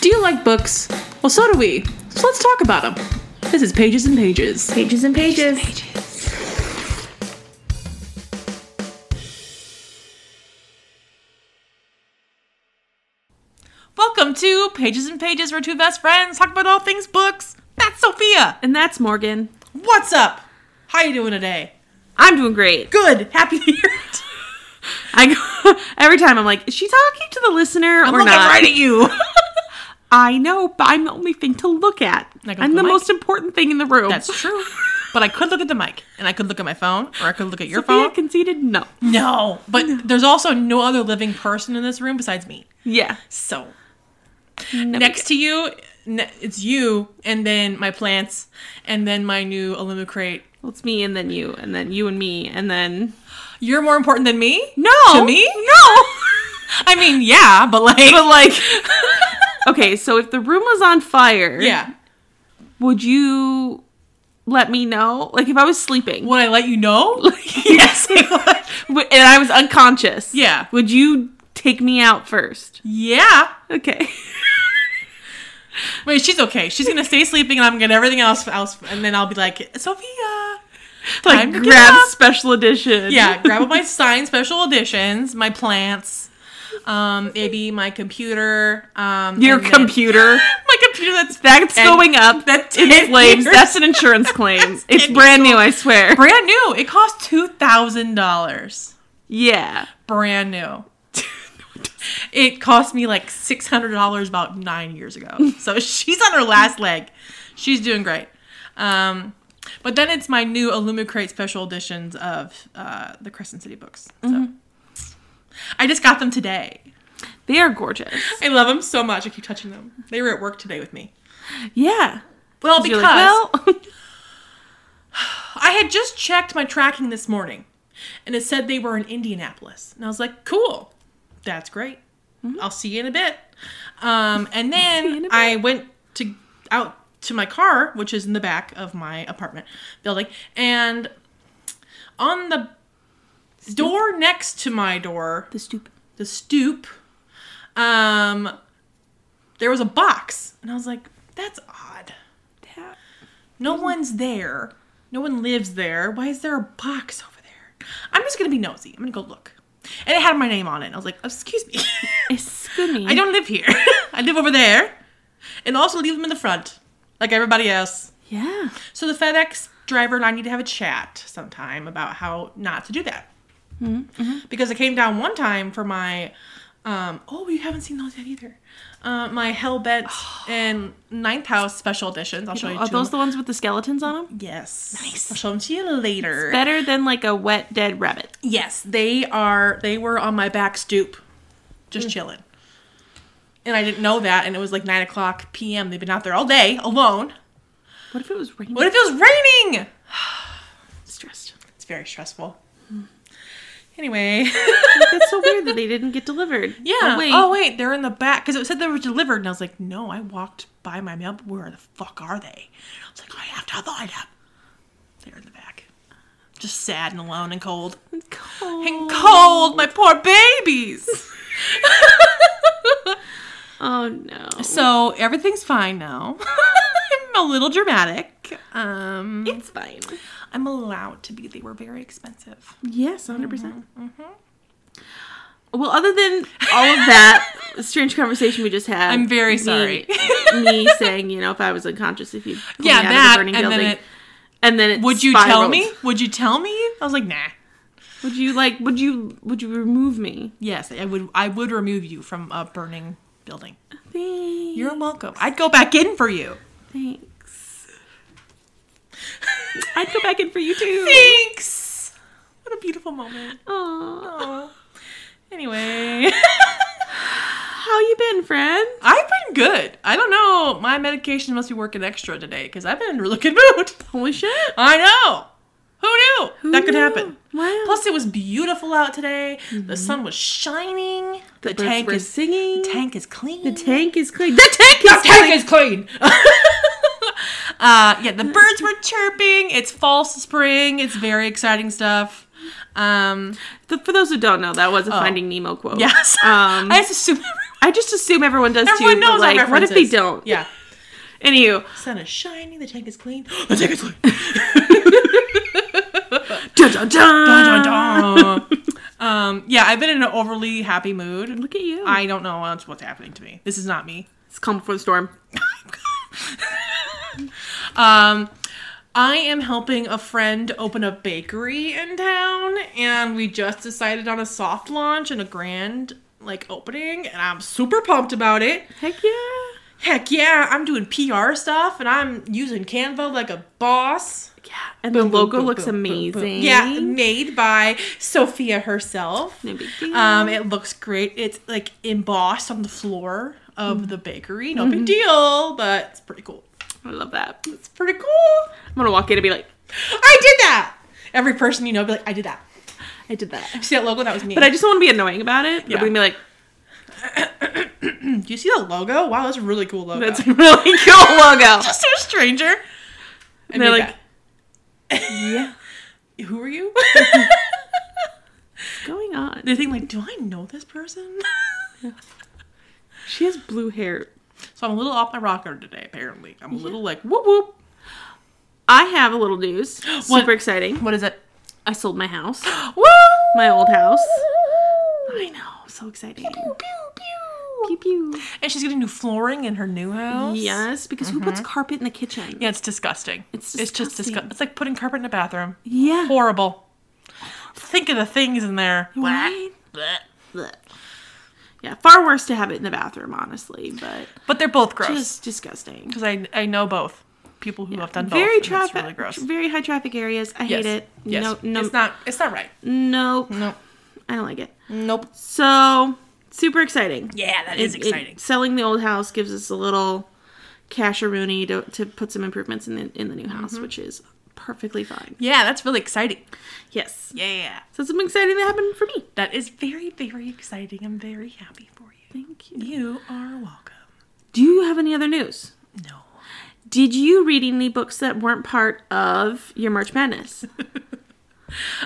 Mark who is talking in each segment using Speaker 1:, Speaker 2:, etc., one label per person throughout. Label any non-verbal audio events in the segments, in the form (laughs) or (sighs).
Speaker 1: Do you like books? Well, so do we. So let's talk about them. This is Pages and Pages.
Speaker 2: Pages and pages.
Speaker 1: Welcome to Pages and Pages, where two best friends talk about all things books.
Speaker 2: That's Sophia.
Speaker 1: And that's Morgan.
Speaker 2: What's up? How you doing today?
Speaker 1: I'm doing great. (laughs)
Speaker 2: Good. Happy to hear it.
Speaker 1: I go, every time I'm like, is she talking to the listener or
Speaker 2: looking
Speaker 1: not?
Speaker 2: right at
Speaker 1: (laughs)
Speaker 2: you.
Speaker 1: I know, but I'm the only thing to look at.
Speaker 2: Like
Speaker 1: I'm
Speaker 2: the
Speaker 1: the
Speaker 2: mic?
Speaker 1: most important thing in the room.
Speaker 2: That's
Speaker 1: (laughs)
Speaker 2: true. But I could look at the mic, and I could look at my phone, or I could look at your
Speaker 1: Sophia
Speaker 2: phone.
Speaker 1: conceded no.
Speaker 2: No, but there's also no other living person in this room besides me.
Speaker 1: Yeah.
Speaker 2: So next to you, ne- it's you, and then my plants, and then my new aluminum crate.
Speaker 1: Well, it's me and then you and then you and me and then
Speaker 2: You're more important than me.
Speaker 1: no
Speaker 2: to me. (laughs)
Speaker 1: no.
Speaker 2: I mean, yeah, but like,
Speaker 1: But like,
Speaker 2: (laughs)
Speaker 1: (laughs) okay, so if the room was on fire,
Speaker 2: yeah.
Speaker 1: would you let me know? Like if I was sleeping
Speaker 2: Would I let you know? (laughs) yes. I would.
Speaker 1: w- and I was unconscious,
Speaker 2: Yeah.
Speaker 1: would you take me out first?
Speaker 2: Yeah.
Speaker 1: Okay.
Speaker 2: Wait, she's okay. She's gonna stay sleeping, and I'm gonna get everything else else, and then I'll be like, Sophia.
Speaker 1: like
Speaker 2: Time to get
Speaker 1: grab
Speaker 2: up.
Speaker 1: special edition.
Speaker 2: Yeah, grab (laughs) all my signed special editions, my plants, um, maybe my computer, um,
Speaker 1: your
Speaker 2: and then-
Speaker 1: computer.
Speaker 2: (laughs) my computer that's
Speaker 1: (laughs) That's
Speaker 2: And
Speaker 1: going up. That's
Speaker 2: that's
Speaker 1: in
Speaker 2: 10
Speaker 1: flames.
Speaker 2: years.
Speaker 1: That's an insurance claim. it's
Speaker 2: 10
Speaker 1: brand
Speaker 2: years
Speaker 1: new, I swear.
Speaker 2: brand new. It cost two thousand dollars,
Speaker 1: Yeah.
Speaker 2: brand new. (laughs) It cost me like six hundred dollars about nine years
Speaker 1: (laughs)
Speaker 2: ago. So she's on her last leg. She's doing great. Um, but then it's my new Illumicrate special editions of uh, the Crescent City books. So
Speaker 1: Mm-hmm.
Speaker 2: I just got them today.
Speaker 1: They are gorgeous.
Speaker 2: I love them so much. I keep touching them. They were at work today with me.
Speaker 1: Yeah.
Speaker 2: Well,
Speaker 1: You're
Speaker 2: because
Speaker 1: like, well, (laughs)
Speaker 2: I had just checked my tracking this morning and it said they were in Indianapolis. And I was like, cool. That's great. I'll see you in a bit. Um, and
Speaker 1: Mm-hmm. you in
Speaker 2: then
Speaker 1: a bit.
Speaker 2: I went to out to my car, which is in the back of my apartment building, and on the door next to my door,
Speaker 1: the stupid.
Speaker 2: the stoop, um, there was a box. And I was like, that's odd.
Speaker 1: Yeah.
Speaker 2: No one's there. No one lives there. Why is there a box over there? I'm just gonna be nosy. I'm gonna go look. And it had my name on it. I was like, excuse me. (laughs)
Speaker 1: Excuse me.
Speaker 2: I don't live here. (laughs) I live over there. And also leave them in the front, like everybody else.
Speaker 1: Yeah.
Speaker 2: So the FedEx driver and I need to have a chat sometime about how not to do that.
Speaker 1: Hmm, mm-hmm.
Speaker 2: Because I came down one time for my, um, oh, you haven't seen those yet either. Uh, my
Speaker 1: (sighs)
Speaker 2: Hellbent and Ninth House special editions. I'll show you.
Speaker 1: Are
Speaker 2: two
Speaker 1: those
Speaker 2: of
Speaker 1: the ones with the skeletons on them?
Speaker 2: Yes. Nice. I'll show them to you later.
Speaker 1: Better than like a wet dead rabbit.
Speaker 2: yes, they are. They were on my back stoop, just
Speaker 1: Mm.
Speaker 2: chilling. And I didn't know that. And it was like nine o'clock p.m. They've been out there all day alone.
Speaker 1: What if it was raining?
Speaker 2: What if it was raining?
Speaker 1: (sighs) stressed? Mm.
Speaker 2: It's very stressful.
Speaker 1: (laughs)
Speaker 2: Anyway.
Speaker 1: That's so weird that they didn't get delivered.
Speaker 2: Yeah.
Speaker 1: Oh,
Speaker 2: Oh
Speaker 1: wait.
Speaker 2: wait. they're in the back because it said they were delivered, and I was like, no, I walked by my mail. Where the fuck are they? I was like, I have to line up. They're in the back, just sad and alone and cold.
Speaker 1: Cold.
Speaker 2: and cold, my poor babies.
Speaker 1: Oh no.
Speaker 2: so everything's fine now. (laughs) I'm a little dramatic. Um,
Speaker 1: It's fine.
Speaker 2: I'm allowed to be. They were very expensive.
Speaker 1: Yes, 100%. percent Mm-hmm, Well, other than all of
Speaker 2: (laughs)
Speaker 1: that strange conversation we just had,
Speaker 2: I'm very
Speaker 1: me-
Speaker 2: sorry.
Speaker 1: (laughs) me saying, you know, if I was unconscious, if you pulled
Speaker 2: yeah,
Speaker 1: me out
Speaker 2: that.
Speaker 1: of
Speaker 2: And
Speaker 1: the burning
Speaker 2: then
Speaker 1: building,
Speaker 2: it,
Speaker 1: and then it
Speaker 2: would you tell
Speaker 1: spiraled.
Speaker 2: me? Would you tell me? I was like, nah.
Speaker 1: Would you like? Would you? Would you remove me?
Speaker 2: Yes, I would. I would remove you from a burning building.
Speaker 1: Thanks.
Speaker 2: You're welcome. I'd go back in for you.
Speaker 1: Thanks. (laughs) I'd go back in for you too.
Speaker 2: Thanks. What a beautiful moment.
Speaker 1: Aw. (laughs)
Speaker 2: Aw. (laughs) Anyway.
Speaker 1: How you been, friend?
Speaker 2: I've been good. I don't know. My medication must be working extra today because I've been in a really good (laughs) mood.
Speaker 1: Holy shit!
Speaker 2: I know. Who knew
Speaker 1: Who
Speaker 2: that could
Speaker 1: knew?
Speaker 2: happen?
Speaker 1: Wow. Mm-hmm.
Speaker 2: Plus, it was beautiful out today. The sun was shining. The,
Speaker 1: birds
Speaker 2: tank
Speaker 1: were
Speaker 2: is
Speaker 1: singing.
Speaker 2: The tank is clean.
Speaker 1: The tank is clean. The tank is
Speaker 2: The
Speaker 1: clean. (laughs)
Speaker 2: tank is clean. (laughs) uh, yeah, the birds were chirping. It's false spring. It's very exciting stuff. Um,
Speaker 1: Th- For those who don't know, that was a
Speaker 2: Oh.
Speaker 1: Finding Nemo quote.
Speaker 2: yes. (laughs)
Speaker 1: Um,
Speaker 2: I just assume.
Speaker 1: I just assume everyone does
Speaker 2: Everyone
Speaker 1: too.
Speaker 2: knows
Speaker 1: Knows
Speaker 2: our
Speaker 1: like, what if they
Speaker 2: references.
Speaker 1: don't?
Speaker 2: Yeah.
Speaker 1: Anywho,
Speaker 2: Sun is shining. The tank is clean. (gasps) the tank is (laughs) clean.
Speaker 1: dun, dun, dun.
Speaker 2: Dun, dun, dun. (laughs) um, yeah, I've been in an overly happy mood.
Speaker 1: Look at you.
Speaker 2: I don't know what's what's happening to me. This is not me. (laughs)
Speaker 1: it's calm before the storm.
Speaker 2: Um, I am helping a friend open a bakery in town, and we just decided on a soft launch and a grand like opening, and I'm super pumped about it.
Speaker 1: Heck yeah.
Speaker 2: Heck yeah, I'm doing PR stuff, and I'm using Canva like a boss.
Speaker 1: Yeah. And the logo
Speaker 2: Boom,
Speaker 1: looks
Speaker 2: boom, boom,
Speaker 1: amazing.
Speaker 2: boom. Yeah, made by Sophia herself.
Speaker 1: No big deal.
Speaker 2: Um, it looks great. It's like embossed on the floor of
Speaker 1: Mm.
Speaker 2: the bakery. No
Speaker 1: Mm-hmm.
Speaker 2: big deal, but it's pretty cool.
Speaker 1: I love that.
Speaker 2: It's pretty cool.
Speaker 1: I'm gonna walk in and be like,
Speaker 2: I did that. Every person you know be like, I did that.
Speaker 1: I did that.
Speaker 2: See that logo? That was me.
Speaker 1: But I just don't want to be annoying about it.
Speaker 2: Yeah.
Speaker 1: I'm gonna be like,
Speaker 2: do you see the logo? Wow, that's a really cool logo. (laughs)
Speaker 1: that's a really (laughs) cool logo.
Speaker 2: just to a stranger. And
Speaker 1: They're
Speaker 2: they're like,
Speaker 1: like, yeah.
Speaker 2: (laughs) who are
Speaker 1: (laughs)
Speaker 2: you? (laughs)
Speaker 1: What's going on?
Speaker 2: they think like, do I know this person? (laughs)
Speaker 1: She has blue hair.
Speaker 2: so I'm a little off my rocker today. Apparently, I'm a little like whoop whoop.
Speaker 1: I have a little news. (gasps) Super exciting.
Speaker 2: What is it? (gasps)
Speaker 1: I sold my house.
Speaker 2: Woo!
Speaker 1: My old house. I know. So exciting.
Speaker 2: Pew, pew.
Speaker 1: Pew pew.
Speaker 2: And she's getting new flooring in her new house.
Speaker 1: Yes, because who puts carpet in the kitchen?
Speaker 2: Yeah, it's disgusting.
Speaker 1: It's
Speaker 2: It's just disgusting.
Speaker 1: disgusting.
Speaker 2: It's like putting carpet in a bathroom.
Speaker 1: (laughs) Yeah.
Speaker 2: Horrible. Think of the things in there.
Speaker 1: Right?
Speaker 2: Blah, blah.
Speaker 1: Blech. Yeah, far worse to have it in the bathroom, honestly, but
Speaker 2: But they're both gross.
Speaker 1: just disgusting.
Speaker 2: Because I I know both people who have done both.
Speaker 1: Very
Speaker 2: and it's
Speaker 1: traffic,
Speaker 2: Really gross.
Speaker 1: very high traffic areas. I
Speaker 2: Yes.
Speaker 1: hate it.
Speaker 2: Yes.
Speaker 1: No, no,
Speaker 2: It's not. It's not right.
Speaker 1: nope.
Speaker 2: No.
Speaker 1: I don't like it.
Speaker 2: Nope.
Speaker 1: So super exciting.
Speaker 2: Yeah, that
Speaker 1: It-
Speaker 2: is
Speaker 1: it-
Speaker 2: exciting.
Speaker 1: selling the old house gives us a little cash to, to put some improvements in the in the new house,
Speaker 2: Mm-hmm.
Speaker 1: which is perfectly fine.
Speaker 2: yeah, that's really exciting.
Speaker 1: Yes.
Speaker 2: Yeah,
Speaker 1: So something exciting that happened for me.
Speaker 2: that is very very exciting. I'm very happy for you.
Speaker 1: Thank you.
Speaker 2: You are welcome.
Speaker 1: Do you have any other news?
Speaker 2: No.
Speaker 1: Did you read any books that weren't part of your March Madness?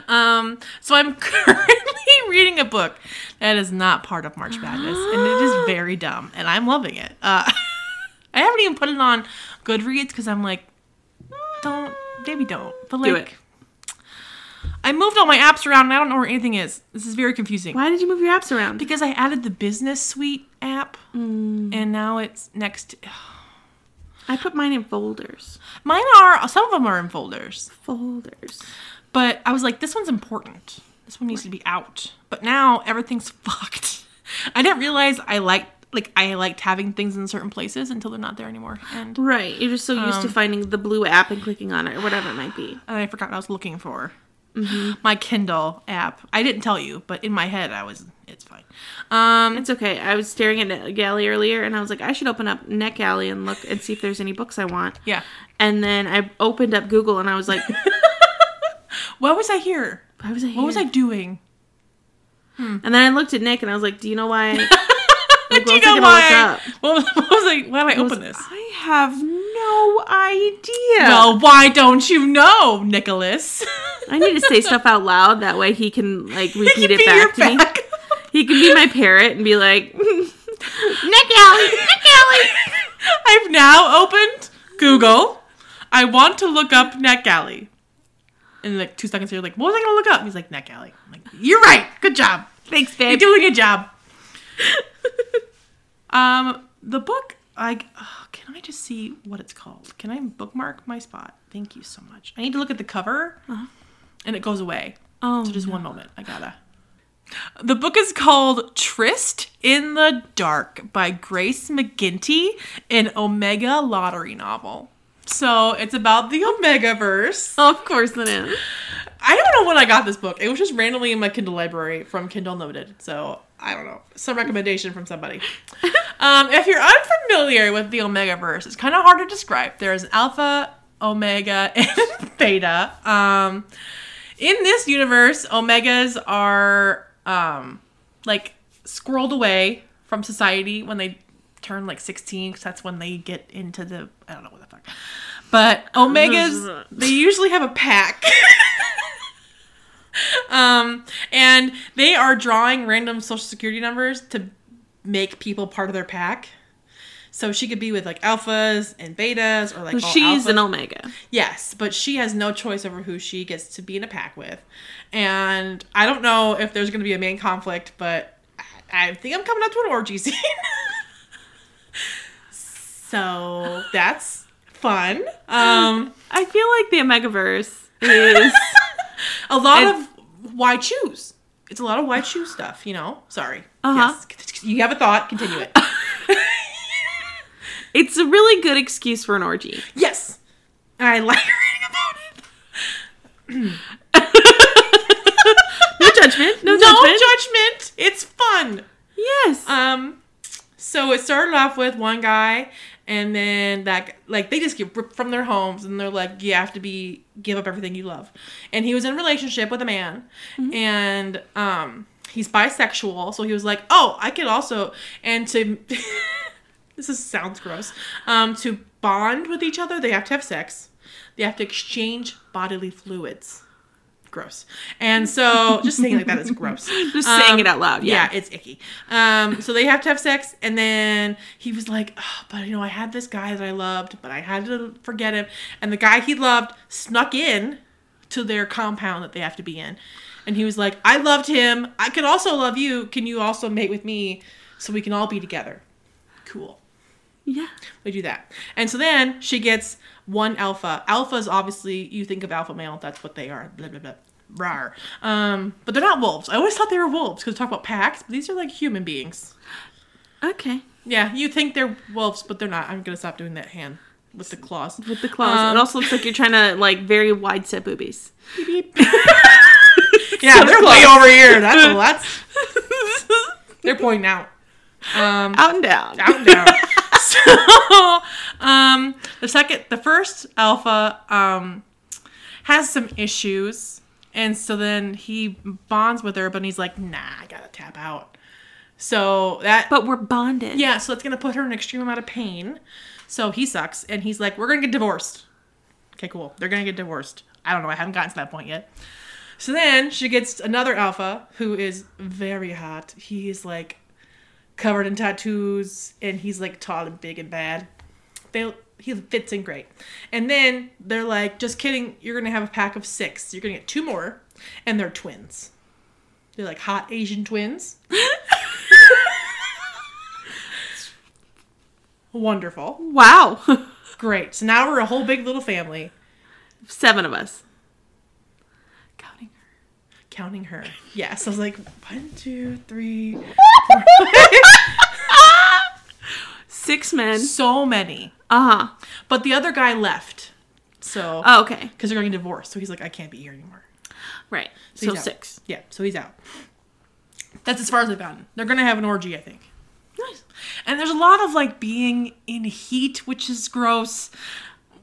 Speaker 2: Um, so I'm (laughs) currently reading a book that is not part of March Madness, and it is very dumb, and I'm loving it. Uh, (laughs) I haven't even put it on Goodreads because I'm like, don't, maybe don't, but like,
Speaker 1: Do it.
Speaker 2: I moved all my apps around, and I don't know where anything is. This is very confusing
Speaker 1: Why did you move your apps around?
Speaker 2: because I added the Business Suite app,
Speaker 1: Mm.
Speaker 2: and now it's next.
Speaker 1: I put mine in folders.
Speaker 2: (sighs) Mine are some of them are in folders.
Speaker 1: Folders.
Speaker 2: But I was like, this one's important. This one needs to be out. But now everything's (laughs) fucked. I didn't realize I liked like I liked having things in certain places until they're not there anymore. And, and
Speaker 1: Right. You're just so used
Speaker 2: Um,
Speaker 1: to finding the blue app and clicking on it or whatever it might be.
Speaker 2: I forgot what I was looking for.
Speaker 1: Mm-hmm.
Speaker 2: My Kindle app. I didn't tell you, but in my head I was it's fine. Um
Speaker 1: It's okay. I was staring at Net Galley earlier and I was like, I should open up Net Alley and look and see if there's any books I want.
Speaker 2: yeah.
Speaker 1: And then I opened up Google and I was
Speaker 2: (laughs)
Speaker 1: like,
Speaker 2: Why was I here?
Speaker 1: why was I here?
Speaker 2: What was I doing?
Speaker 1: And then I looked at Nick and I was like, do you
Speaker 2: (laughs)
Speaker 1: know why? Like, what
Speaker 2: Do you
Speaker 1: was I
Speaker 2: know
Speaker 1: gonna look
Speaker 2: why?
Speaker 1: up?
Speaker 2: What was, (laughs) what was I? Why did I
Speaker 1: I was
Speaker 2: open
Speaker 1: like,
Speaker 2: this?
Speaker 1: I have no idea.
Speaker 2: Well, why don't you know, Nicholas?
Speaker 1: I need to
Speaker 2: (laughs)
Speaker 1: say stuff out loud. That way he can
Speaker 2: He
Speaker 1: like
Speaker 2: can
Speaker 1: repeat it
Speaker 2: be your
Speaker 1: back to me.
Speaker 2: back.
Speaker 1: (laughs) He can be my parrot and be like, (laughs) Nick Alley, Nick Alley.
Speaker 2: I've now opened Google. I want to look up NetGalley. And like two seconds later, like, what was I gonna look up? He's like, NetGalley. I'm like, you're right. Good job.
Speaker 1: Thanks,
Speaker 2: You're
Speaker 1: babe.
Speaker 2: doing your
Speaker 1: (laughs)
Speaker 2: job. um, the book. I oh, can I just see what it's called? Can I bookmark my spot? Thank you so much. I need to look at the cover, and it goes away.
Speaker 1: Uh-huh. Oh,
Speaker 2: So just one moment. I gotta. The book is called Tryst in the Dark by Grace McGinty, an Omega lottery novel. So it's about the Omega verse.
Speaker 1: of course it is.
Speaker 2: I don't know when I got this book. It was just randomly in my Kindle library from Kindle Unlimited. So I don't know. Some recommendation from somebody. um, if you're unfamiliar with the Omega verse, it's kind of hard to describe. There's Alpha, Omega, (laughs) and Theta. Um, in this universe, Omegas are um, like squirreled away from society when they turn like 16 because that's when they get into the I don't know what the fuck. But
Speaker 1: (laughs)
Speaker 2: Omegas, they usually have a pack. (laughs) um, and they are drawing random social security numbers to make people part of their pack. So she could be with like alphas and betas or like all
Speaker 1: She's
Speaker 2: alphas.
Speaker 1: an omega.
Speaker 2: Yes, but she has no choice over who she gets to be in a pack with. And I don't know if there's going to be a main conflict, but I I think I'm coming up to an orgy (laughs) scene. so that's fun. Um,
Speaker 1: I feel like the Omegaverse
Speaker 2: (laughs)
Speaker 1: is
Speaker 2: a lot
Speaker 1: And-
Speaker 2: of why choose. It's a lot of why choose stuff, you know? Sorry.
Speaker 1: Uh-huh.
Speaker 2: Yes. You have a thought, continue
Speaker 1: (laughs)
Speaker 2: it.
Speaker 1: it's a really good excuse for an orgy.
Speaker 2: yes. I like (laughs) reading about it.
Speaker 1: No judgment. No,
Speaker 2: No
Speaker 1: judgment.
Speaker 2: judgment. It's fun.
Speaker 1: yes.
Speaker 2: Um, so it started off with one guy, and then that g- like they just get ripped from their homes, and they're like, you have to be give up everything you love. And he was in a relationship with a man, and um, he's bisexual, so he was like, oh, I could also and to (laughs) this is, sounds gross. Um, to bond with each other, they have to have sex. They have to exchange bodily fluids. Gross. And
Speaker 1: (laughs)
Speaker 2: so just saying it like that is gross.
Speaker 1: Just saying
Speaker 2: Um,
Speaker 1: it out loud.
Speaker 2: yeah,
Speaker 1: Yeah.
Speaker 2: it's icky. Um, so they have to have sex, and then he was like, oh, "But you know, I had this guy that I loved, but I had to forget him." And the guy he loved snuck in to their compound that they have to be in, and he was like, "I loved him. I could also love you. Can you also mate with me so we can all be together?" Cool.
Speaker 1: Yeah.
Speaker 2: They do that, and so then she gets one alpha. Alphas, obviously, you think of alpha male. That's what they are. Blah blah blah. Rawr. Um, but they're not wolves. I always thought they were wolves because we talk about packs. But these are like human beings.
Speaker 1: Okay.
Speaker 2: Yeah, you think they're wolves, but they're not. I'm gonna stop doing that hand with the claws.
Speaker 1: With the claws.
Speaker 2: Um,
Speaker 1: it also looks like you're trying to like very wide set boobies.
Speaker 2: (laughs) yeah,
Speaker 1: So
Speaker 2: they're
Speaker 1: close.
Speaker 2: way over here. That's
Speaker 1: (laughs)
Speaker 2: that's they're pointing out. Um,
Speaker 1: Out and down.
Speaker 2: down down. (laughs) so um the second the first alpha um has some issues and so then he bonds with her but he's like nah i gotta tap out so that
Speaker 1: But we're bonded.
Speaker 2: yeah so that's gonna put her in an extreme amount of pain so he sucks and he's like we're gonna get divorced okay cool they're gonna get divorced i don't know i haven't gotten to that point yet so then she gets another alpha who is very hot. He is like covered in tattoos and he's like tall and big and bad. They he fits in great. And then they're like, just kidding, you're gonna have a pack of six. You're gonna get two more, and they're twins. They're like hot Asian twins. Wonderful.
Speaker 1: Wow. (laughs)
Speaker 2: Great. So now we're a whole big little family.
Speaker 1: Seven of us. Counting her.
Speaker 2: counting her. Yes, I was like one, two, three.
Speaker 1: Six men.
Speaker 2: so many.
Speaker 1: Uh huh.
Speaker 2: But the other guy left. So
Speaker 1: Oh, okay.
Speaker 2: because they're getting divorced, so he's like, I can't be here anymore.
Speaker 1: Right.
Speaker 2: So
Speaker 1: So
Speaker 2: he's out.
Speaker 1: six.
Speaker 2: Yeah, so he's out. That's as far as they've gotten. They're gonna have an orgy, I think.
Speaker 1: Nice.
Speaker 2: And there's a lot of like being in heat, which is gross.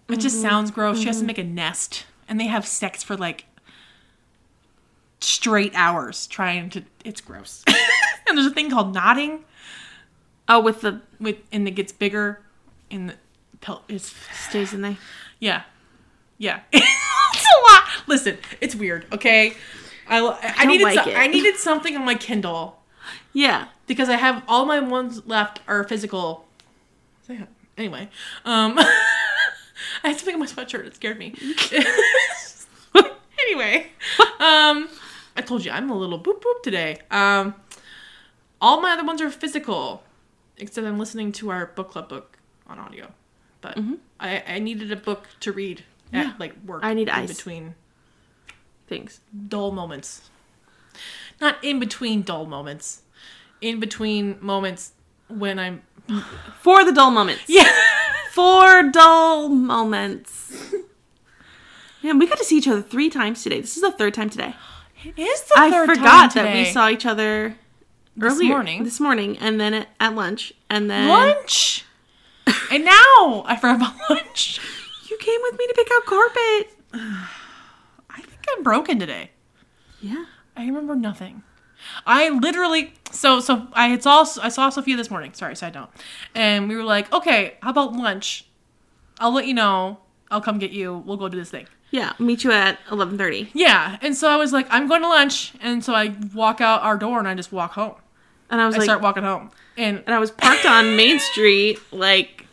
Speaker 2: It just
Speaker 1: Mm-hmm.
Speaker 2: sounds gross. She has to make a nest, and they have sex for like straight hours trying to. It's gross.
Speaker 1: (laughs)
Speaker 2: and there's a thing called nodding.
Speaker 1: Oh, with the
Speaker 2: with and it gets bigger in the pel- it's
Speaker 1: stays in there.
Speaker 2: yeah yeah (laughs) it's a lot listen it's weird okay i i,
Speaker 1: don't
Speaker 2: needed
Speaker 1: like
Speaker 2: so-
Speaker 1: it.
Speaker 2: i needed something on my kindle
Speaker 1: Yeah.
Speaker 2: because i have all my ones left are physical So, yeah. anyway um (laughs) i had something on my sweatshirt it scared me (laughs) anyway um i told you i'm a little boop boop today um all my other ones are physical except i'm listening to our book club book on audio but I, I needed a book to read at
Speaker 1: Mm-hmm. Yeah.
Speaker 2: like work
Speaker 1: I need
Speaker 2: in
Speaker 1: ice.
Speaker 2: between
Speaker 1: Things.
Speaker 2: dull moments not in between dull moments in between moments when i'm
Speaker 1: For the dull moments.
Speaker 2: (laughs) yeah
Speaker 1: Four dull moments. (laughs) Man, we got to see each other three times today. This is the third time today.
Speaker 2: it is the
Speaker 1: I
Speaker 2: third
Speaker 1: forgot
Speaker 2: time
Speaker 1: that we
Speaker 2: today.
Speaker 1: saw each other
Speaker 2: This
Speaker 1: earlier
Speaker 2: morning.
Speaker 1: This morning, and then at, at lunch, and then
Speaker 2: lunch and now i forgot about lunch
Speaker 1: you came with me to pick out carpet.
Speaker 2: (laughs) i think i'm broken today
Speaker 1: Yeah.
Speaker 2: I remember nothing. I literally so so I had saw I saw Sophia this morning. Sorry, side note, and we were like, okay, how about lunch? I'll let you know. I'll come get you. We'll go do this thing.
Speaker 1: Yeah. Meet you at eleven thirty.
Speaker 2: Yeah, and so I was like, I'm going to lunch, and so I walk out our door and I just walk home.
Speaker 1: And I was
Speaker 2: I
Speaker 1: like,
Speaker 2: start walking home. And
Speaker 1: and I was parked on Main Street, like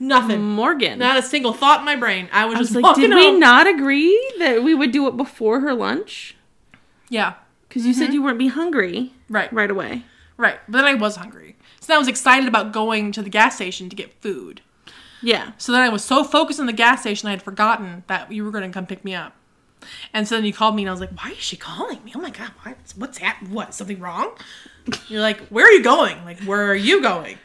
Speaker 2: nothing.
Speaker 1: Morgan.
Speaker 2: Not a single thought in my brain. I was
Speaker 1: mm. I
Speaker 2: just
Speaker 1: was like,
Speaker 2: walking
Speaker 1: did
Speaker 2: home.
Speaker 1: we not agree that we would do it before her lunch?
Speaker 2: yeah.
Speaker 1: Because you said you wouldn't be hungry
Speaker 2: Right.
Speaker 1: right away.
Speaker 2: Right. But then I was hungry. So then I was excited about going to the gas station to get food.
Speaker 1: Yeah.
Speaker 2: So then I was so focused on the gas station I had forgotten that you were going to come pick me up. And so then you called me and I was like, "Why is she calling me? Oh my god, why, what's that? What? Something wrong?" You're like, "Where are you going? Like, where are you going?"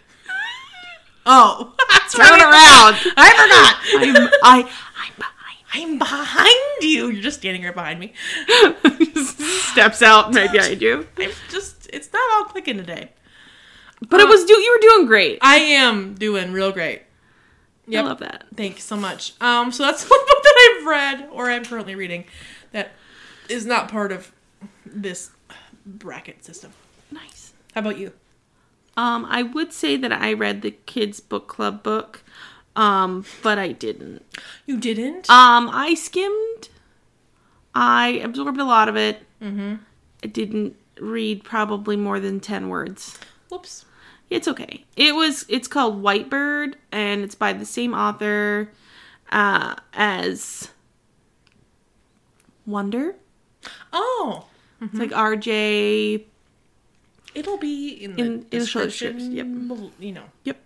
Speaker 2: oh, (laughs) that's
Speaker 1: Turn around.
Speaker 2: I forgot.
Speaker 1: (laughs)
Speaker 2: (laughs)
Speaker 1: I'm, I, I'm behind.
Speaker 2: I'm behind you. You're just standing right behind (laughs) me.
Speaker 1: Just steps out right behind you.
Speaker 2: I'm just it's not all clicking today.
Speaker 1: But it was do you were doing great.
Speaker 2: I am doing real great. Yep.
Speaker 1: I love that.
Speaker 2: Thank you so much. Um, so that's (laughs) one book that I've read or I'm currently reading that is not part of this bracket system.
Speaker 1: Nice.
Speaker 2: How about you?
Speaker 1: Um, I would say that I read the kids book club book, um, but I didn't.
Speaker 2: You didn't?
Speaker 1: Um, I skimmed. I absorbed a lot of it. Mm-hmm. I didn't read probably more than ten words.
Speaker 2: Whoops.
Speaker 1: It's okay. It was. It's called White Bird, and it's by the same author uh, as Wonder.
Speaker 2: Oh,
Speaker 1: It's like R.J.
Speaker 2: it'll be in the
Speaker 1: In- it'll show the
Speaker 2: description.
Speaker 1: ships, yep.
Speaker 2: Well, You know.
Speaker 1: Yep.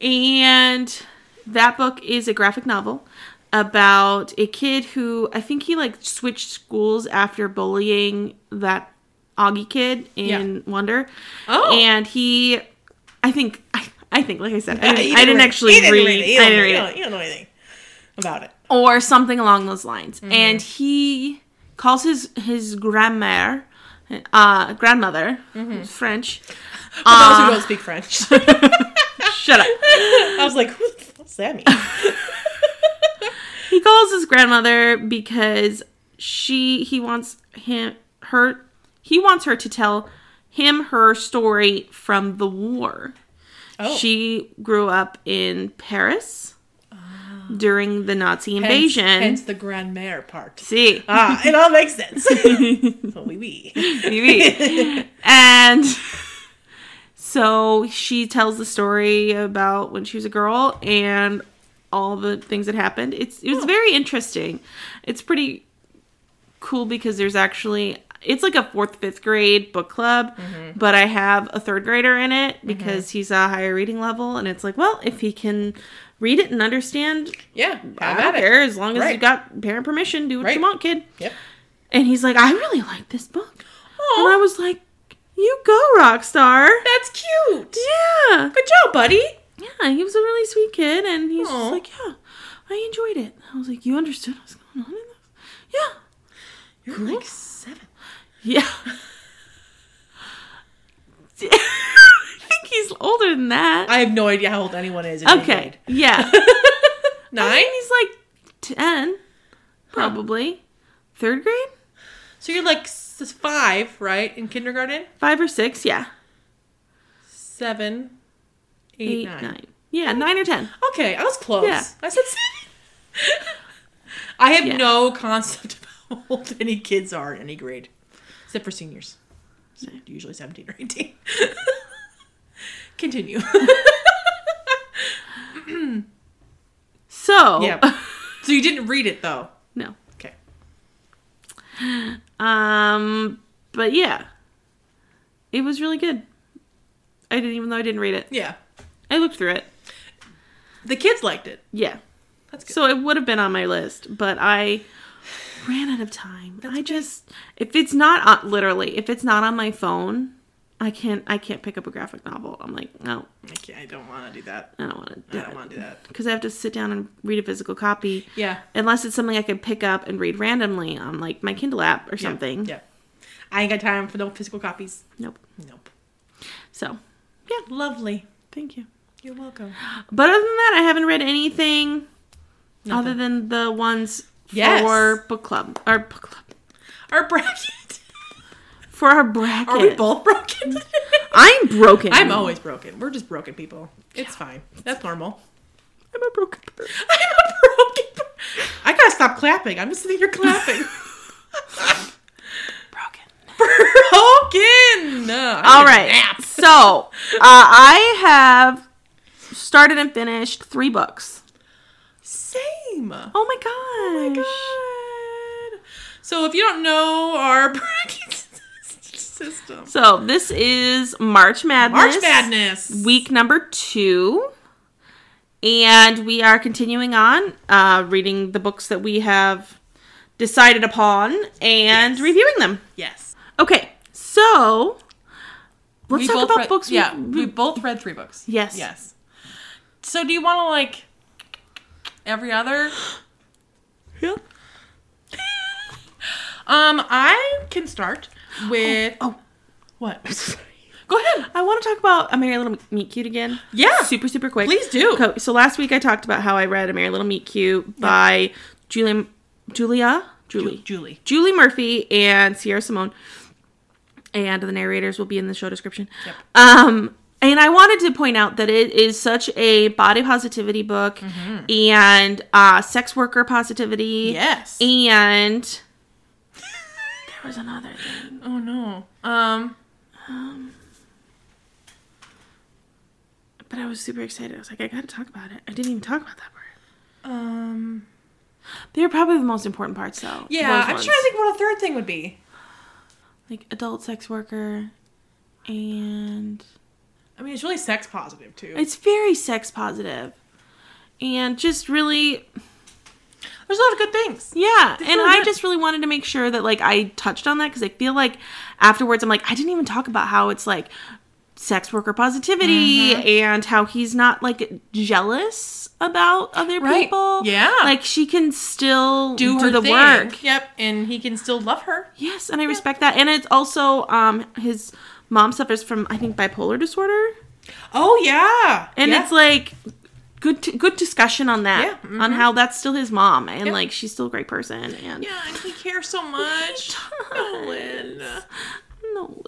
Speaker 1: And that book is a graphic novel about a kid who I think he like switched schools after bullying that Augie kid in Wonder.
Speaker 2: Oh.
Speaker 1: And he I think I, I think like I said I
Speaker 2: You
Speaker 1: didn't, I didn't
Speaker 2: read-
Speaker 1: actually
Speaker 2: you didn't
Speaker 1: read,
Speaker 2: it. You don't-
Speaker 1: I didn't
Speaker 2: you
Speaker 1: read it
Speaker 2: don't- You don't know anything about it.
Speaker 1: or something along those lines.
Speaker 2: Mm-hmm.
Speaker 1: And he calls his his grandmère uh grandmother
Speaker 2: Mm-hmm.
Speaker 1: who's French.
Speaker 2: For those who
Speaker 1: Uh,
Speaker 2: don't speak French,
Speaker 1: (laughs) Shut up.
Speaker 2: I was like, "What's that
Speaker 1: (laughs)
Speaker 2: mean?"
Speaker 1: he calls his grandmother because she he wants him her he wants her to tell him her story from the war.
Speaker 2: Oh,
Speaker 1: She grew up in Paris during the Nazi
Speaker 2: Ah. Hence-
Speaker 1: invasion.
Speaker 2: Hence, the grand mère part.
Speaker 1: See.
Speaker 2: Ah, it all makes
Speaker 1: (laughs)
Speaker 2: sense. (laughs) oui, oui. (laughs)
Speaker 1: TV. and so she tells the story about when she was a girl and all the things that happened. It's
Speaker 2: Oh.
Speaker 1: it was very interesting. It's pretty cool because there's actually it's like a fourth fifth grade book club,
Speaker 2: Mm-hmm.
Speaker 1: but I have a third grader in it because he's a higher reading level, and it's like, well, if he can read it and understand,
Speaker 2: Yeah,
Speaker 1: I
Speaker 2: have
Speaker 1: don't
Speaker 2: at it.
Speaker 1: care as long as you
Speaker 2: Right.
Speaker 1: got parent permission, do what
Speaker 2: Right.
Speaker 1: you want, kid.
Speaker 2: Yep.
Speaker 1: And he's like, I really like this book. And I
Speaker 2: Oh,
Speaker 1: was like, "You go, Rockstar."
Speaker 2: that's cute.
Speaker 1: Yeah,
Speaker 2: Good job, buddy.
Speaker 1: yeah. He was a really sweet kid, and he's
Speaker 2: Aw.
Speaker 1: just like, "Yeah, I enjoyed it." I was like, "You understood what's going on in this?" Yeah,
Speaker 2: You're like seven.
Speaker 1: yeah. (laughs) I think he's older than that.
Speaker 2: I have no idea how old anyone is. in eighth
Speaker 1: okay,
Speaker 2: grade. (laughs)
Speaker 1: yeah.
Speaker 2: Nine?
Speaker 1: He's like ten, probably third grade,
Speaker 2: So you're like s- five, right? In kindergarten?
Speaker 1: five or six. Yeah,
Speaker 2: Seven,
Speaker 1: eight,
Speaker 2: eight,
Speaker 1: nine.
Speaker 2: nine.
Speaker 1: Yeah, nine or ten.
Speaker 2: Okay, I was close.
Speaker 1: Yeah.
Speaker 2: I said seven. (laughs) I have
Speaker 1: Yeah.
Speaker 2: no concept of how old any kids are in any grade, except for seniors. So Usually 17 or 18. (laughs) Continue. (laughs)
Speaker 1: So
Speaker 2: yeah. So you didn't read it, though.
Speaker 1: (laughs) no.
Speaker 2: Okay.
Speaker 1: Um, but yeah, it was really good. I didn't even though I didn't read it.
Speaker 2: Yeah.
Speaker 1: I looked through it.
Speaker 2: The kids liked it.
Speaker 1: Yeah,
Speaker 2: That's good.
Speaker 1: so it would have been on my list, but I ran out of time. I just if it's not on, literally if it's not on my phone, I can't I can't pick up a graphic novel. I'm like no,
Speaker 2: I, can't- I don't want to do that.
Speaker 1: I don't want to do
Speaker 2: I don't want to do that.
Speaker 1: because I have to sit down and read a physical copy.
Speaker 2: Yeah.
Speaker 1: Unless it's something I could pick up and read randomly on like my Kindle app or
Speaker 2: Yeah.
Speaker 1: something.
Speaker 2: Yeah. I ain't got time for no physical copies.
Speaker 1: Nope.
Speaker 2: Nope.
Speaker 1: So
Speaker 2: Lovely.
Speaker 1: thank you.
Speaker 2: You're welcome.
Speaker 1: But other than that, I haven't read anything
Speaker 2: Nothing.
Speaker 1: other than the ones
Speaker 2: Yes.
Speaker 1: for book club or book club
Speaker 2: Our bracket.
Speaker 1: for our bracket.
Speaker 2: Are we both broken?
Speaker 1: I'm
Speaker 2: (laughs)
Speaker 1: broken.
Speaker 2: I'm always broken. We're just broken people. It's fine. That's normal. (laughs)
Speaker 1: I'm a broken. person.
Speaker 2: I'm a broken. (laughs) per- I gotta stop clapping. I'm just sitting here clapping.
Speaker 1: Broken.
Speaker 2: broken. No, I need
Speaker 1: All
Speaker 2: a
Speaker 1: right.
Speaker 2: nap.
Speaker 1: So uh, I have started and finished three books.
Speaker 2: Same.
Speaker 1: Oh my gosh.
Speaker 2: Oh my god. So if you don't know our (laughs) bracket system,
Speaker 1: So this is March Madness.
Speaker 2: March Madness.
Speaker 1: Week number two. And we are continuing on uh, reading the books that we have decided upon and
Speaker 2: Yes.
Speaker 1: reviewing them.
Speaker 2: yes.
Speaker 1: Okay. So let's
Speaker 2: We
Speaker 1: talk
Speaker 2: both
Speaker 1: about
Speaker 2: read-
Speaker 1: books. we-
Speaker 2: Yeah,
Speaker 1: we-
Speaker 2: we both read three books.
Speaker 1: Yes.
Speaker 2: Yes. So do you want to like every
Speaker 1: (gasps)
Speaker 2: other?
Speaker 1: Yep.
Speaker 2: Um, I can start with
Speaker 1: Oh. (laughs)
Speaker 2: what? Go ahead.
Speaker 1: I want to talk about A Merry Little Meet Cute again.
Speaker 2: Yeah.
Speaker 1: Super, super quick.
Speaker 2: Please do.
Speaker 1: Okay, so last week I talked about how I read A Merry Little Meet Cute by Julia, Julia, Julie,
Speaker 2: Ju- Julie.
Speaker 1: Julie Murphy and Sierra Simone. And the narrators will be in the show description.
Speaker 2: Yep.
Speaker 1: Um, and I wanted to point out that it is such a body positivity book Mm-hmm. and uh, sex worker positivity.
Speaker 2: Yes.
Speaker 1: And there was another thing.
Speaker 2: Oh no. Um.
Speaker 1: But I was super excited. I was like, I gotta talk about it. I didn't even talk about that part.
Speaker 2: Um.
Speaker 1: They're probably the most important parts, though.
Speaker 2: Yeah,
Speaker 1: Those
Speaker 2: I'm
Speaker 1: ones.
Speaker 2: trying to think what a third thing would be.
Speaker 1: like adult sex worker and
Speaker 2: I mean, it's really sex positive too.
Speaker 1: it's very sex positive and just really
Speaker 2: There's a lot of good things.
Speaker 1: yeah
Speaker 2: It's
Speaker 1: and
Speaker 2: really
Speaker 1: i
Speaker 2: good.
Speaker 1: just really wanted to make sure that like i touched on that because i feel like afterwards i'm like i didn't even talk about how it's like sex worker positivity
Speaker 2: Mm-hmm.
Speaker 1: and how he's not like jealous about other
Speaker 2: Right.
Speaker 1: people
Speaker 2: Yeah.
Speaker 1: like she can still do,
Speaker 2: Do her
Speaker 1: the
Speaker 2: thing.
Speaker 1: work
Speaker 2: Yep, and he can still love her.
Speaker 1: Yes, and I respect that. And it's also um his mom suffers from I think bipolar disorder,
Speaker 2: Oh yeah.
Speaker 1: and
Speaker 2: Yeah.
Speaker 1: it's like good t- good discussion on that
Speaker 2: Yeah, mhm.
Speaker 1: on how that's still his mom and
Speaker 2: Yep.
Speaker 1: like she's still a great person and
Speaker 2: yeah, and he cares so much.
Speaker 1: (laughs)
Speaker 2: Nolan,
Speaker 1: no.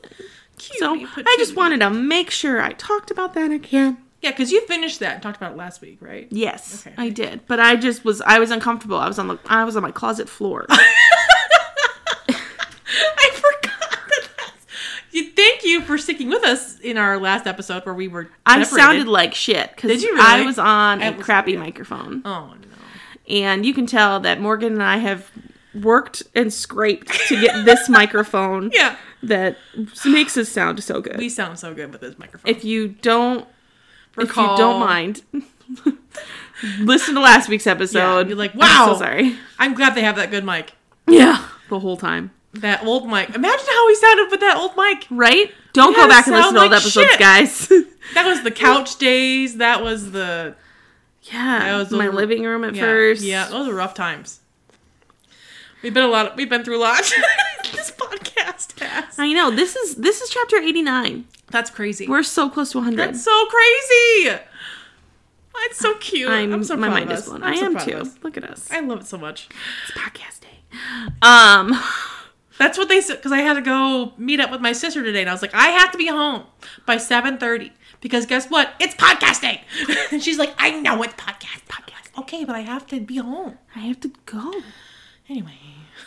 Speaker 2: Cutie
Speaker 1: So I just
Speaker 2: patootie.
Speaker 1: wanted to make sure I talked about that again.
Speaker 2: Yeah, because you finished that and talked about it last week, right? (laughs)
Speaker 1: Yes,
Speaker 2: Okay.
Speaker 1: I did, but I just was I was uncomfortable. I was on the I was on my closet
Speaker 2: (laughs)
Speaker 1: floor.
Speaker 2: I forgot (laughs) that. That's... You, thank you for sticking with us in our last episode where we were.
Speaker 1: I
Speaker 2: separated.
Speaker 1: sounded like shit because
Speaker 2: Did you
Speaker 1: I
Speaker 2: really?
Speaker 1: was on
Speaker 2: I
Speaker 1: a
Speaker 2: was-
Speaker 1: crappy
Speaker 2: yeah.
Speaker 1: microphone.
Speaker 2: Oh no.
Speaker 1: and you can tell that Morgan and I have worked and scraped to
Speaker 2: (laughs)
Speaker 1: get this microphone
Speaker 2: Yeah,
Speaker 1: that makes us sound so good.
Speaker 2: we sound so good with this microphone.
Speaker 1: if you don't, if
Speaker 2: Recall-
Speaker 1: you don't mind, (laughs) listen to last week's
Speaker 2: Yeah,
Speaker 1: episode.
Speaker 2: you're like,
Speaker 1: I'm
Speaker 2: wow.
Speaker 1: so sorry.
Speaker 2: I'm glad they have that good mic.
Speaker 1: Yeah, the whole time,
Speaker 2: That old mic. Imagine how he sounded with that old mic.
Speaker 1: right? Don't
Speaker 2: Yeah,
Speaker 1: go back and listen
Speaker 2: sound
Speaker 1: to all the
Speaker 2: like
Speaker 1: episodes,
Speaker 2: shit.
Speaker 1: guys. (laughs)
Speaker 2: That was the couch days. That was the
Speaker 1: yeah,
Speaker 2: That was
Speaker 1: my
Speaker 2: a-
Speaker 1: living room at
Speaker 2: yeah,
Speaker 1: first.
Speaker 2: Yeah, those were rough times. We've been a lot. we've been through a lot. (laughs) this podcast has.
Speaker 1: I know. This is this is chapter eighty nine.
Speaker 2: That's crazy.
Speaker 1: We're so close to one hundred.
Speaker 2: That's so crazy. That's so cute. I'm,
Speaker 1: I'm,
Speaker 2: so
Speaker 1: my
Speaker 2: proud
Speaker 1: mind
Speaker 2: of
Speaker 1: is
Speaker 2: us.
Speaker 1: blown.
Speaker 2: I'm
Speaker 1: I
Speaker 2: so
Speaker 1: am
Speaker 2: proud of
Speaker 1: too.
Speaker 2: us.
Speaker 1: Look at us.
Speaker 2: I love it so much.
Speaker 1: It's podcast day. Um,
Speaker 2: That's what they said because I had to go meet up with my sister today, and I was like, I have to be home by seven thirty because guess what? It's podcast day. and (laughs) she's like, I know it's podcast podcast. Okay, but I have to be home
Speaker 1: I have to go. (laughs)
Speaker 2: anyway.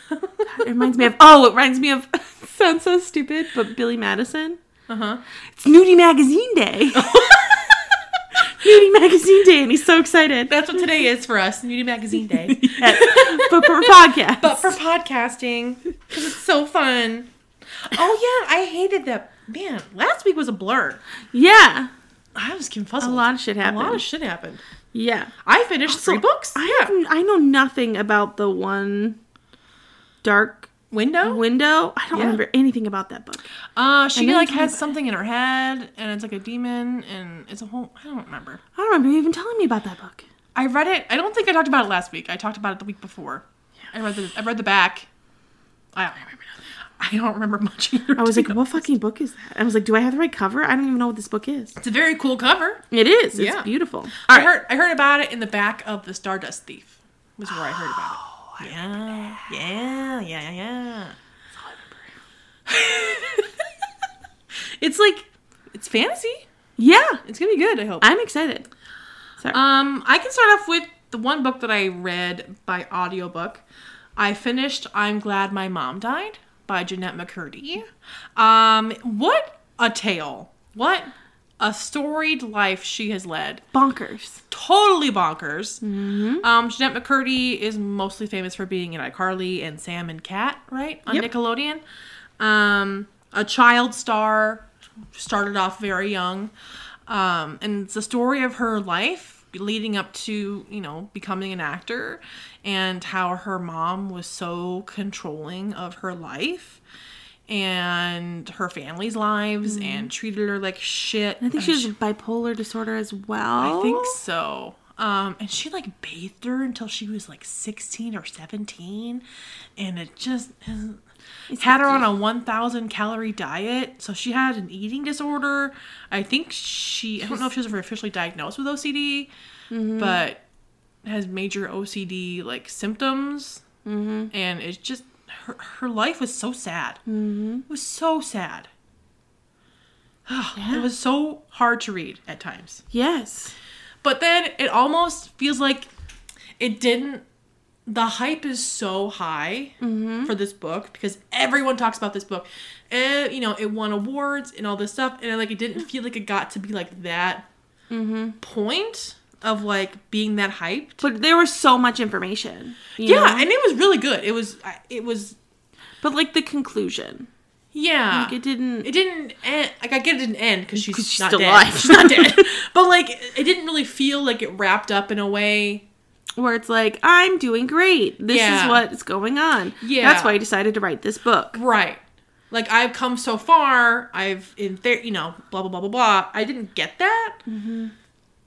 Speaker 2: (laughs)
Speaker 1: It reminds me of oh, it reminds me of (laughs) sounds so stupid, but Billy Madison.
Speaker 2: uh
Speaker 1: It's Nudie Magazine Day. (laughs)
Speaker 2: huh.
Speaker 1: Nudie Magazine Day, and he's so excited.
Speaker 2: That's what today is for us, Nudie Magazine (laughs) Day.
Speaker 1: (laughs) Yes. but for podcast.
Speaker 2: But for podcasting, 'cause it's so fun. Oh yeah, I hated that. Man, last week was a blur.
Speaker 1: (laughs) yeah,
Speaker 2: I was
Speaker 1: a
Speaker 2: confused.
Speaker 1: lot of shit
Speaker 2: A
Speaker 1: happened.
Speaker 2: lot of shit happened.
Speaker 1: yeah,
Speaker 2: I finished three
Speaker 1: So,
Speaker 2: books.
Speaker 1: I haven't- I know nothing about the one dark
Speaker 2: Window.
Speaker 1: window. I
Speaker 2: Oh.
Speaker 1: don't
Speaker 2: Yeah.
Speaker 1: remember anything about that book.
Speaker 2: Uh, she
Speaker 1: know
Speaker 2: like
Speaker 1: you told me
Speaker 2: had
Speaker 1: about
Speaker 2: something in her head, and it's like a demon, and it's a whole. I don't remember.
Speaker 1: I don't remember you even telling me about that book.
Speaker 2: I read it. I don't think I talked about it last week. I talked about it the week before. I read the. I read the back. I don't remember. I don't remember much. Either,
Speaker 1: I was
Speaker 2: to
Speaker 1: like,
Speaker 2: be
Speaker 1: what fucking book is that? I was like, do I have the right cover? I don't even know what this book is.
Speaker 2: It's a very cool cover.
Speaker 1: It is. It's
Speaker 2: Yeah.
Speaker 1: beautiful. All
Speaker 2: I
Speaker 1: right.
Speaker 2: heard I heard about it in the back of the Stardust Thief. Was where Oh, I heard about it. Yeah, yeah, yeah, yeah, yeah. (laughs) it's like it's fantasy.
Speaker 1: Yeah.
Speaker 2: It's gonna be good. I hope.
Speaker 1: I'm excited. Sorry.
Speaker 2: Um, I can start off with the one book that I read by audiobook. I finished I'm Glad My Mom Died by Jeanette McCurdy. Um, what a tale. What a storied life she has led.
Speaker 1: Bonkers.
Speaker 2: Totally bonkers.
Speaker 1: Mm-hmm.
Speaker 2: Um, Jeanette McCurdy is mostly famous for being in iCarly and Sam and Cat, right? On
Speaker 1: Yep.
Speaker 2: Nickelodeon. Um, a child star, started off very young. Um, and it's the story of her life leading up to, you know, becoming an actor and how her mom was so controlling of her life and her family's lives and treated her like shit.
Speaker 1: Mm-hmm. I think
Speaker 2: And
Speaker 1: she has bipolar disorder as well.
Speaker 2: I think so. Um, and she like bathed her until she was like 16 or 17, and it just eh, had her on a 1,000 calorie diet. So she had an eating disorder. I think she, I don't know if she was ever officially diagnosed with OCD, but has major OCD like symptoms. Mm-hmm. And it's just her, her life was so sad. Mm-hmm. It was so sad. (sighs) It was so hard to read at times.
Speaker 1: Yes.
Speaker 2: But then it almost feels like it didn't. The hype is so high
Speaker 1: Mm-hmm.
Speaker 2: for this book because everyone talks about this book. Eh, you know, it won awards and all this stuff, and like it didn't feel like it got to be like that
Speaker 1: Mm-hmm.
Speaker 2: point of like being that hyped.
Speaker 1: But there was so much information. you
Speaker 2: yeah,
Speaker 1: know?
Speaker 2: and it was really good. It was. I- It was.
Speaker 1: But like the conclusion.
Speaker 2: Yeah.
Speaker 1: Like it didn't
Speaker 2: It didn't end. Like I get it didn't end because she's,
Speaker 1: 'Cause she's
Speaker 2: not
Speaker 1: still
Speaker 2: dead.
Speaker 1: alive.
Speaker 2: She's not
Speaker 1: (laughs)
Speaker 2: dead. but like it didn't really feel like it wrapped up in a way
Speaker 1: where it's like, I'm doing great. This
Speaker 2: Yeah.
Speaker 1: is what's going on.
Speaker 2: Yeah.
Speaker 1: That's why I decided to write this book.
Speaker 2: Right. Like I've come so far. I've in there, you know, blah blah blah blah blah. I didn't get that. Mm-hmm.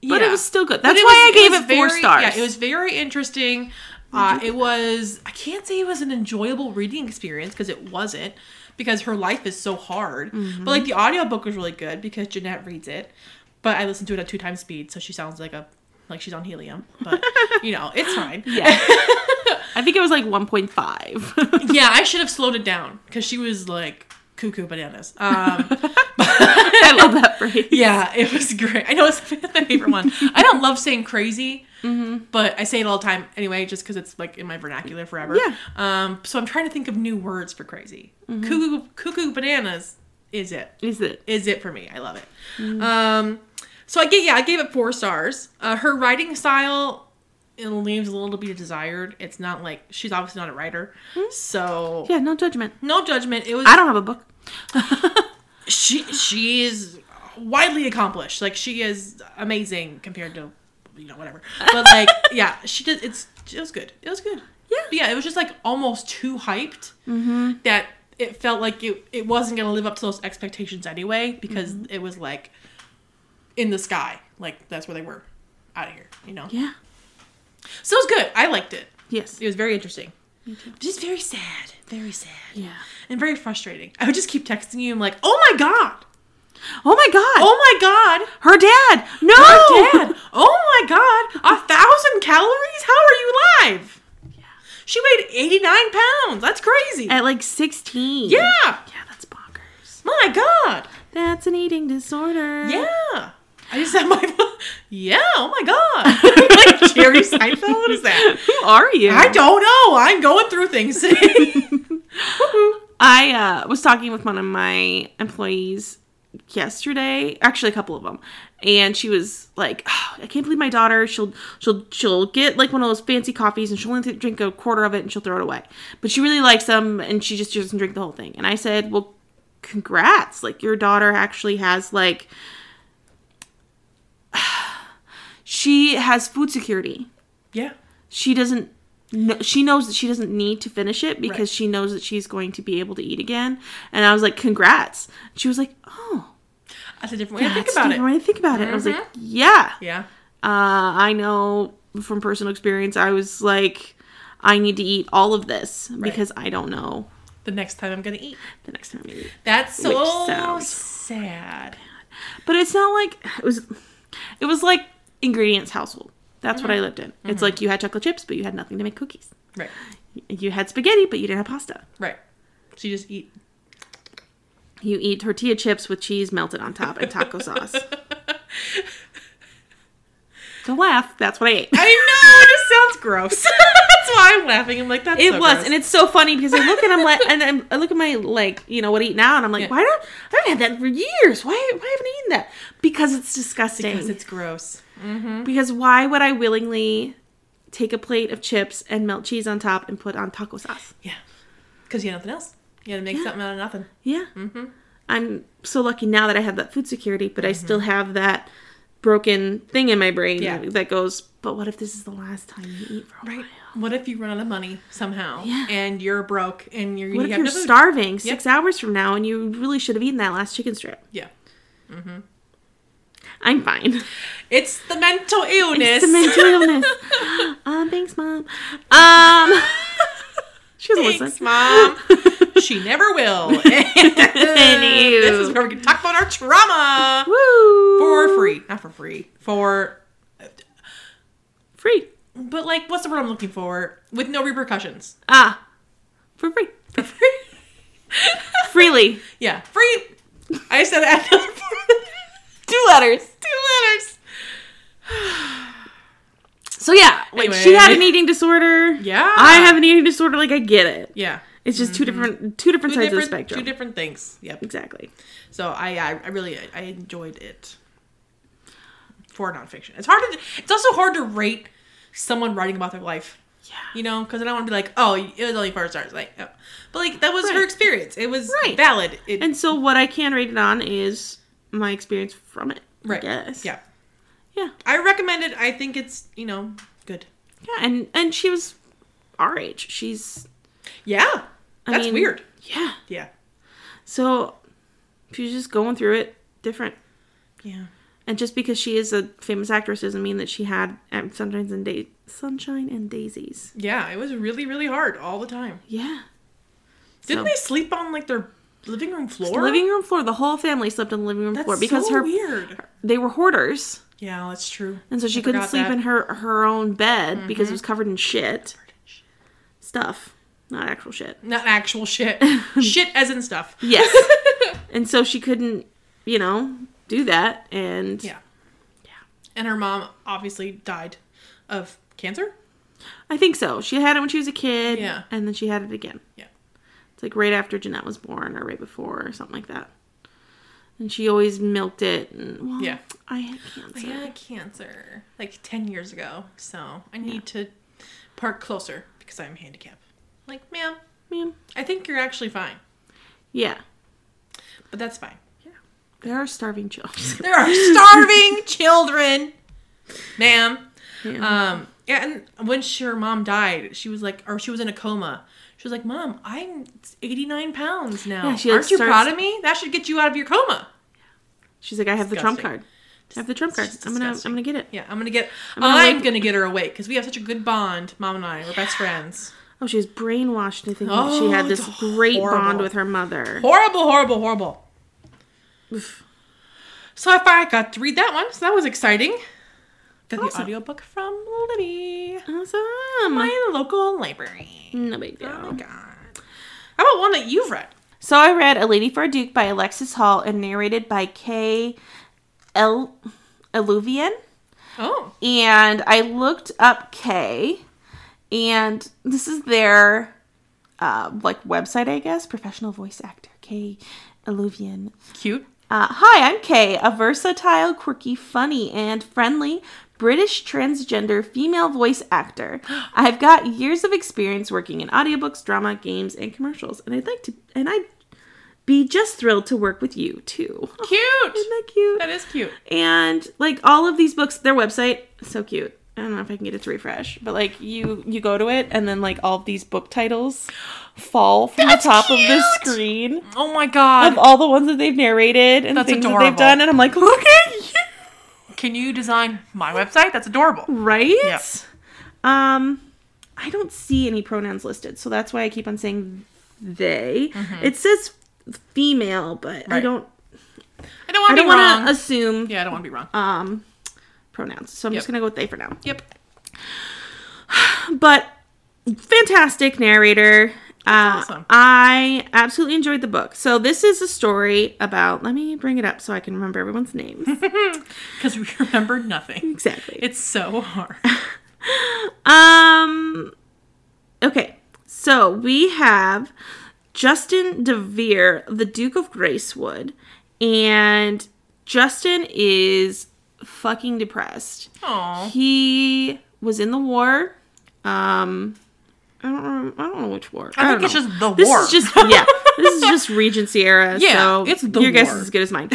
Speaker 2: Yeah.
Speaker 1: But it was still good.
Speaker 2: But
Speaker 1: That's why
Speaker 2: was-
Speaker 1: I gave
Speaker 2: was
Speaker 1: it, four
Speaker 2: very-
Speaker 1: stars.
Speaker 2: Yeah, it
Speaker 1: (laughs)
Speaker 2: was very interesting. Uh, it was. I can't say it was an enjoyable reading experience because it wasn't. Because her life is so hard.
Speaker 1: Mm-hmm.
Speaker 2: But like the audiobook was really good because Jeanette reads it. But I listened to it at two times speed, so she sounds like a like she's on helium. But you know, it's
Speaker 1: (laughs)
Speaker 2: fine.
Speaker 1: Yeah. I think it was
Speaker 2: (laughs)
Speaker 1: like 1.5.
Speaker 2: yeah, I should have slowed it down because she was like cuckoo bananas. Um,
Speaker 1: I love that phrase.
Speaker 2: Yeah, it was great. I know it's (laughs) my favorite one. I don't love saying crazy, but I say it all the time anyway, just because it's like in my vernacular forever.
Speaker 1: Yeah.
Speaker 2: Um. So I'm trying to think of new words for crazy. Cuckoo, cuckoo bananas is it?
Speaker 1: Is it?
Speaker 2: Is it for me? I love it. Um. So I get yeah, I gave it four stars. Uh, her writing style it leaves a little to be desired. It's not like she's obviously not a writer, so
Speaker 1: Yeah, no judgment.
Speaker 2: no judgment. It was
Speaker 1: I don't have a book.
Speaker 2: she she is widely accomplished. Like she is amazing compared to you know whatever.
Speaker 1: (laughs)
Speaker 2: But like yeah, she did. It's it was good. It was good.
Speaker 1: Yeah. Mm-hmm.
Speaker 2: But yeah. It was just like almost too hyped that it felt like it it wasn't gonna live up to those expectations anyway because
Speaker 1: Mm-hmm.
Speaker 2: it was like in the sky. Like that's where they were out of here. You know.
Speaker 1: Yeah.
Speaker 2: So it was good. I liked it.
Speaker 1: Yes.
Speaker 2: It was very interesting. Just very sad. Very sad.
Speaker 1: Yeah.
Speaker 2: And very frustrating. I would just keep texting you. I'm like, oh my god.
Speaker 1: Oh my god.
Speaker 2: Oh my god.
Speaker 1: Her dad. No.
Speaker 2: Her dad. Oh my god. A thousand calories? How are you alive? She weighed 89 pounds. That's crazy.
Speaker 1: At like 16.
Speaker 2: yeah.
Speaker 1: Yeah, that's bonkers.
Speaker 2: My god.
Speaker 1: That's an eating disorder.
Speaker 2: Yeah. I just had my. Yeah. Oh my god. (laughs) like Jerry Seinfeld? What is that?
Speaker 1: (laughs) Who are you?
Speaker 2: I don't know. I'm going through things (laughs) today.
Speaker 1: I uh, was talking with one of my employees yesterday, actually a couple of them, and she was like, "Oh, "I can't believe my daughter. She'll she'll she'll get like one of those fancy coffees and she'll only drink a quarter of it and she'll throw it away, but she really likes them and she just doesn't drink the whole thing." And I said, "Well, congrats! Like your daughter actually has like." (sighs) She has food security
Speaker 2: yeah.
Speaker 1: she doesn't kn- she knows that she doesn't need to finish it because
Speaker 2: Right.
Speaker 1: she knows that she's going to be able to eat again and i was like congrats she was like oh
Speaker 2: That's a different way to think
Speaker 1: that's
Speaker 2: about
Speaker 1: different
Speaker 2: it.
Speaker 1: way to think about it i was like
Speaker 2: Mhm.
Speaker 1: yeah
Speaker 2: Yeah.
Speaker 1: uh, i know from personal experience i was like i need to eat all of this because i don't know
Speaker 2: The next time I'm going to eat.
Speaker 1: the next time I eat.
Speaker 2: That's so
Speaker 1: Which sounds-
Speaker 2: sad.
Speaker 1: but it's not like it was it was like ingredients household that's
Speaker 2: Mm-hmm.
Speaker 1: what i lived in it's like you had chocolate chips but you had nothing to make cookies
Speaker 2: Right.
Speaker 1: you had spaghetti but you didn't have pasta
Speaker 2: Right. So you just eat.
Speaker 1: You eat tortilla chips with cheese melted on top and taco
Speaker 2: (laughs)
Speaker 1: sauce. Don't laugh. That's what I ate.
Speaker 2: I know, it just sounds gross. (laughs) That's why I'm laughing. I'm like, that's
Speaker 1: It
Speaker 2: so
Speaker 1: was,
Speaker 2: gross.
Speaker 1: and it's so funny because I look and I'm like, and I'm, I look at my like, you know, what I eat now, and I'm like,
Speaker 2: Yeah.
Speaker 1: why don't I haven't had that for years? Why why haven't I eaten that? Because it's disgusting.
Speaker 2: because it's gross.
Speaker 1: Because why would I willingly take a plate of chips and melt cheese on top and put on taco sauce?
Speaker 2: Yeah, because you had nothing else. You had to make something out of nothing.
Speaker 1: Yeah.
Speaker 2: Mm-hmm.
Speaker 1: I'm so lucky now that I have that food security, but I still have that broken thing in my brain
Speaker 2: Yeah.
Speaker 1: that goes, but what if this is the last time you eat for a
Speaker 2: Right.
Speaker 1: while?
Speaker 2: What if you run out of money somehow
Speaker 1: Yeah.
Speaker 2: and you're broke and you're you
Speaker 1: What if
Speaker 2: have
Speaker 1: you're
Speaker 2: no food?
Speaker 1: starving six hours from now and you really should have eaten that last chicken strip?
Speaker 2: Yeah.
Speaker 1: I'm fine. (laughs)
Speaker 2: It's the mental illness.
Speaker 1: It's a
Speaker 2: (laughs)
Speaker 1: mental illness. um, thanks, mom. Um, (laughs) she doesn't
Speaker 2: (laughs) Thanks,
Speaker 1: listen.
Speaker 2: Mom. she never will. (laughs) this is where we can talk about our
Speaker 1: (laughs)
Speaker 2: trauma
Speaker 1: (laughs) Woo!
Speaker 2: for free. Not for free. For
Speaker 1: Free.
Speaker 2: but like what's the word I'm looking for? With no
Speaker 1: (laughs)
Speaker 2: repercussions.
Speaker 1: Ah, for free.
Speaker 2: For free.
Speaker 1: (laughs) Freely.
Speaker 2: yeah. Free. I said that.
Speaker 1: (laughs)
Speaker 2: Two letters. Two letters.
Speaker 1: So yeah, like she
Speaker 2: Anyway.
Speaker 1: had an eating disorder.
Speaker 2: Yeah.
Speaker 1: I have an eating disorder. Like I get it.
Speaker 2: Yeah.
Speaker 1: It's just two different two different
Speaker 2: Two
Speaker 1: sides
Speaker 2: different,
Speaker 1: of the spectrum.
Speaker 2: two different things. Yep.
Speaker 1: exactly.
Speaker 2: So I, I, I really, I enjoyed it for nonfiction. It's hard to, it's also hard to rate someone writing about their life,
Speaker 1: Yeah.
Speaker 2: you know, because I don't want to be like, oh, it was only four stars, like, oh. but like that was her
Speaker 1: Right.
Speaker 2: experience. It was
Speaker 1: Right.
Speaker 2: valid. It,
Speaker 1: And so what I can rate it on is my experience from it. I
Speaker 2: right.
Speaker 1: guess.
Speaker 2: Yeah.
Speaker 1: Yeah.
Speaker 2: I recommend it. I think it's you know good.
Speaker 1: Yeah. And and she was our age. She's
Speaker 2: Yeah.
Speaker 1: I
Speaker 2: That's
Speaker 1: mean,
Speaker 2: weird.
Speaker 1: Yeah.
Speaker 2: Yeah.
Speaker 1: So she's just going through it different.
Speaker 2: Yeah.
Speaker 1: And just because she is a famous actress doesn't mean that she had um, sunshine and da- sunshine and daisies.
Speaker 2: Yeah. It was really really hard all the time.
Speaker 1: Yeah.
Speaker 2: Didn't
Speaker 1: So-
Speaker 2: they sleep on like their living room floor?
Speaker 1: Living room floor. The whole family slept on the living room
Speaker 2: That's
Speaker 1: floor because
Speaker 2: so
Speaker 1: her
Speaker 2: weird.
Speaker 1: they were hoarders,
Speaker 2: Yeah, that's true.
Speaker 1: and so she
Speaker 2: I
Speaker 1: couldn't
Speaker 2: forgot
Speaker 1: sleep
Speaker 2: that. Mm-hmm.
Speaker 1: in her her own bed because it was covered in shit stuff, not actual shit.
Speaker 2: (laughs) Not actual
Speaker 1: (laughs)
Speaker 2: shit. shit as in stuff.
Speaker 1: Yes, and so she couldn't, you know, do that. And
Speaker 2: Yeah. And her mom obviously died of cancer.
Speaker 1: I think so. She had it when she was a kid,
Speaker 2: Yeah.
Speaker 1: and then she had it again.
Speaker 2: Yeah.
Speaker 1: It's like right after Jeanette was born, or right before, or something like that. And she always milked it. And, well,
Speaker 2: Yeah.
Speaker 1: I had cancer.
Speaker 2: I had cancer like 10 years ago. So I need to park closer because I'm handicapped. Like, ma'am,
Speaker 1: Man,
Speaker 2: I think you're actually fine.
Speaker 1: yeah.
Speaker 2: But that's fine.
Speaker 1: There are
Speaker 2: (laughs)
Speaker 1: starving children.
Speaker 2: There
Speaker 1: (laughs)
Speaker 2: are starving children, ma'am.
Speaker 1: Yeah.
Speaker 2: Um, yeah, and when she, her mom died, she was like, or she was in a coma. She was like, "Mom, I'm 89 pounds now.
Speaker 1: Yeah, she, like,
Speaker 2: Aren't you
Speaker 1: starts-
Speaker 2: proud of me? That should get you out of your coma."
Speaker 1: She's like, I have the trump
Speaker 2: disgusting.
Speaker 1: card. I have the trump card.
Speaker 2: It's just
Speaker 1: I'm gonna, I'm
Speaker 2: disgusting.
Speaker 1: gonna get it.
Speaker 2: Yeah, I'm gonna get. I'm
Speaker 1: gonna
Speaker 2: gonna,
Speaker 1: wake-
Speaker 2: get her awake because we have such a good bond, Mom and I. We're best friends.
Speaker 1: Oh, she was brainwashed into thinking that
Speaker 2: Oh,
Speaker 1: she had this
Speaker 2: it's
Speaker 1: great bond
Speaker 2: horrible.
Speaker 1: with her mother.
Speaker 2: Horrible, horrible, horrible.
Speaker 1: Oof.
Speaker 2: So I fi- I got to read that one. So that was exciting. Got
Speaker 1: Awesome.
Speaker 2: the audiobook from Libby,
Speaker 1: Awesome.
Speaker 2: my local library.
Speaker 1: no big deal.
Speaker 2: Oh my god! How about one that you've read?
Speaker 1: So I read A Lady for a Duke by Alexis Hall and narrated by Kay El Alluvian.
Speaker 2: Oh,
Speaker 1: And I looked up Kay, and this is their uh, like website, I guess, professional voice actor Kay Alluvian.
Speaker 2: cute.
Speaker 1: Uh, hi, I'm Kay, a versatile, quirky, funny, and friendly British transgender female voice actor. I've got years of experience working in audiobooks, drama, games, and commercials, and I'd like to, and I'd be just thrilled to work with you too.
Speaker 2: Cute.
Speaker 1: Isn't (laughs) that cute?
Speaker 2: That is cute.
Speaker 1: And like all of these books, their website so cute. I don't know if I can get it to refresh, but like you you go to it, and then like all of these book titles fall from
Speaker 2: That's
Speaker 1: the top of the
Speaker 2: cute!
Speaker 1: screen
Speaker 2: Oh my god.
Speaker 1: of all the ones that they've narrated and
Speaker 2: That's
Speaker 1: things that
Speaker 2: adorable.
Speaker 1: they've done, and I'm like, look at you,
Speaker 2: Can you design my website? That's adorable.
Speaker 1: right?
Speaker 2: Yep.
Speaker 1: Um, I don't see any pronouns listed, so that's why I keep on saying they. It says female, but I
Speaker 2: Mm-hmm. Right.
Speaker 1: don't.
Speaker 2: I don't want to
Speaker 1: I
Speaker 2: be
Speaker 1: don't want
Speaker 2: wrong.
Speaker 1: to assume
Speaker 2: yeah, I don't want to be wrong.
Speaker 1: um pronouns, so I'm just
Speaker 2: Yep.
Speaker 1: gonna go with they for now.
Speaker 2: yep.
Speaker 1: But fantastic narrator. Uh,
Speaker 2: awesome.
Speaker 1: I absolutely enjoyed the book. So this is a story about. Let me bring it up so I can remember everyone's names
Speaker 2: Because we (laughs) remember nothing.
Speaker 1: exactly.
Speaker 2: It's so hard.
Speaker 1: Um Okay, so we have Justin DeVere, the Duke of Gracewood, and Justin is fucking depressed.
Speaker 2: Aw.
Speaker 1: He was in the war. Um, I don't. Remember, I don't know which war.
Speaker 2: I think
Speaker 1: don't
Speaker 2: it's
Speaker 1: know.
Speaker 2: just the
Speaker 1: This
Speaker 2: war.
Speaker 1: is just yeah. This
Speaker 2: (laughs)
Speaker 1: is just Regency era.
Speaker 2: Yeah,
Speaker 1: so
Speaker 2: it's the
Speaker 1: your guess
Speaker 2: war.
Speaker 1: is as good as mine.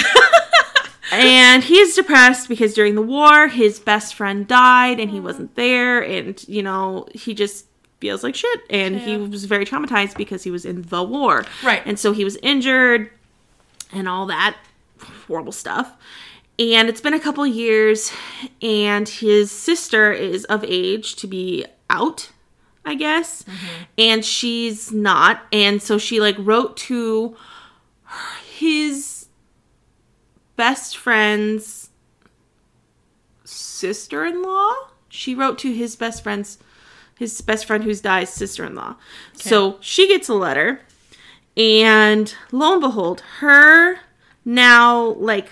Speaker 1: (laughs) and he's depressed because during the war, his best friend died, and he wasn't there, and you know he just feels like shit, and he
Speaker 2: Yeah.
Speaker 1: was very traumatized because he was in the war,
Speaker 2: Right.
Speaker 1: And so he was injured, and all that horrible stuff. And it's been a couple years, and his sister is of age to be out, I guess,
Speaker 2: Mm-hmm.
Speaker 1: and she's not. And so she like wrote to his best friend's sister-in-law. She wrote to his best friend's his best friend who's dies sister-in-law. So she gets a letter and lo and behold, her now like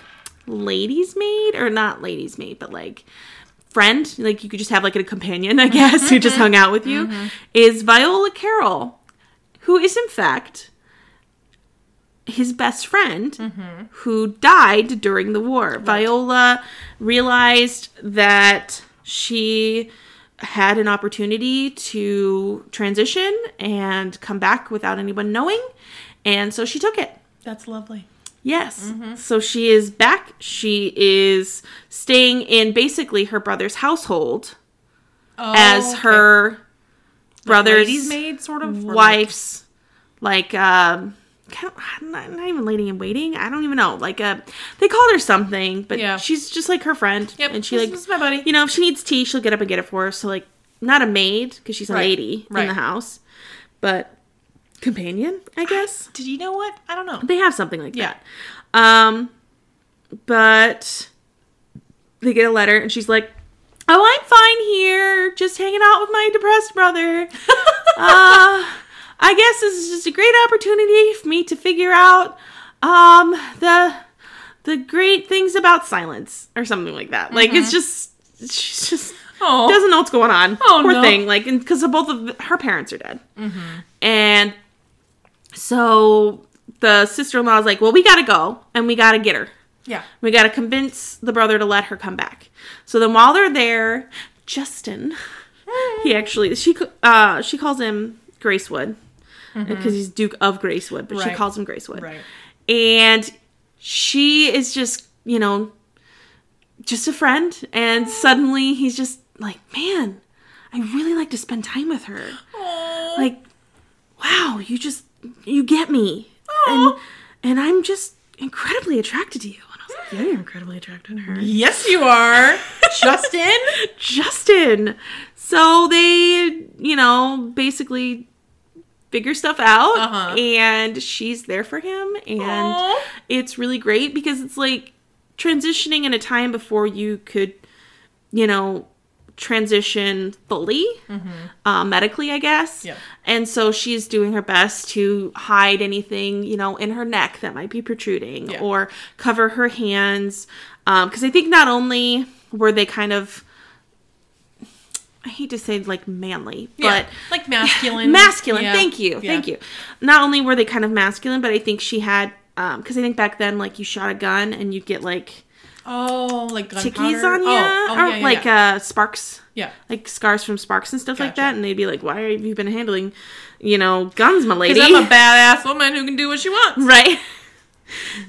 Speaker 1: ladies maid or not ladies maid, but like friend, like you could just have like a companion, I guess, who just hung out with you, is Viola Carroll, who is in fact his best friend who died during the war. Viola realized that she had an opportunity to transition and come back without anyone knowing, and so she took it.
Speaker 2: That's lovely.
Speaker 1: Yes.
Speaker 2: Mm-hmm.
Speaker 1: So she is back. She is staying in basically her brother's household
Speaker 2: Oh,
Speaker 1: as her brother's
Speaker 2: ladies maid sort of or like-
Speaker 1: wife's like um kind of- not, not even lady in waiting i don't even know like uh they called her something but
Speaker 2: Yeah.
Speaker 1: she's just like her friend
Speaker 2: Yep.
Speaker 1: and she
Speaker 2: this
Speaker 1: like
Speaker 2: is my buddy.
Speaker 1: you know if she needs tea she'll get up and get it for her so like not a maid because she's a
Speaker 2: Right,
Speaker 1: lady in
Speaker 2: right.
Speaker 1: the house but companion i guess
Speaker 2: Did you know what? I don't know.
Speaker 1: they have something like
Speaker 2: Yeah.
Speaker 1: that um but they get a letter and she's like oh i'm fine here just hanging out with my depressed brother uh, I guess this is just a great opportunity for me to figure out um, the the great things about silence or something like that. Like it's just she's just
Speaker 2: oh,
Speaker 1: doesn't know what's going on.
Speaker 2: Oh,
Speaker 1: Poor
Speaker 2: no. Mm-hmm.
Speaker 1: thing. Like because both of th- her parents are dead, and so the sister in law is like, "Well, we gotta go and we gotta get her."
Speaker 2: yeah.
Speaker 1: We got to convince the brother to let her come back. So then while they're there, Justin,
Speaker 2: Mm-hmm.
Speaker 1: he actually she uh she calls him Gracewood because he's Duke of Gracewood, but she
Speaker 2: Mm-hmm. Right.
Speaker 1: calls him Gracewood.
Speaker 2: Right.
Speaker 1: And she is just, you know, just a friend and suddenly he's just like, "Man, I really like to spend time with her."
Speaker 2: Oh,
Speaker 1: Like, "Wow, you just you get me."
Speaker 2: Aw.
Speaker 1: And and I'm just incredibly attracted to you. And I was
Speaker 2: Hmm.
Speaker 1: like, "Yeah, you're incredibly attracted to her."
Speaker 2: yes, you are, (laughs) Justin.
Speaker 1: Justin. So they, you know, basically figure stuff out
Speaker 2: Uh-huh.
Speaker 1: and she's there for him and
Speaker 2: Aw.
Speaker 1: it's really great because it's like transitioning in a time before you could, you know, transition fully uh, medically, I guess.
Speaker 2: Mm-hmm. Yeah.
Speaker 1: And so she's doing her best to hide anything, you know, in her neck that might be protruding
Speaker 2: Yeah.
Speaker 1: or cover her hands. Because I think not only were they kind of, I hate to say like manly,
Speaker 2: Yeah,
Speaker 1: but
Speaker 2: like (laughs) masculine.
Speaker 1: (laughs) masculine.
Speaker 2: Yeah.
Speaker 1: Thank you.
Speaker 2: Yeah.
Speaker 1: Thank you. Not only were they kind of masculine, but I think she had, because I think back then, like, you shot a gun and you get like
Speaker 2: Oh, like gunpowder.
Speaker 1: tickies on you
Speaker 2: Oh, oh,
Speaker 1: or
Speaker 2: yeah, yeah,
Speaker 1: like
Speaker 2: yeah.
Speaker 1: Uh, sparks
Speaker 2: yeah.
Speaker 1: like scars from sparks and stuff like
Speaker 2: Gotcha.
Speaker 1: that, and they'd be like, "Why have you been handling, you know, guns,
Speaker 2: (laughs)
Speaker 1: my lady?"
Speaker 2: Because
Speaker 1: (laughs)
Speaker 2: I'm a badass woman who can do what she wants.
Speaker 1: right.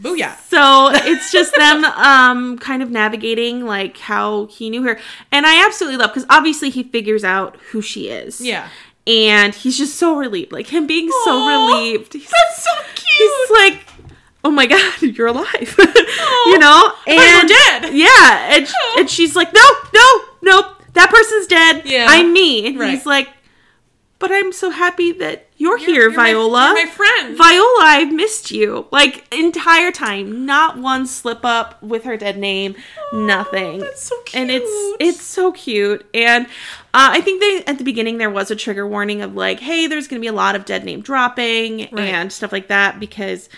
Speaker 2: Booyah. (laughs)
Speaker 1: So it's just them, um, kind of navigating like how he knew her, and I absolutely love because obviously he figures out who she is.
Speaker 2: Yeah.
Speaker 1: and he's just so relieved, like him being so
Speaker 2: Aw.
Speaker 1: relieved. He's,
Speaker 2: That's so cute.
Speaker 1: he's like. Oh my God, (laughs) you're alive, you know,
Speaker 2: you were
Speaker 1: and
Speaker 2: dead.
Speaker 1: yeah, and, sh-
Speaker 2: Aw.
Speaker 1: and she's like, no, no, nope, that person's dead.
Speaker 2: Yeah.
Speaker 1: I'm me, and
Speaker 2: Right.
Speaker 1: he's like, but I'm so happy that you're,
Speaker 2: You're-
Speaker 1: here,
Speaker 2: you're my-
Speaker 1: Viola.
Speaker 2: you're my friend.
Speaker 1: Viola, I've missed you. Like entire time. Not one slip up with her dead name. nothing.
Speaker 2: That's so cute.
Speaker 1: And it's it's so cute. And uh, I think they at the beginning there was a trigger warning of like, hey, there's gonna be a lot of dead name dropping
Speaker 2: Right.
Speaker 1: and stuff like that because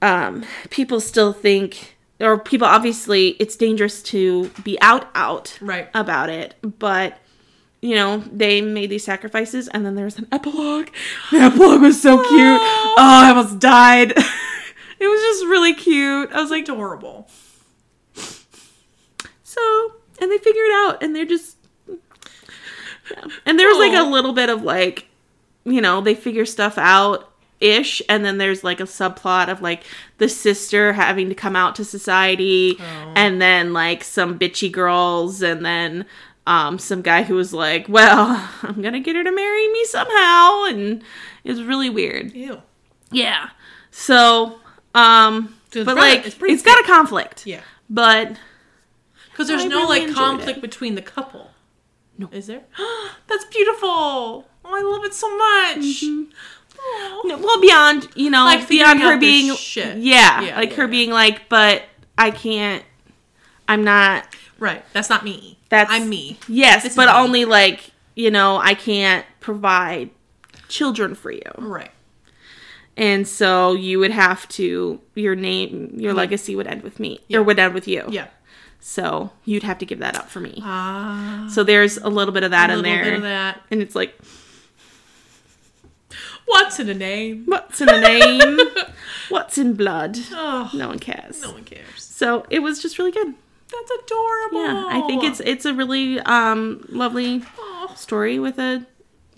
Speaker 1: um people still think or people obviously it's dangerous to be out out
Speaker 2: Right.
Speaker 1: about it, but you know, they made these sacrifices, and then there's an epilogue. (laughs) The epilogue was so cute.
Speaker 2: Oh.
Speaker 1: Oh, I almost died. (laughs) it was just really cute. I was like,
Speaker 2: Adorable.
Speaker 1: so, and they figure it out, and they're just, yeah. and there's like
Speaker 2: Aw.
Speaker 1: a little bit of like, you know, they figure stuff out ish, and then there's like a subplot of like the sister having to come out to society,
Speaker 2: Oh.
Speaker 1: and then like some bitchy girls, and then um, some guy who was like, well, (laughs) I'm gonna get her to marry me somehow, and it's really weird.
Speaker 2: Ew.
Speaker 1: Yeah. So, um,
Speaker 2: So it's
Speaker 1: but
Speaker 2: rather-
Speaker 1: like,
Speaker 2: it's
Speaker 1: it's,
Speaker 2: pretty
Speaker 1: got a conflict,
Speaker 2: Yeah.
Speaker 1: but.
Speaker 2: Because there's
Speaker 1: I
Speaker 2: no
Speaker 1: really
Speaker 2: like
Speaker 1: enjoyed
Speaker 2: conflict between the couple.
Speaker 1: No.
Speaker 2: Is there? (gasps) That's beautiful. Oh, I love it so much. Aw.
Speaker 1: Mm-hmm. No, well beyond you know
Speaker 2: Like,
Speaker 1: like
Speaker 2: figuring
Speaker 1: beyond
Speaker 2: out
Speaker 1: her
Speaker 2: their
Speaker 1: being
Speaker 2: shit.
Speaker 1: yeah,
Speaker 2: Yeah,
Speaker 1: like
Speaker 2: yeah,
Speaker 1: her
Speaker 2: yeah.
Speaker 1: being like but i can't i'm not
Speaker 2: Right. That's not me.
Speaker 1: That's-
Speaker 2: I'm me.
Speaker 1: yes
Speaker 2: This is
Speaker 1: but
Speaker 2: me.
Speaker 1: only like you know i can't provide children for you
Speaker 2: Right.
Speaker 1: and so you would have to your name your legacy would end with me
Speaker 2: Uh-huh. Yeah.
Speaker 1: or would end with you
Speaker 2: Yeah.
Speaker 1: so you'd have to give that up for me
Speaker 2: Ah.
Speaker 1: so there's a little bit of that
Speaker 2: a
Speaker 1: in
Speaker 2: little
Speaker 1: there
Speaker 2: bit of that.
Speaker 1: and it's like
Speaker 2: What's in a name?
Speaker 1: what's in the name
Speaker 2: (laughs)
Speaker 1: what's in blood
Speaker 2: Oh,
Speaker 1: no one cares
Speaker 2: no one cares.
Speaker 1: so it was just really good
Speaker 2: That's adorable.
Speaker 1: Yeah, I think it's it's a really um lovely
Speaker 2: Aw.
Speaker 1: story with a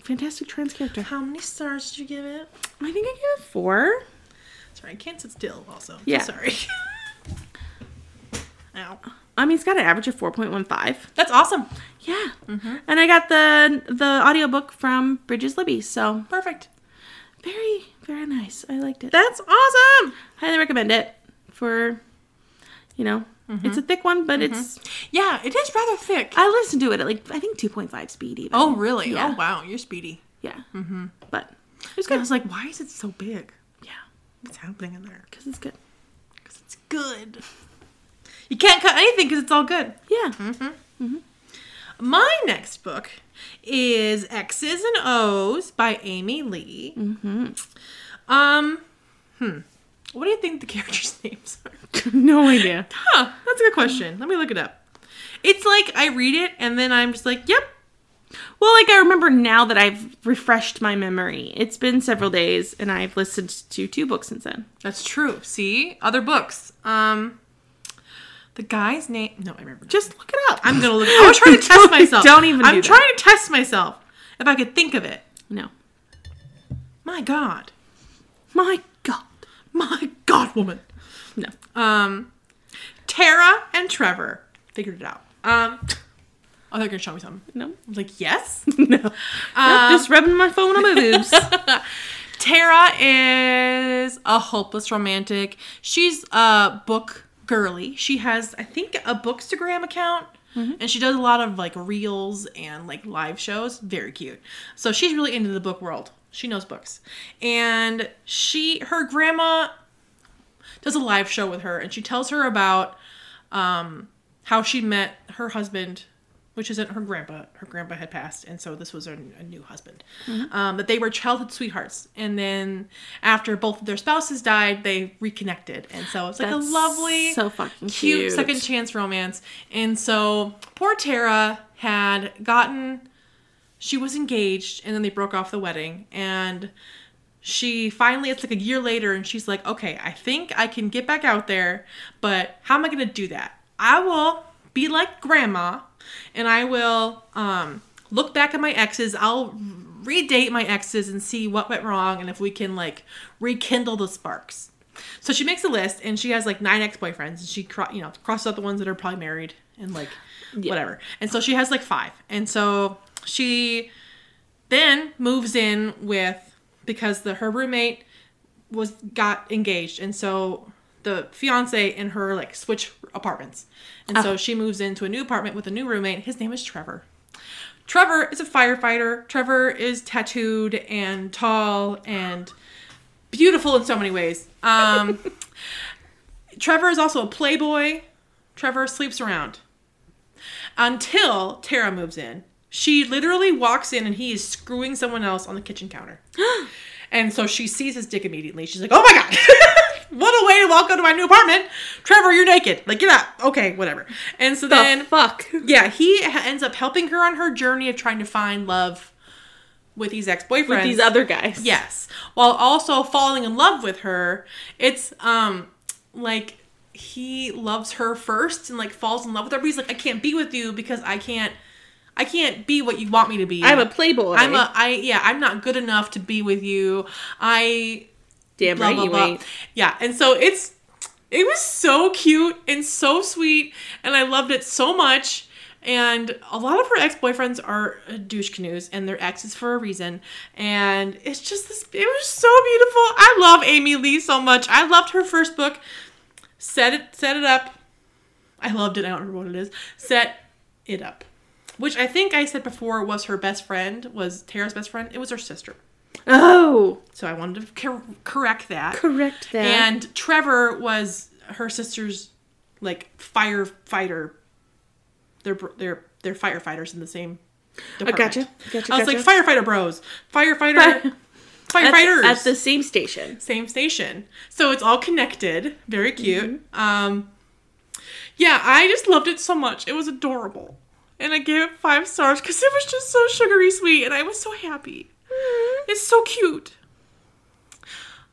Speaker 1: fantastic trans character.
Speaker 2: How many stars did you give it?
Speaker 1: I think I gave it four.
Speaker 2: Sorry, I can't sit still. Also,
Speaker 1: Yeah.
Speaker 2: Sorry. (laughs) Ow.
Speaker 1: I mean, it's got an average of four point one five.
Speaker 2: That's awesome.
Speaker 1: Yeah, and I got the the audiobook from Bridges Libby, so
Speaker 2: Perfect.
Speaker 1: very very nice. I liked it.
Speaker 2: That's awesome.
Speaker 1: Highly recommend it for, you know, it's a thick one, but it's
Speaker 2: Yeah, it is rather thick.
Speaker 1: I listened to it at like I think two point five speed even.
Speaker 2: oh, really?
Speaker 1: Yeah.
Speaker 2: Oh, wow. You're speedy.
Speaker 1: yeah, mm-hmm. but it was
Speaker 2: I
Speaker 1: good.
Speaker 2: was like, why is it so big?
Speaker 1: yeah,
Speaker 2: What's happening in there?
Speaker 1: because it's good.
Speaker 2: Because it's good. You can't cut anything because it's all good.
Speaker 1: Yeah,
Speaker 2: My next book is X's and O's by Amy Lee. Mm-hmm. Um, hmm. What do you think the (laughs) characters' names are?
Speaker 1: (laughs) no idea.
Speaker 2: Huh, that's a good question. Let me look it up. It's like I read it and then I'm just like, yep.
Speaker 1: Well, like I remember now that I've refreshed my memory. It's been several days, and I've listened to two books since then.
Speaker 2: That's true. See? Other books. Um the guy's name no, I remember. Just
Speaker 1: Just look it up.
Speaker 2: I'm gonna look I was trying to test
Speaker 1: (laughs) Don't-
Speaker 2: myself.
Speaker 1: don't even
Speaker 2: I'm
Speaker 1: do that.
Speaker 2: trying to test myself if I could think of it.
Speaker 1: no,
Speaker 2: My God.
Speaker 1: my God,
Speaker 2: My God woman.
Speaker 1: no.
Speaker 2: Um Tara and Trevor. Figured it out. Um Oh, they're gonna show me something.
Speaker 1: No, (laughs)
Speaker 2: I was like, yes.
Speaker 1: no, Nope,
Speaker 2: Um,
Speaker 1: just rubbing my phone on my
Speaker 2: (laughs)
Speaker 1: boobs.
Speaker 2: Tara is a hopeless romantic. She's a book girly. She has, I think, a Bookstagram account. And she does a lot of like reels and like live shows. Very cute. So she's really into the book world. She knows books. And she, her grandma does a live show with her and she tells her about um, how she met her husband, which isn't her grandpa. Her grandpa had passed, and so this was her, a new husband.
Speaker 1: Mm-hmm.
Speaker 2: Um, that they were childhood sweethearts, and then after both of their spouses died, they reconnected, and so it's like a
Speaker 1: That's
Speaker 2: lovely,
Speaker 1: so fucking
Speaker 2: cute,
Speaker 1: cute.
Speaker 2: second chance romance. And so poor Tara had gotten. She was engaged, and then they broke off the wedding, and she finally it's like a year later and she's like okay i think i can get back out there but how am i going to do that i will be like grandma and i will um look back at my exes i'll redate my exes and see what went wrong and if we can like rekindle the sparks so she makes a list and she has like nine ex-boyfriends and she cro- you know crosses out the ones that are probably married and like whatever and so she has like five and so she then moves in with because the her roommate was got engaged and so the fiance and her like switch apartments and so she moves into a new apartment with a new roommate his name is trevor trevor is a firefighter trevor is tattooed and tall and beautiful in so many ways um, (laughs) trevor is also a playboy trevor sleeps around until Tara moves in. She literally walks in and he is screwing someone else on the kitchen counter. and so she sees his dick immediately. She's like, "Oh my god." (laughs) what a way to welcome to my new apartment. Trevor, you're naked. Like, get up. Okay, whatever. And so then,
Speaker 1: the fuck.
Speaker 2: yeah, he ha- ends up helping her on her journey of trying to find love with these ex boyfriends.
Speaker 1: With these other guys.
Speaker 2: Yes. While also falling in love with her. It's um like he loves her first and like falls in love with her, but he's like, I can't be with you because I can't I can't be what you want me to be.
Speaker 1: I'm a playboy.
Speaker 2: I'm a I yeah, I'm not good enough to be with you. I
Speaker 1: damn
Speaker 2: blah
Speaker 1: right
Speaker 2: blah
Speaker 1: you
Speaker 2: blah.
Speaker 1: ain't.
Speaker 2: Yeah, and so it's it was so cute and so sweet, and I loved it so much. And a lot of her ex boyfriends are uh, douche canoes, and their exes for a reason. And it's just this. It was so beautiful. I love Amy Lee so much. I loved her first book. Set it. Set it up. I loved it. I don't remember what it is. Set it up. Which I think I said before was her best friend, was Tara's best friend. It was her sister.
Speaker 1: Oh,
Speaker 2: So I wanted to cor- correct that.
Speaker 1: correct that.
Speaker 2: And Trevor was her sister's like firefighter. They're br- they're they're firefighters in the same.
Speaker 1: I
Speaker 2: Department.
Speaker 1: Oh, gotcha. Gotcha.
Speaker 2: I was like
Speaker 1: gotcha.
Speaker 2: firefighter bros, firefighter,
Speaker 1: Fire- (laughs) at,
Speaker 2: firefighters
Speaker 1: at the same station.
Speaker 2: same station. So it's all connected. Very
Speaker 1: Mm-hmm.
Speaker 2: cute. Um, yeah, I just loved it so much. It was adorable, and I gave it five stars because it was just so sugary sweet, and I was so happy. It's so cute.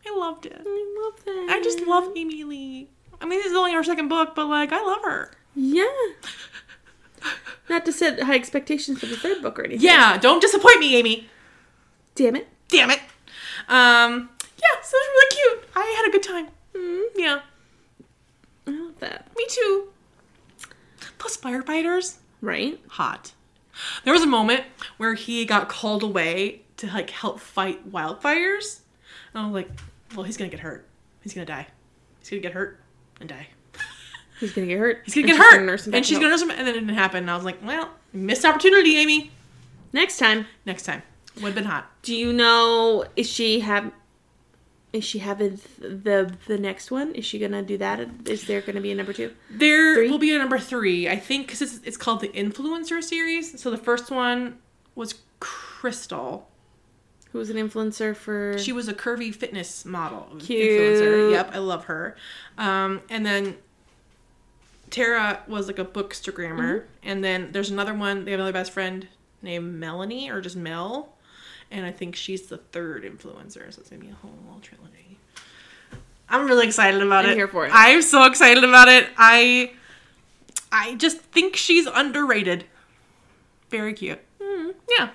Speaker 2: I loved it.
Speaker 1: I love that.
Speaker 2: I just love Amy Lee. I mean, this is only her second book, but like, I love her.
Speaker 1: Yeah. Not to set high expectations for the third book or anything.
Speaker 2: Yeah, don't disappoint me, Amy.
Speaker 1: Damn it.
Speaker 2: Damn it. Um, yeah, so it was really cute. I had a good time. Mm, Yeah,
Speaker 1: I love that.
Speaker 2: me too. Plus, firefighters,
Speaker 1: Right?
Speaker 2: hot. There was a moment where he got called away to like help fight wildfires. And I was like, well, he's gonna get hurt. He's gonna die. He's gonna get hurt and die.
Speaker 1: He's gonna get hurt.
Speaker 2: He's gonna
Speaker 1: And
Speaker 2: get
Speaker 1: she's
Speaker 2: hurt.
Speaker 1: nurse him back
Speaker 2: and she's
Speaker 1: to
Speaker 2: gonna
Speaker 1: health.
Speaker 2: nurse him, and then it didn't happen. And I was like, well, missed opportunity, Amy.
Speaker 1: Next time,
Speaker 2: next time. Would have been hot.
Speaker 1: do you know is she have? Is she having th- the the next one? Is she gonna do that? Is there gonna be a number two?
Speaker 2: There
Speaker 1: Three?
Speaker 2: will be a number three, I think, because it's, it's called the influencer series. So the first one was Crystal.
Speaker 1: Who was an influencer for?
Speaker 2: She was a curvy fitness model
Speaker 1: Cute.
Speaker 2: influencer. Yep, I love her. Um, and then Tara was like a
Speaker 1: Mm-hmm.
Speaker 2: bookstagrammer. And then there's another one. They have another best friend named Melanie or just Mel. And I think she's the third influencer. So it's gonna be a whole little trilogy. I'm really excited about
Speaker 1: I'm
Speaker 2: it.
Speaker 1: here for it.
Speaker 2: I'm so excited about it. I I just think she's underrated. Very cute. Yeah.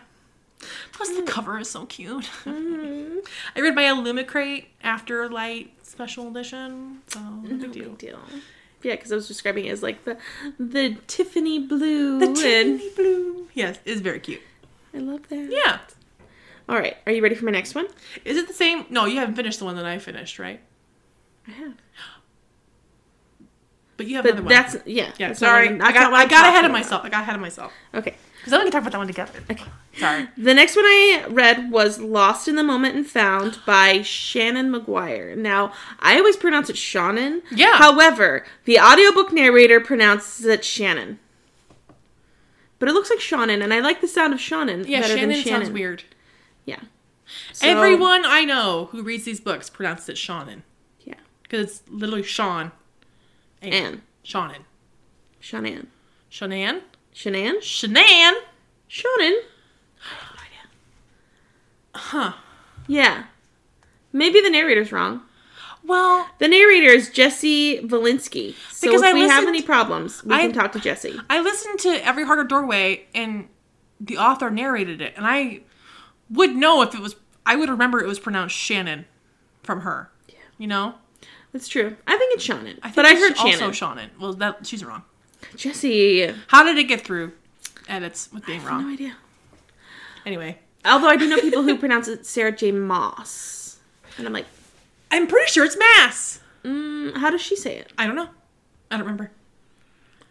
Speaker 2: Plus the cover is so cute. (laughs) I read my Illumicrate After Light Special Edition. So no big deal.
Speaker 1: Big deal. Yeah, because I was describing it as like the the Tiffany blue.
Speaker 2: The
Speaker 1: and-
Speaker 2: Tiffany blue. Yes, it's very cute.
Speaker 1: I love that.
Speaker 2: Yeah.
Speaker 1: All right, are you ready for my next one?
Speaker 2: Is it the same? No, you haven't finished the one that I finished, right?
Speaker 1: I have.
Speaker 2: But you have another
Speaker 1: But
Speaker 2: one.
Speaker 1: that's yeah.
Speaker 2: yeah.
Speaker 1: that's not
Speaker 2: sorry,
Speaker 1: what I'm-
Speaker 2: I
Speaker 1: that's not
Speaker 2: got
Speaker 1: what
Speaker 2: I
Speaker 1: I'm
Speaker 2: got ahead of
Speaker 1: talking about.
Speaker 2: myself. I got ahead of myself.
Speaker 1: Okay.
Speaker 2: Because then we can talk about that one together.
Speaker 1: Okay.
Speaker 2: Sorry.
Speaker 1: The next one I read was Lost in the Moment and Found by Shannon McGuire. Now, I always pronounce it Shannon.
Speaker 2: Yeah.
Speaker 1: However, the audiobook narrator pronounces it Shannon. But it looks like Shannon, and I like the sound of Shannon
Speaker 2: Yeah,
Speaker 1: better
Speaker 2: Shannon,
Speaker 1: than Shannon.
Speaker 2: sounds weird.
Speaker 1: Yeah. So-
Speaker 2: Everyone I know who reads these books pronounces it Shannon.
Speaker 1: Yeah.
Speaker 2: Because it's literally Sean. and
Speaker 1: Ann.
Speaker 2: Shannon.
Speaker 1: Shannon.
Speaker 2: Shanann?
Speaker 1: Shannon?
Speaker 2: Shanann?
Speaker 1: Shannon?
Speaker 2: Huh.
Speaker 1: Yeah. Maybe the narrator's wrong.
Speaker 2: Well,
Speaker 1: The narrator is Jesse Valinsky. So
Speaker 2: Because
Speaker 1: if
Speaker 2: I
Speaker 1: we have
Speaker 2: listened-
Speaker 1: any problems, we
Speaker 2: I-
Speaker 1: can talk to Jesse.
Speaker 2: I listened to Every Heart of Doorway and the author narrated it, and I would know if it was, I would remember it was pronounced Shannon from her. Yeah. You know?
Speaker 1: That's true. I think it's Shannon.
Speaker 2: I think
Speaker 1: but I
Speaker 2: it's
Speaker 1: heard
Speaker 2: also
Speaker 1: Shannon.
Speaker 2: Shannon. Well, that she's wrong.
Speaker 1: Jesse.
Speaker 2: How did it get through edits with being
Speaker 1: No
Speaker 2: wrong?
Speaker 1: idea.
Speaker 2: Anyway.
Speaker 1: Although I do know people
Speaker 2: (laughs)
Speaker 1: who pronounce it Sarah J. Moss. And I'm like,
Speaker 2: I'm pretty sure it's Mass.
Speaker 1: mm, how does she say it?
Speaker 2: I don't know. I don't remember.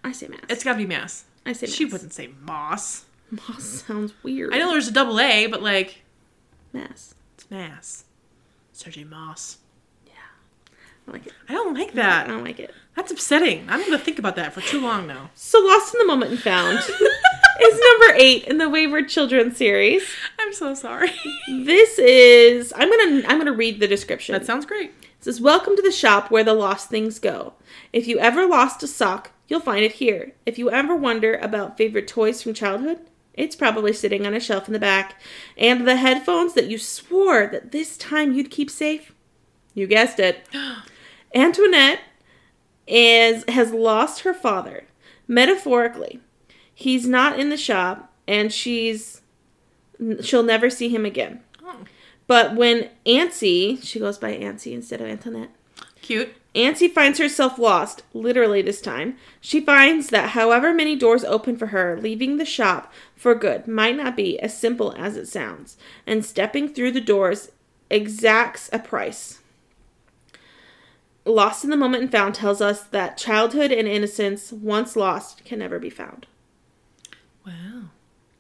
Speaker 1: I say Mass.
Speaker 2: It's gotta be Mass.
Speaker 1: I say Mass.
Speaker 2: She wouldn't say Moss.
Speaker 1: Moss sounds weird.
Speaker 2: I know there's a double A, but like,
Speaker 1: Mass.
Speaker 2: it's Mass. Sergey Moss.
Speaker 1: I don't like it.
Speaker 2: I don't like
Speaker 1: I
Speaker 2: that.
Speaker 1: don't like it.
Speaker 2: That's upsetting. I'm gonna think about that for too long now.
Speaker 1: So Lost in the Moment and Found is number eight in the Wayward Children series.
Speaker 2: (laughs) I'm so sorry.
Speaker 1: This is I'm gonna I'm gonna read the description.
Speaker 2: That sounds great.
Speaker 1: It says, Welcome to the shop where the lost things go. If you ever lost a sock, you'll find it here. If you ever wonder about favorite toys from childhood, it's probably sitting on a shelf in the back. And the headphones that you swore that this time you'd keep safe? You guessed it. Antoinette is has lost her father metaphorically. He's not in the shop and she's she'll never see him again.
Speaker 2: Oh,
Speaker 1: But when Ancy, she goes by Ancy instead of Antoinette.
Speaker 2: (gasps) cute.
Speaker 1: Ancy finds herself lost, literally this time. She finds that however many doors open for her, leaving the shop for good might not be as simple as it sounds, and stepping through the doors exacts a price. Lost in the Moment and Found tells us that childhood and innocence, once lost, can never be found.
Speaker 2: Wow.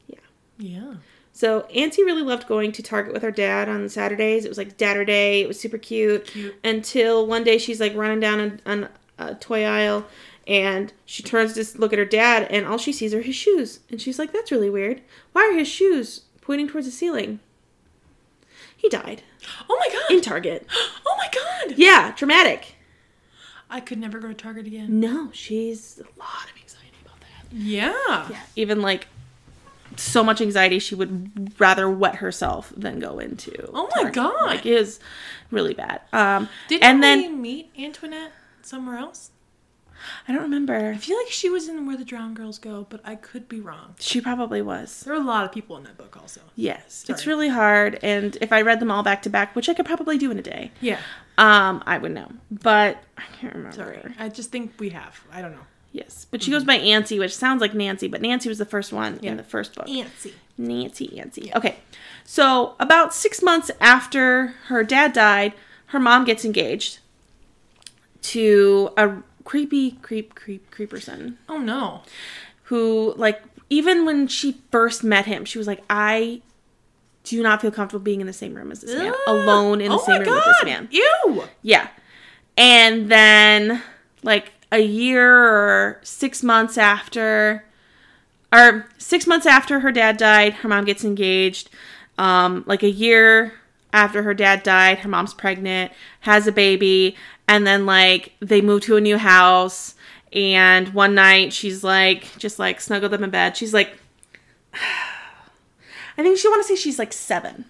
Speaker 1: Yeah.
Speaker 2: Yeah.
Speaker 1: So Auntie really loved going to Target with her dad on Saturdays. It was like Dadder Day. It was super cute.
Speaker 2: Cute.
Speaker 1: Until one day she's like running down an, an, a toy aisle, and she turns to look at her dad, and all she sees are his shoes. And she's like, "That's really weird. Why are his shoes pointing towards the ceiling?" He died
Speaker 2: Oh my god. (laughs)
Speaker 1: in Target.
Speaker 2: (gasps) Oh my god.
Speaker 1: Yeah, dramatic.
Speaker 2: I could never go to Target again.
Speaker 1: No, she's a lot of anxiety about that.
Speaker 2: Yeah.
Speaker 1: Yeah, even like so much anxiety she would rather wet herself than go into.
Speaker 2: Oh my god.
Speaker 1: like is really bad. Um,
Speaker 2: Didn't
Speaker 1: and
Speaker 2: we
Speaker 1: then
Speaker 2: meet Antoinette somewhere else?
Speaker 1: I don't remember.
Speaker 2: I feel like she was in Where the Drowned Girls Go, but I could be wrong.
Speaker 1: She probably was.
Speaker 2: There are a lot of people in that book also.
Speaker 1: Yes, it's
Speaker 2: Sorry.
Speaker 1: really hard, and if I read them all back to back, which I could probably do in a day,
Speaker 2: Yeah.
Speaker 1: um, I would know. But I can't remember.
Speaker 2: Sorry. I just think we have. I don't know.
Speaker 1: Yes, but she goes by Nancy, which sounds like Nancy, but Nancy was the first one
Speaker 2: Yeah.
Speaker 1: in the first book.
Speaker 2: Nancy.
Speaker 1: Nancy, Nancy. Okay, so about six months after her dad died, her mom gets engaged to a creepy, creep, creep, creeper son.
Speaker 2: Oh no.
Speaker 1: who like even when she first met him, she was like, I do not feel comfortable being in the same room as this man.
Speaker 2: Ugh.
Speaker 1: Alone in the
Speaker 2: Oh
Speaker 1: same
Speaker 2: my
Speaker 1: room with this
Speaker 2: God.
Speaker 1: man.
Speaker 2: Ew.
Speaker 1: Yeah. And then like a year or six months after or six months after her dad died, her mom gets engaged. Um, like a year after her dad died, her mom's pregnant, has a baby, and then like they move to a new house. And one night she's like, just like snuggled up in bed. She's like, (sighs) I think she want to say she's like seven.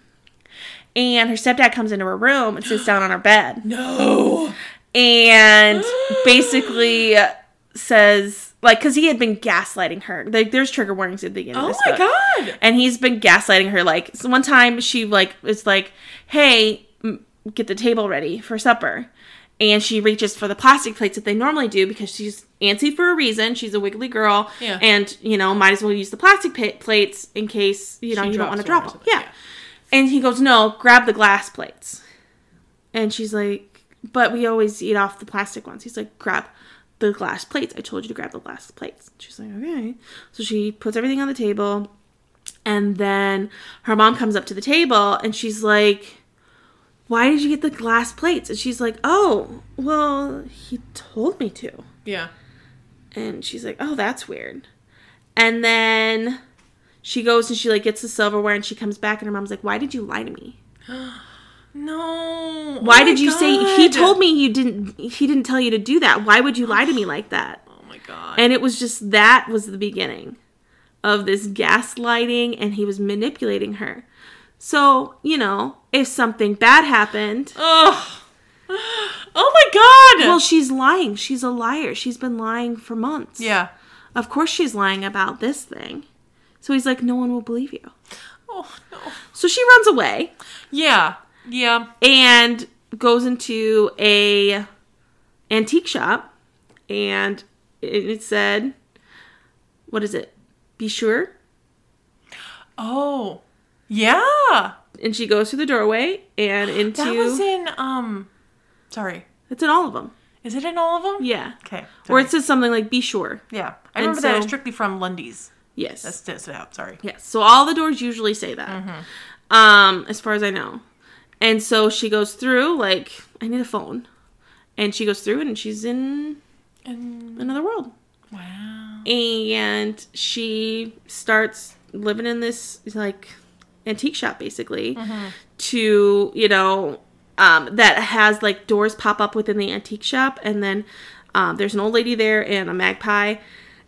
Speaker 1: And her stepdad comes into her room and sits down on her bed
Speaker 2: No. (gasps)
Speaker 1: and basically says like because he had been gaslighting her like there's trigger warnings at the beginning of
Speaker 2: Oh
Speaker 1: this
Speaker 2: my
Speaker 1: book.
Speaker 2: god.
Speaker 1: and he's been gaslighting her like so one time she like is like hey m- get the table ready for supper and she reaches for the plastic plates that they normally do because she's antsy for a reason she's a wiggly girl
Speaker 2: Yeah.
Speaker 1: and you know might as well use the plastic pa- plates in case you know
Speaker 2: She
Speaker 1: you don't want to
Speaker 2: drops one or
Speaker 1: drop them
Speaker 2: something,
Speaker 1: yeah and he goes, No, grab the glass plates. And she's like, But we always eat off the plastic ones. He's like, Grab the glass plates. I told you to grab the glass plates. She's like, Okay. So she puts everything on the table. And then her mom comes up to the table and she's like, Why did you get the glass plates? And she's like, Oh, well, he told me to.
Speaker 2: Yeah.
Speaker 1: And she's like, "Oh, that's weird." And then she goes and she like gets the silverware and she comes back and her mom's like, "Why did you lie to me?
Speaker 2: No.
Speaker 1: Why
Speaker 2: Oh
Speaker 1: did
Speaker 2: my
Speaker 1: you say he
Speaker 2: God.
Speaker 1: told me you didn't he didn't tell you to do that? Why would you lie to me like that?"
Speaker 2: Oh my god.
Speaker 1: And it was just that was the beginning of this gaslighting and he was manipulating her. So, you know, if something bad happened,
Speaker 2: oh. Oh my god.
Speaker 1: well, she's lying. She's a liar. She's been lying for months.
Speaker 2: yeah.
Speaker 1: Of course she's lying about this thing. So he's like, "No one will believe you."
Speaker 2: Oh no.
Speaker 1: So she runs away
Speaker 2: Yeah. Yeah.
Speaker 1: and goes into a antique shop and it it said what is it? Be sure.
Speaker 2: Oh. Yeah.
Speaker 1: And she goes through the doorway and into
Speaker 2: (gasps) That was in um sorry.
Speaker 1: it's in all of them.
Speaker 2: Is it in all of them?
Speaker 1: Yeah.
Speaker 2: Okay.
Speaker 1: Or
Speaker 2: sorry.
Speaker 1: it says something like be sure.
Speaker 2: yeah. I
Speaker 1: and
Speaker 2: remember that
Speaker 1: so-
Speaker 2: is strictly from Lundy's.
Speaker 1: Yes.
Speaker 2: That's that's out. Sorry.
Speaker 1: Yes. So all the doors usually say that.
Speaker 2: Mm-hmm.
Speaker 1: Um, as far as I know. And so she goes through, like, I need a phone. And she goes through and she's in
Speaker 2: And
Speaker 1: another world.
Speaker 2: wow.
Speaker 1: and she starts living in this like antique shop basically to you know um, that has like doors pop up within the antique shop, and then um, there's an old lady there and a magpie,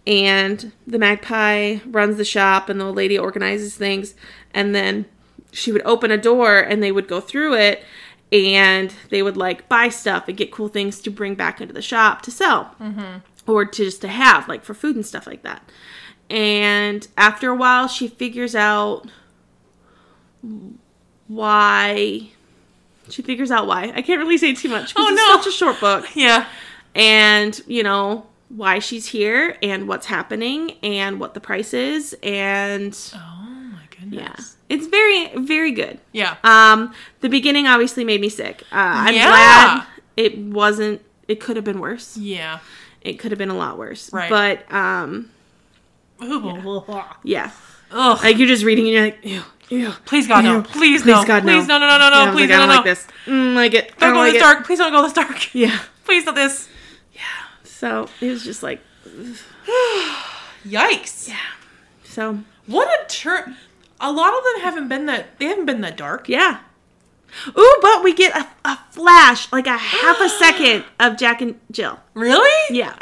Speaker 1: and the magpie runs the shop, and the old lady organizes things, and then she would open a door, and they would go through it, and they would like buy stuff and get cool things to bring back into the shop to sell, or to just to have like for food and stuff like that. And after a while, she figures out why she figures out why. I can't really say too much because
Speaker 2: Oh,
Speaker 1: it's
Speaker 2: no.
Speaker 1: such a short book.
Speaker 2: Yeah.
Speaker 1: And, you know, why she's here and what's happening and what the price is and
Speaker 2: Oh my
Speaker 1: yeah.
Speaker 2: goodness.
Speaker 1: It's very very good.
Speaker 2: Yeah.
Speaker 1: Um the beginning obviously made me sick. Uh, I'm
Speaker 2: Yeah.
Speaker 1: glad it wasn't it could have been worse.
Speaker 2: Yeah.
Speaker 1: It could have been a lot worse.
Speaker 2: Right.
Speaker 1: But um
Speaker 2: Ooh.
Speaker 1: (laughs) yeah.
Speaker 2: Ugh.
Speaker 1: Like you're just reading and you're like ew ew.
Speaker 2: please God no.
Speaker 1: Ew.
Speaker 2: Please,
Speaker 1: Please
Speaker 2: no.
Speaker 1: God, no.
Speaker 2: please no. No no no
Speaker 1: Yeah,
Speaker 2: no.
Speaker 1: I was
Speaker 2: please
Speaker 1: like,
Speaker 2: no
Speaker 1: I don't
Speaker 2: no.
Speaker 1: like this. Mm, like it. I
Speaker 2: Don't
Speaker 1: don't
Speaker 2: go
Speaker 1: like
Speaker 2: this
Speaker 1: it.
Speaker 2: dark. Please don't go this dark. (laughs)
Speaker 1: Yeah.
Speaker 2: Please not this.
Speaker 1: So it was just like
Speaker 2: (sighs) Yikes.
Speaker 1: so
Speaker 2: What a turn. A lot of them haven't been that. They haven't been that dark.
Speaker 1: yeah. Ooh, but we get a, a flash, like a half
Speaker 2: (gasps)
Speaker 1: a second of Jack and Jill.
Speaker 2: Really? Ah!
Speaker 1: Yeah.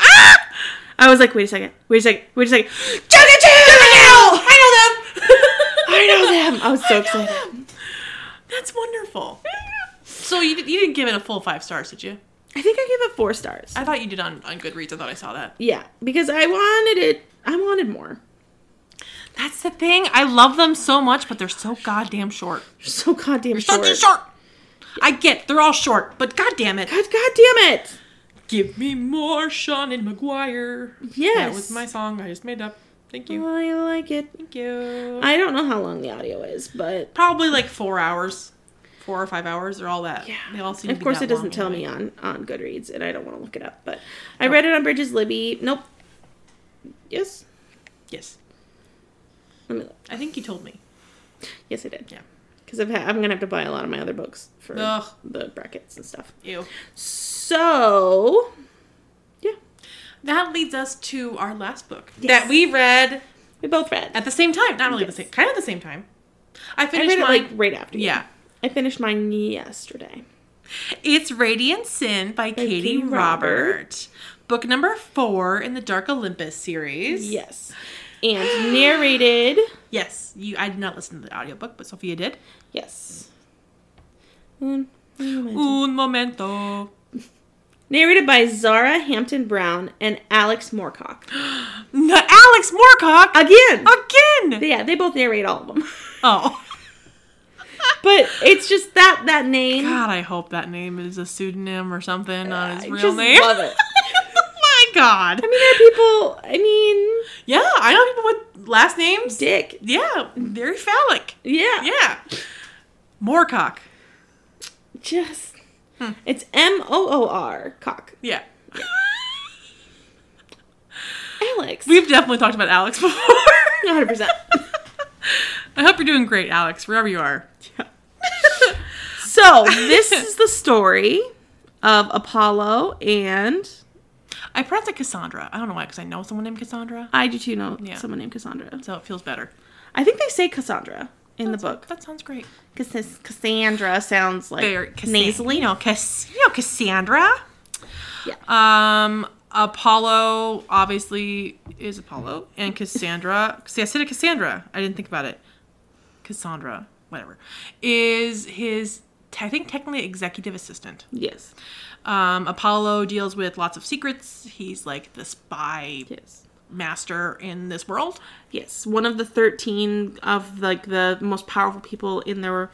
Speaker 1: I was like, wait a second, wait a second, wait a second. (gasps)
Speaker 2: Jack and Jill. I know them. (laughs)
Speaker 1: I know them. I was so excited.
Speaker 2: them. That's (laughs) wonderful. So you, did, you didn't give it a full five stars, did you?
Speaker 1: I think I gave it four stars.
Speaker 2: I thought you did on, on Goodreads. I thought I saw that.
Speaker 1: yeah, because I wanted it. I wanted more. (laughs)
Speaker 2: That's the thing. I love them so much, but they're so goddamn short.
Speaker 1: You're so goddamn
Speaker 2: Short.
Speaker 1: short.
Speaker 2: short. I get they're all short, but goddamn it.
Speaker 1: God, God damn it.
Speaker 2: Give me more Sean and McGuire.
Speaker 1: Yes.
Speaker 2: That was my song I just made up. Thank you.
Speaker 1: I like it.
Speaker 2: Thank you.
Speaker 1: I don't know how long the audio is, but
Speaker 2: Probably like four hours. Four or five hours or all that.
Speaker 1: Yeah.
Speaker 2: They all seem to
Speaker 1: of
Speaker 2: be
Speaker 1: course,
Speaker 2: that
Speaker 1: it doesn't
Speaker 2: long
Speaker 1: tell
Speaker 2: anyway. Oh.
Speaker 1: me on on Goodreads, and I don't want to look it up. But I read it on Bridges Libby. Nope. Yes.
Speaker 2: Yes.
Speaker 1: Let me look.
Speaker 2: I think you told me.
Speaker 1: Yes, I did.
Speaker 2: Yeah.
Speaker 1: Because ha- I'm gonna have to buy a lot of my other books for
Speaker 2: Ugh.
Speaker 1: the brackets and stuff.
Speaker 2: Ew.
Speaker 1: So, yeah,
Speaker 2: That leads us to our last book
Speaker 1: Yes.
Speaker 2: that we read
Speaker 1: we both read.
Speaker 2: at the same time. Not really
Speaker 1: Yes.
Speaker 2: the same, kind of the same time. I
Speaker 1: I
Speaker 2: finished
Speaker 1: read it
Speaker 2: mine.
Speaker 1: like right after. you.
Speaker 2: yeah.
Speaker 1: I finished mine yesterday.
Speaker 2: It's Radiant Sin by Katie,
Speaker 1: Katie
Speaker 2: Robert. Book number four in the Dark Olympus series.
Speaker 1: Yes, and narrated.
Speaker 2: Yes. You I did not listen to the audiobook, but Sophia did. (gasps)
Speaker 1: Yes. Um, narrated
Speaker 2: Un momento.
Speaker 1: by Zara Hampton Brown and Alex Moorcock.
Speaker 2: No, Alex Moorcock
Speaker 1: Again.
Speaker 2: again.
Speaker 1: Yeah, they both narrate all of (laughs) them.
Speaker 2: Oh.
Speaker 1: But it's just that that name.
Speaker 2: God, I hope that name is a pseudonym or something, not his
Speaker 1: I
Speaker 2: real
Speaker 1: just
Speaker 2: name.
Speaker 1: love it.
Speaker 2: oh (laughs) my god.
Speaker 1: I mean, there are people. I mean,
Speaker 2: Yeah, I know people with last names.
Speaker 1: Dick.
Speaker 2: Yeah, very phallic.
Speaker 1: Yeah.
Speaker 2: Yeah. Moorcock.
Speaker 1: Just. It's M O O R cock. (laughs)
Speaker 2: Yeah.
Speaker 1: Alex. (laughs)
Speaker 2: We've definitely talked about Alex (laughs) before.
Speaker 1: 100%.
Speaker 2: I hope you're doing great, Alex, wherever you are.
Speaker 1: So, this is the story of Apollo and
Speaker 2: I pronounce it Cassandra. I don't know why, because I know someone named Cassandra,
Speaker 1: I do too know
Speaker 2: Yeah.
Speaker 1: someone named Cassandra.
Speaker 2: so it feels better.
Speaker 1: I think they say Cassandra in the book
Speaker 2: That sounds great.
Speaker 1: because Cassandra sounds like
Speaker 2: Very
Speaker 1: nasally.
Speaker 2: You know, Cass- you know Cassandra.
Speaker 1: Yeah.
Speaker 2: Um, Apollo obviously is Apollo, and Cassandra. (laughs) See, I said it Cassandra. I didn't think about it. Cassandra, whatever, is his. I think technically executive assistant.
Speaker 1: Yes.
Speaker 2: Um, Apollo deals with lots of secrets. He's like the spy
Speaker 1: Yes.
Speaker 2: master in this world.
Speaker 1: Yes. One of the 13 of like the most powerful people in their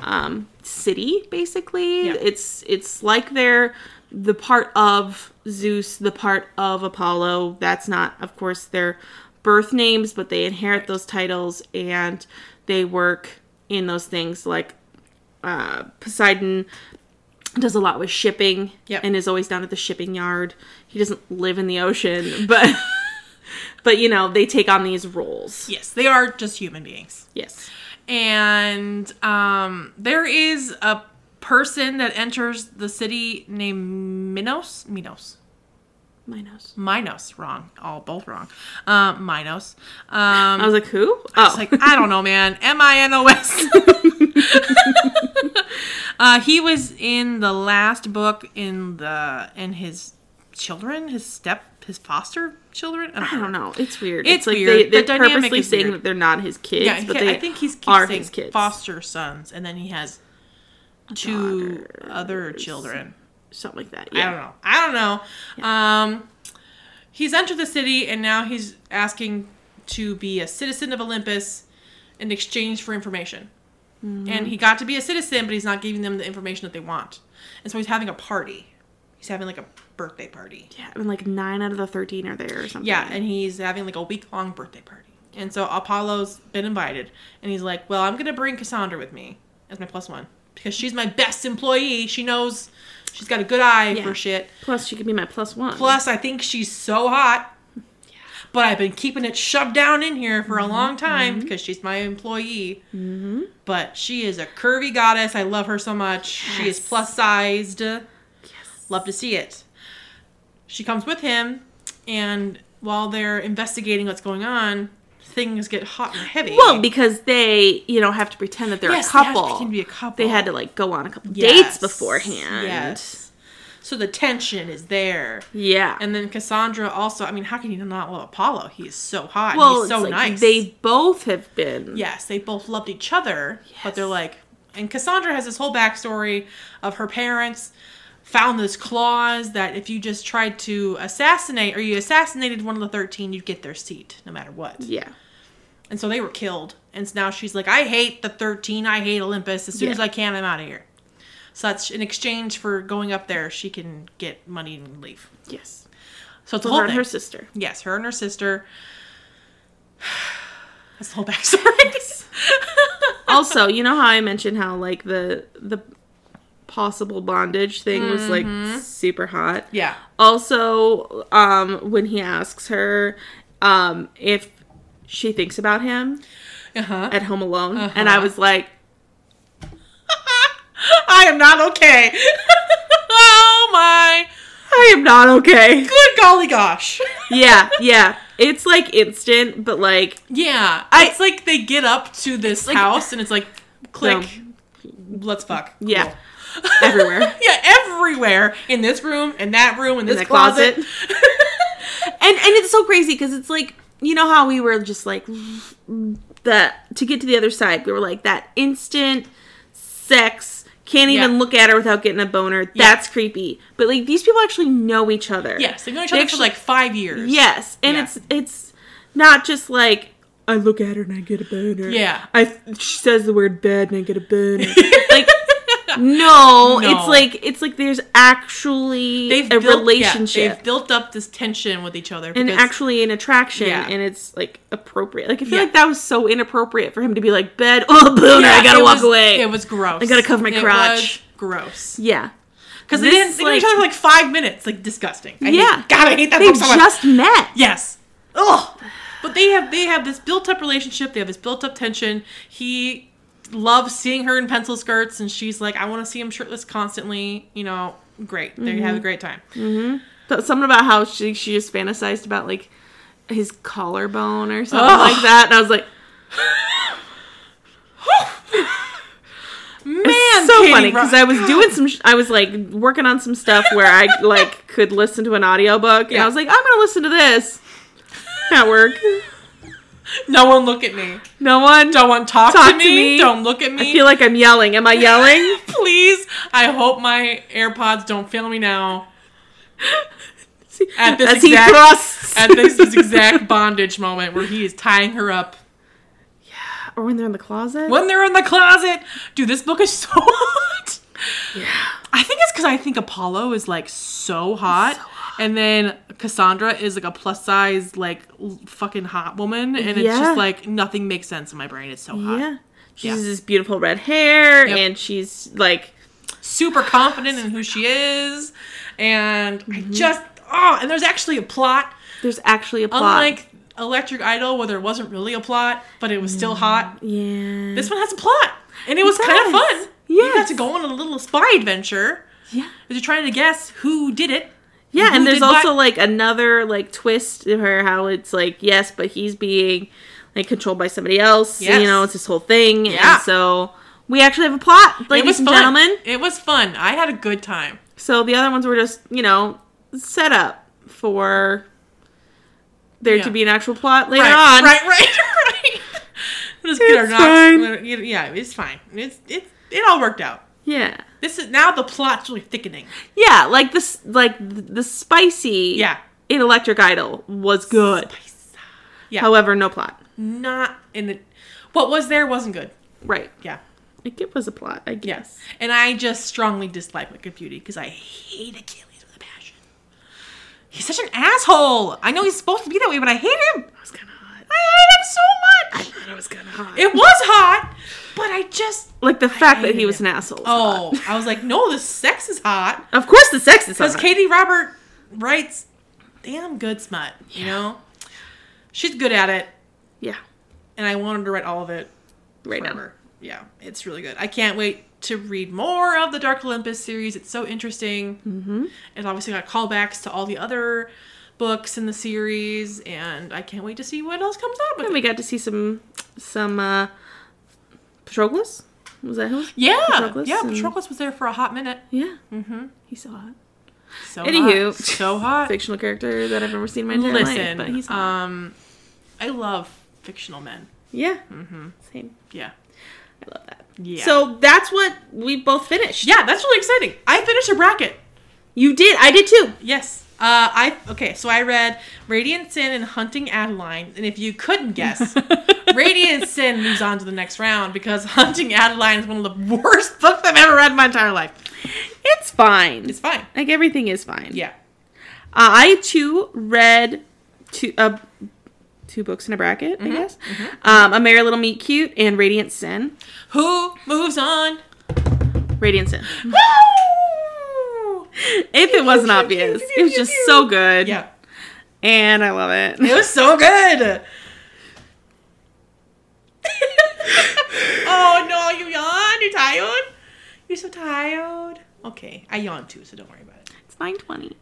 Speaker 1: um, city basically.
Speaker 2: Yeah.
Speaker 1: It's it's like they're the part of Zeus, the part of Apollo. That's not of course their birth names, but they inherit those titles and they work in those things like uh, Poseidon does a lot with shipping
Speaker 2: Yep.
Speaker 1: and is always down at the shipping yard. He doesn't live in the ocean, (laughs) but but you know, they take on these roles.
Speaker 2: Yes, they are just human beings.
Speaker 1: Yes.
Speaker 2: and um, there is a person that enters the city named Minos. Minos.
Speaker 1: Minos.
Speaker 2: Minos. Wrong. All both wrong. Um, Minos. Um,
Speaker 1: I was like, who? Oh.
Speaker 2: it's like I don't know, man. M I N O S. (laughs) Uh, he was in the last book in the and his children, his step, his foster children.
Speaker 1: I don't know. It's weird.
Speaker 2: It's
Speaker 1: It's, like
Speaker 2: weird.
Speaker 1: they,
Speaker 2: The
Speaker 1: they're
Speaker 2: dynamic
Speaker 1: purposely
Speaker 2: is
Speaker 1: saying
Speaker 2: weird.
Speaker 1: that they're not his kids,
Speaker 2: Yeah,
Speaker 1: but
Speaker 2: he-
Speaker 1: they
Speaker 2: I think he's keeps
Speaker 1: are
Speaker 2: saying
Speaker 1: his kids.
Speaker 2: foster sons, and then he has two other
Speaker 1: Daughters.
Speaker 2: children.
Speaker 1: Something like that.
Speaker 2: I
Speaker 1: Yeah.
Speaker 2: don't know. I don't know. Um, he's entered the city, and now he's asking to be a citizen of Olympus in exchange for information.
Speaker 1: Mm-hmm.
Speaker 2: And he got to be a citizen, but he's not giving them the information that they want. And so he's having a party. He's having like a birthday party.
Speaker 1: Yeah, and like nine out of the thirteen are there or something.
Speaker 2: Yeah, and he's having like a week long birthday party. And so Apollo's been invited, and he's like, "Well, I'm gonna bring Cassandra with me as my plus one because she's my best employee. She knows, she's got a good eye
Speaker 1: Yeah.
Speaker 2: for shit.
Speaker 1: plus she could be my plus one.
Speaker 2: Plus, I think she's so hot. But I've been keeping it shoved down in here for a
Speaker 1: Mm-hmm.
Speaker 2: long time because she's my employee.
Speaker 1: Mhm.
Speaker 2: But she is a curvy goddess. I love her so much. She is
Speaker 1: Yes.
Speaker 2: plus sized.
Speaker 1: Yes.
Speaker 2: Love to see it. She comes with him, and while they're investigating what's going on, things get hot and heavy.
Speaker 1: Well, because they, you know, have to pretend that they're
Speaker 2: Yes,
Speaker 1: a
Speaker 2: they have to
Speaker 1: couple.
Speaker 2: pretend to be a couple.
Speaker 1: They had to like go on a couple
Speaker 2: Yes.
Speaker 1: dates beforehand.
Speaker 2: Yes. So the tension is there.
Speaker 1: Yeah.
Speaker 2: And then Cassandra also, I mean, how can you not love Apollo? He is so hot. and
Speaker 1: well,
Speaker 2: he's so
Speaker 1: it's like
Speaker 2: nice.
Speaker 1: they both have been.
Speaker 2: yes, they both loved each other, but they're
Speaker 1: Yes.
Speaker 2: like, and Cassandra has this whole backstory of her parents found this clause that if you just tried to assassinate or you assassinated one of the 13, you'd get their seat no matter what.
Speaker 1: Yeah.
Speaker 2: And so they were killed. And so now she's like, I hate the 13. I hate Olympus. As soon
Speaker 1: Yeah.
Speaker 2: as I can, I'm out of here. So that's in exchange for going up there, she can get money and leave.
Speaker 1: Yes.
Speaker 2: So it's a
Speaker 1: Her
Speaker 2: whole
Speaker 1: and
Speaker 2: thing.
Speaker 1: her sister.
Speaker 2: Yes, her and her sister. (sighs) That's the whole (laughs) backstory.
Speaker 1: also, you know how I mentioned how like the the possible bondage thing was like super hot.
Speaker 2: yeah.
Speaker 1: Also, um, when he asks her um, if she thinks about him
Speaker 2: Uh huh.
Speaker 1: at home alone, and I
Speaker 2: Uh-huh.
Speaker 1: was like,
Speaker 2: I am not okay. oh my.
Speaker 1: I am not okay.
Speaker 2: Good golly gosh.
Speaker 1: yeah, yeah. It's like instant, but like
Speaker 2: Yeah. it's like they get up to this
Speaker 1: like-
Speaker 2: house and it's like, click, let's fuck.
Speaker 1: Yeah.
Speaker 2: Cool. (laughs)
Speaker 1: everywhere.
Speaker 2: yeah, everywhere in this room, in that room, in this
Speaker 1: that
Speaker 2: closet.
Speaker 1: closet.
Speaker 2: (laughs)
Speaker 1: and and it's so crazy because it's like you know how we were just like the to get to the other side we were like that instant sex can't even
Speaker 2: Yeah.
Speaker 1: look at her without getting a boner that's creepy but like these people actually know each other
Speaker 2: yes, they've known each
Speaker 1: They
Speaker 2: other for
Speaker 1: actually-
Speaker 2: like five years.
Speaker 1: yes and
Speaker 2: Yeah.
Speaker 1: it's it's not just like I look at her and I get a boner
Speaker 2: Yeah.
Speaker 1: I she says the word bed and I get
Speaker 2: (laughs)
Speaker 1: a boner like no,
Speaker 2: No.
Speaker 1: it's like it's like there's actually
Speaker 2: They've
Speaker 1: a
Speaker 2: built,
Speaker 1: relationship
Speaker 2: Yeah, they've built up this tension with each other.
Speaker 1: and
Speaker 2: because-
Speaker 1: actually an attraction
Speaker 2: Yeah.
Speaker 1: and it's like appropriate like i feel
Speaker 2: Yeah.
Speaker 1: like that was so inappropriate for him to be like bed (laughs) oh boom
Speaker 2: Yeah,
Speaker 1: i gotta
Speaker 2: it
Speaker 1: walk
Speaker 2: was-
Speaker 1: away
Speaker 2: It was gross.
Speaker 1: I gotta cover my
Speaker 2: It
Speaker 1: crotch.
Speaker 2: was gross.
Speaker 1: yeah
Speaker 2: Because they
Speaker 1: This
Speaker 2: didn't
Speaker 1: is
Speaker 2: see each
Speaker 1: like-
Speaker 2: other for like five minutes. Like disgusting. I hate-
Speaker 1: Yeah.
Speaker 2: God, I hate that
Speaker 1: they
Speaker 2: book so much.
Speaker 1: just met
Speaker 2: Yes. Ugh. But they have they have this built up relationship. They have this built up tension. He loves seeing her in pencil skirts, and she's like, I want to see him shirtless constantly. You know, great. They have a
Speaker 1: Mm-hmm.
Speaker 2: great time.
Speaker 1: But something about how she she just fantasized about like his collarbone or something
Speaker 2: Ugh.
Speaker 1: like that and i was like
Speaker 2: (laughs) Man,
Speaker 1: it's so
Speaker 2: Katie
Speaker 1: funny
Speaker 2: Ro-
Speaker 1: because i was doing some sh- i was like working on some stuff where i (laughs) like could listen to an audiobook and
Speaker 2: Yeah.
Speaker 1: i was like i'm gonna listen to this at work
Speaker 2: (gasps) no one look at me.
Speaker 1: no one
Speaker 2: Don't one talk,
Speaker 1: Talk
Speaker 2: to,
Speaker 1: to
Speaker 2: me.
Speaker 1: me.
Speaker 2: Don't look at
Speaker 1: i
Speaker 2: me.
Speaker 1: feel like i'm yelling am i yelling
Speaker 2: (laughs) Please, I hope my AirPods don't fail me now.
Speaker 1: (laughs)
Speaker 2: At this exact-
Speaker 1: as he thrusts
Speaker 2: At
Speaker 1: (laughs)
Speaker 2: this exact bondage moment where he is tying her up
Speaker 1: or when they're in the closet
Speaker 2: when they're in the closet. Dude, this book is (laughs) so hot. I think it's because I think Apollo is like so hot, and then Cassandra is like a plus size, like l- fucking hot woman, and it's
Speaker 1: Yeah.
Speaker 2: just like nothing makes sense in my brain. It's so hot,
Speaker 1: Yeah. She
Speaker 2: Yeah.
Speaker 1: has this beautiful red hair
Speaker 2: Yep.
Speaker 1: and she's like
Speaker 2: super confident in who she is, and
Speaker 1: Mm-hmm.
Speaker 2: I just oh, and there's actually a plot,
Speaker 1: there's actually a plot.
Speaker 2: unlike Electric Idol, where there wasn't really a plot, but it was still hot.
Speaker 1: yeah.
Speaker 2: This one has a plot, and it was
Speaker 1: It
Speaker 2: kind of
Speaker 1: does.
Speaker 2: fun. You got
Speaker 1: Yes.
Speaker 2: to go on a little spy adventure.
Speaker 1: yeah.
Speaker 2: Is you're trying to guess who did it.
Speaker 1: Yeah,
Speaker 2: Who
Speaker 1: and there's
Speaker 2: did what?
Speaker 1: also like another like twist in her how it's like yes, but he's being like controlled by somebody else.
Speaker 2: Yes.
Speaker 1: You know, it's this whole thing.
Speaker 2: Yeah.
Speaker 1: And so We actually have a plot, ladies and
Speaker 2: fun.
Speaker 1: gentlemen.
Speaker 2: It was fun. I had a good time.
Speaker 1: So the other ones were just, you know, set up for there
Speaker 2: Yeah.
Speaker 1: to be an actual plot later
Speaker 2: right,
Speaker 1: on.
Speaker 2: Right, right, (laughs) right. Let's get our
Speaker 1: It's
Speaker 2: knocks.
Speaker 1: fine.
Speaker 2: Yeah, it's fine. It's it it all worked out.
Speaker 1: Yeah.
Speaker 2: This is now the plot's really thickening.
Speaker 1: Yeah, like this like th- the spicy
Speaker 2: Yeah.
Speaker 1: in Electric Idol was good.
Speaker 2: Spice. Yeah.
Speaker 1: However, no plot.
Speaker 2: Not in the what was there wasn't good.
Speaker 1: Right.
Speaker 2: Yeah.
Speaker 1: Like it was a plot, I guess.
Speaker 2: Yes. And I just strongly dislike Wicked Beauty because I hate Achilles with a passion. He's such an asshole. I know he's supposed to be that way, but I hate him.
Speaker 1: It was kinda hot.
Speaker 2: I hate him so much.
Speaker 1: It was kinda hot.
Speaker 2: It was hot, but I just
Speaker 1: like the fact that
Speaker 2: hated
Speaker 1: he was
Speaker 2: it.
Speaker 1: an asshole. was
Speaker 2: oh,
Speaker 1: hot.
Speaker 2: I was like, no, the sex is hot.
Speaker 1: Of course the sex is
Speaker 2: Because
Speaker 1: hot.
Speaker 2: Katie Robert writes damn good smut, you know? She's good at it,
Speaker 1: yeah.
Speaker 2: and I want her to write all of it
Speaker 1: Right now.
Speaker 2: forever. Yeah, it's really good. I can't wait to read more of the Dark Olympus series. It's so interesting. Mm-hmm. It obviously got callbacks to all the other books in the series, and I can't wait to see what else comes up with
Speaker 1: And
Speaker 2: it.
Speaker 1: we got to see some some uh Patroclus? Was that who?
Speaker 2: Yeah,
Speaker 1: Patroclus
Speaker 2: yeah,
Speaker 1: and-
Speaker 2: Patroclus was there for a hot minute.
Speaker 1: Yeah. Mm-hmm. He's so hot.
Speaker 2: So
Speaker 1: Anywho.
Speaker 2: hot. so hot.
Speaker 1: Fictional character that I've never seen in my entire life.
Speaker 2: Listen,
Speaker 1: But he's hot.
Speaker 2: um, I love fictional men.
Speaker 1: yeah. Same.
Speaker 2: Yeah,
Speaker 1: I love that.
Speaker 2: mm-hmm. yeah.
Speaker 1: So that's what we both finished.
Speaker 2: Yeah, that's really exciting. I finished a bracket.
Speaker 1: You did. I did too.
Speaker 2: Yes. Uh, I okay. So I read Radiant Sin and Hunting Adeline, and if you couldn't guess, Radiant Sin moves on to the next round because (laughs) Hunting Adeline is one of the worst books I've ever read in my entire life.
Speaker 1: It's fine.
Speaker 2: It's fine.
Speaker 1: like everything is fine.
Speaker 2: Yeah.
Speaker 1: Uh, I too read two uh, two books in a bracket.
Speaker 2: Mm-hmm,
Speaker 1: I guess. Um, a Merry Little Meet Cute and Radiant Sin.
Speaker 2: Who moves on?
Speaker 1: Radiant Sin. (laughs)
Speaker 2: Woo!
Speaker 1: if it wasn't obvious, it was just so good.
Speaker 2: Yeah.
Speaker 1: And I love it.
Speaker 2: It was so good. oh no, you yawn. You're tired. You're so tired. Okay, I yawned too, so don't worry about it.
Speaker 1: It's nine twenty.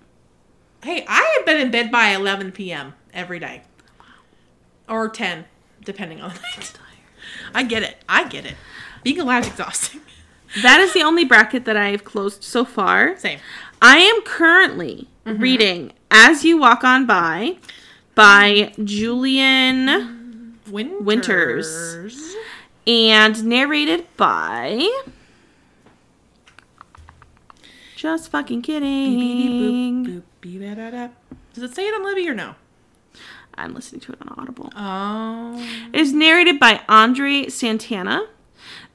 Speaker 2: Hey, I have been in bed by 11 p.m. every day, or 10, depending on the
Speaker 1: (laughs)
Speaker 2: night. I get it. I get it. Being alive is exhausting. (laughs)
Speaker 1: That is the only bracket that I have closed so far.
Speaker 2: Same.
Speaker 1: I am currently
Speaker 2: Mm-hmm.
Speaker 1: reading As You Walk On By by Julian
Speaker 2: Winters.
Speaker 1: Winters. and narrated by. Just fucking kidding.
Speaker 2: Boop, beep, da, da, da. Does it say it on Libby or no?
Speaker 1: I'm listening to it on Audible.
Speaker 2: Oh.
Speaker 1: It's narrated by Andre Santana.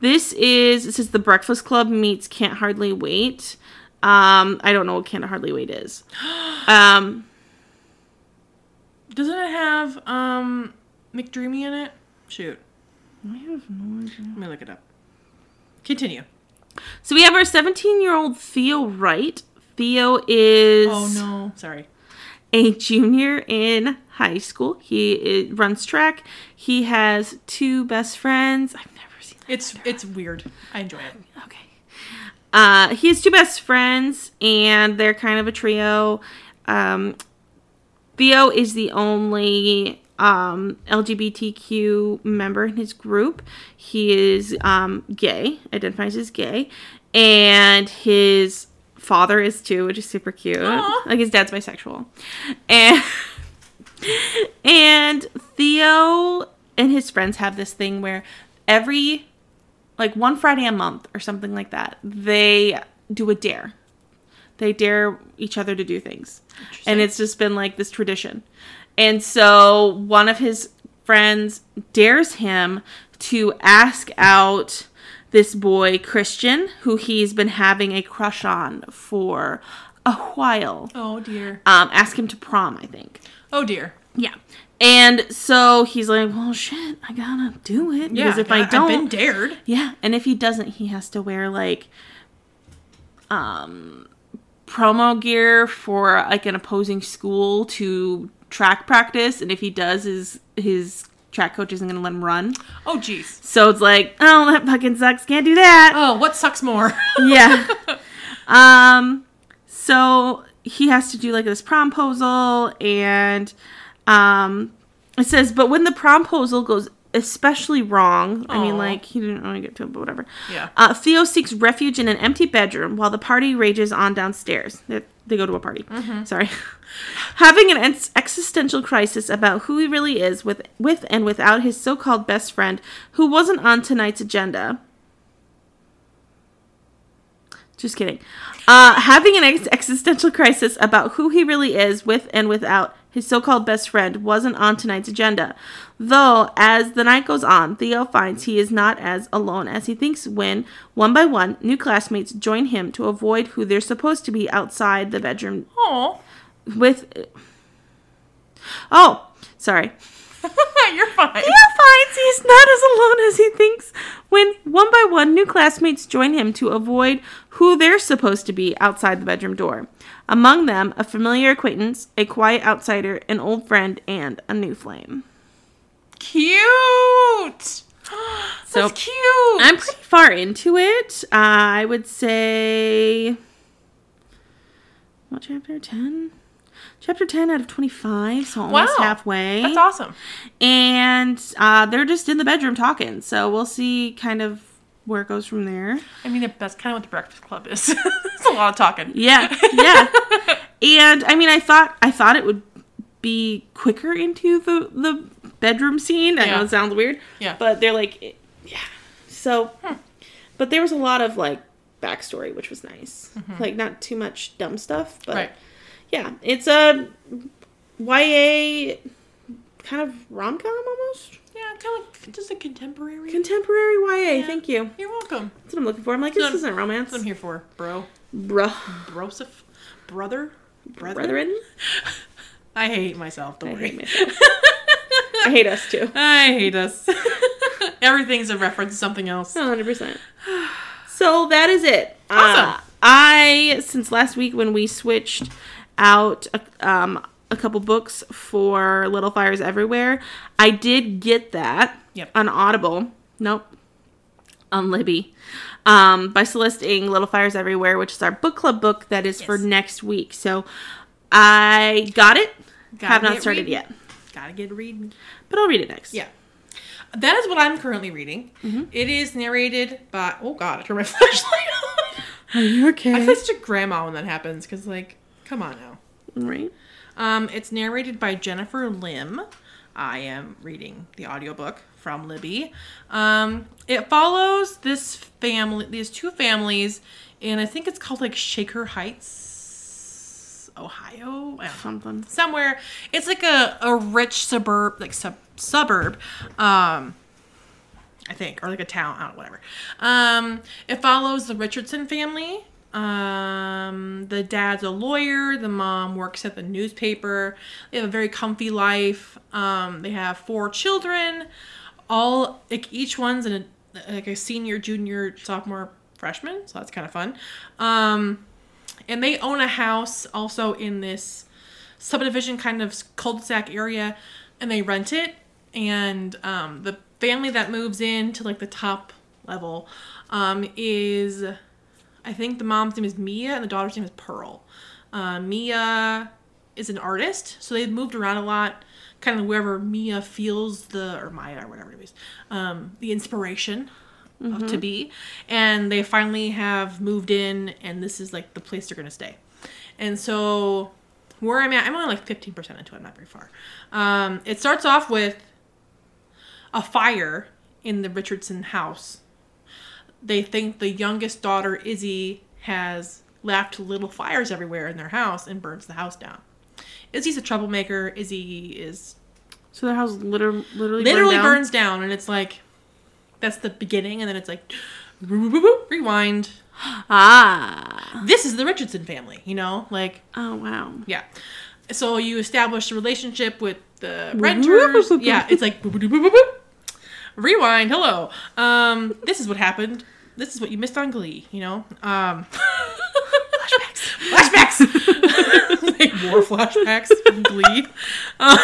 Speaker 1: This is this is the Breakfast Club meets Can't Hardly Wait. Um, I don't know what Can't Hardly
Speaker 2: (gasps)
Speaker 1: Wait is. Um,
Speaker 2: Doesn't it have um McDreamy in it? Shoot.
Speaker 1: I have no idea.
Speaker 2: Let me look it up. Continue.
Speaker 1: So we have our 17 year old Theo Wright. Theo is
Speaker 2: Oh no. Sorry.
Speaker 1: a junior in high school. He i- runs track. He has two best friends. I've never seen that.
Speaker 2: It's it's weird. I enjoy it.
Speaker 1: Okay. Uh, he has two best friends, and they're kind of a trio. Um, Theo is the only um, LGBTQ member in his group. He is um, gay, identifies as gay, and his father is too, which is super cute.
Speaker 2: Aw.
Speaker 1: Like his dad's bisexual, and (laughs) and Theo and his friends have this thing where every like one Friday a month or something like that, they do a dare. They dare each other to do things. And it's just been like this tradition. And so one of his friends dares him to ask out this boy, Christian, who he's been having a crush on for a while.
Speaker 2: Oh dear.
Speaker 1: Um, ask him to prom, I think.
Speaker 2: Oh dear.
Speaker 1: Yeah. And so he's like, well, shit, I gotta do it.
Speaker 2: Yeah.
Speaker 1: because if I,
Speaker 2: I've
Speaker 1: don't.
Speaker 2: been dared.
Speaker 1: Yeah, and if he doesn't, he has to wear like um promo gear for like an opposing school to track practice, and if he does, his his track coach isn't going to let him run.
Speaker 2: Oh jeez.
Speaker 1: So it's like, oh, that fucking sucks. Can't do that.
Speaker 2: Oh, what sucks more? (laughs)
Speaker 1: Yeah. um so he has to do like this promposal and um it says but when the promposal goes especially wrong. I mean,
Speaker 2: Aw.
Speaker 1: like, he didn't really get to it, but whatever.
Speaker 2: Yeah.
Speaker 1: Uh, Theo seeks refuge in an empty bedroom while the party rages on downstairs. They, they go to a party.
Speaker 2: Mm-hmm.
Speaker 1: Sorry. (laughs) Having an ex- existential crisis about who he really is with, with and without his so called best friend, who wasn't on tonight's agenda. Just kidding. Uh, having an ex- existential crisis about who he really is with and without his so called best friend wasn't on tonight's agenda. Though, as the night goes on, Theo finds he is not as alone as he thinks when, one by one, new classmates join him to avoid who they're supposed to be outside the bedroom
Speaker 2: Oh,
Speaker 1: with. Oh, sorry.
Speaker 2: (laughs) you're fine.
Speaker 1: Theo finds he's not as alone as he thinks when, one by one, new classmates join him to avoid who they're supposed to be outside the bedroom door. Among them, a familiar acquaintance, a quiet outsider, an old friend, and a new flame.
Speaker 2: Cute.
Speaker 1: So,
Speaker 2: That's cute.
Speaker 1: I'm pretty far into it. Uh, I would say. What chapter? 10? Chapter 10 out of 25, so almost
Speaker 2: Wow.
Speaker 1: halfway.
Speaker 2: That's awesome.
Speaker 1: and uh, they're just in the bedroom talking. So we'll see kind of where it goes from there.
Speaker 2: I mean, that's kind of what the Breakfast Club is. (laughs) it's a lot of talking.
Speaker 1: Yeah,
Speaker 2: (laughs)
Speaker 1: yeah. and I mean, I thought I thought it would be quicker into the the bedroom scene. I
Speaker 2: Yeah.
Speaker 1: know it sounds weird.
Speaker 2: Yeah. Hmm.
Speaker 1: but they're like, it- yeah. So, but there was a lot of like backstory, which was nice. Like not too much dumb stuff, but
Speaker 2: Mm-hmm. Right.
Speaker 1: yeah, it's a YA kind of rom com almost.
Speaker 2: Yeah, kind of like just a contemporary.
Speaker 1: Contemporary YA,
Speaker 2: Yeah.
Speaker 1: thank you.
Speaker 2: You're welcome.
Speaker 1: That's what I'm looking for. I'm like, this
Speaker 2: That's what-
Speaker 1: isn't
Speaker 2: That's
Speaker 1: romance.
Speaker 2: what I'm here for, bro.
Speaker 1: Bruh.
Speaker 2: Broseph. Brother? Brother?
Speaker 1: Brethren?
Speaker 2: (laughs) I hate myself. Don't
Speaker 1: I
Speaker 2: worry.
Speaker 1: hate myself. I hate us too.
Speaker 2: (laughs) I hate us. (laughs) Everything's a reference to something else.
Speaker 1: 100%. (sighs) So that is it. Uh,
Speaker 2: Awesome.
Speaker 1: I, since last week when we switched out a, um, a couple books for Little Fires Everywhere, I did get that
Speaker 2: Yep.
Speaker 1: on Audible. Nope. On Libby. Um, by Celeste Ng, Little Fires Everywhere, which is our book club book that is for
Speaker 2: Yes.
Speaker 1: next week. So I got it.
Speaker 2: Gotta
Speaker 1: Have not
Speaker 2: get
Speaker 1: started
Speaker 2: reading.
Speaker 1: yet.
Speaker 2: Gotta get reading.
Speaker 1: But I'll read it next.
Speaker 2: Yeah. That is what I'm currently reading. It is narrated by. Oh God, I turned my (laughs) flashlight on.
Speaker 1: Are you okay?
Speaker 2: I feel like such a grandma when that happens because, like, come on now.
Speaker 1: right.
Speaker 2: Um, it's narrated by Jennifer Lim. I am reading the audiobook from Libby. Um, it follows this family, these two families, and I think it's called like Shaker Heights, Ohio. I don't know
Speaker 1: Something.
Speaker 2: somewhere it's like a, a rich suburb like sub suburb um i think or like a town I don't know, whatever um it follows the richardson family um the dad's a lawyer the mom works at the newspaper they have a very comfy life um they have four children all like each one's an like a senior junior sophomore freshman so that's kind of fun um and they own a house also in this subdivision kind of cul-de-sac area and they rent it and um, the family that moves in to like the top level um, is i think the mom's name is mia and the daughter's name is pearl uh, mia is an artist so they've moved around a lot kind of wherever mia feels the or maya or whatever it is um, the inspiration of to be and they finally have moved in and this is like the place they're going to stay and so where I'm at, I'm only like 15% into it, I'm not very far. Um, it starts off with a fire in the Richardson house. They think the youngest daughter, Izzy, has left little fires everywhere in their house and burns the house down. Izzy's a troublemaker. Izzy is
Speaker 1: So their house literally literally,
Speaker 2: literally
Speaker 1: burned down?
Speaker 2: burns down, and it's like that's the beginning, and then it's like (gasps) rewind.
Speaker 1: Ah.
Speaker 2: This is the Richardson family, you know, like
Speaker 1: Oh wow.
Speaker 2: Yeah. So you establish a relationship with the renters. yeah, it's like boop, boop, boop, boop, boop. rewind. Hello. Um, this is what happened. This is what you missed on Glee. You know. Um, (laughs) flashbacks. Flashbacks. (laughs) like more flashbacks from Glee. (laughs) Um,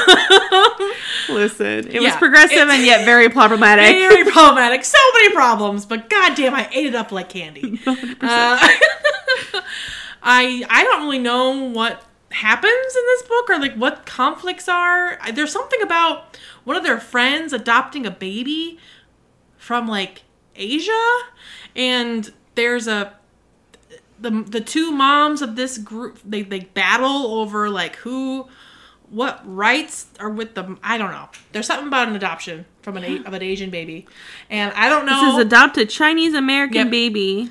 Speaker 1: Listen, it was
Speaker 2: Yeah,
Speaker 1: progressive
Speaker 2: it's-
Speaker 1: and yet very problematic.
Speaker 2: very (laughs) problematic. So many problems, but goddamn, I ate it up like candy. Uh, (laughs) I I don't really know what happens in this book or like what conflicts are. I- There's something about one of their friends adopting a baby from like Asia, and there's a the the two moms of this group they they battle over like who what rights are with them i don't know there's something about an adoption from an A- of an asian baby and i don't know
Speaker 1: This is adopted Chinese American
Speaker 2: Yep.
Speaker 1: baby.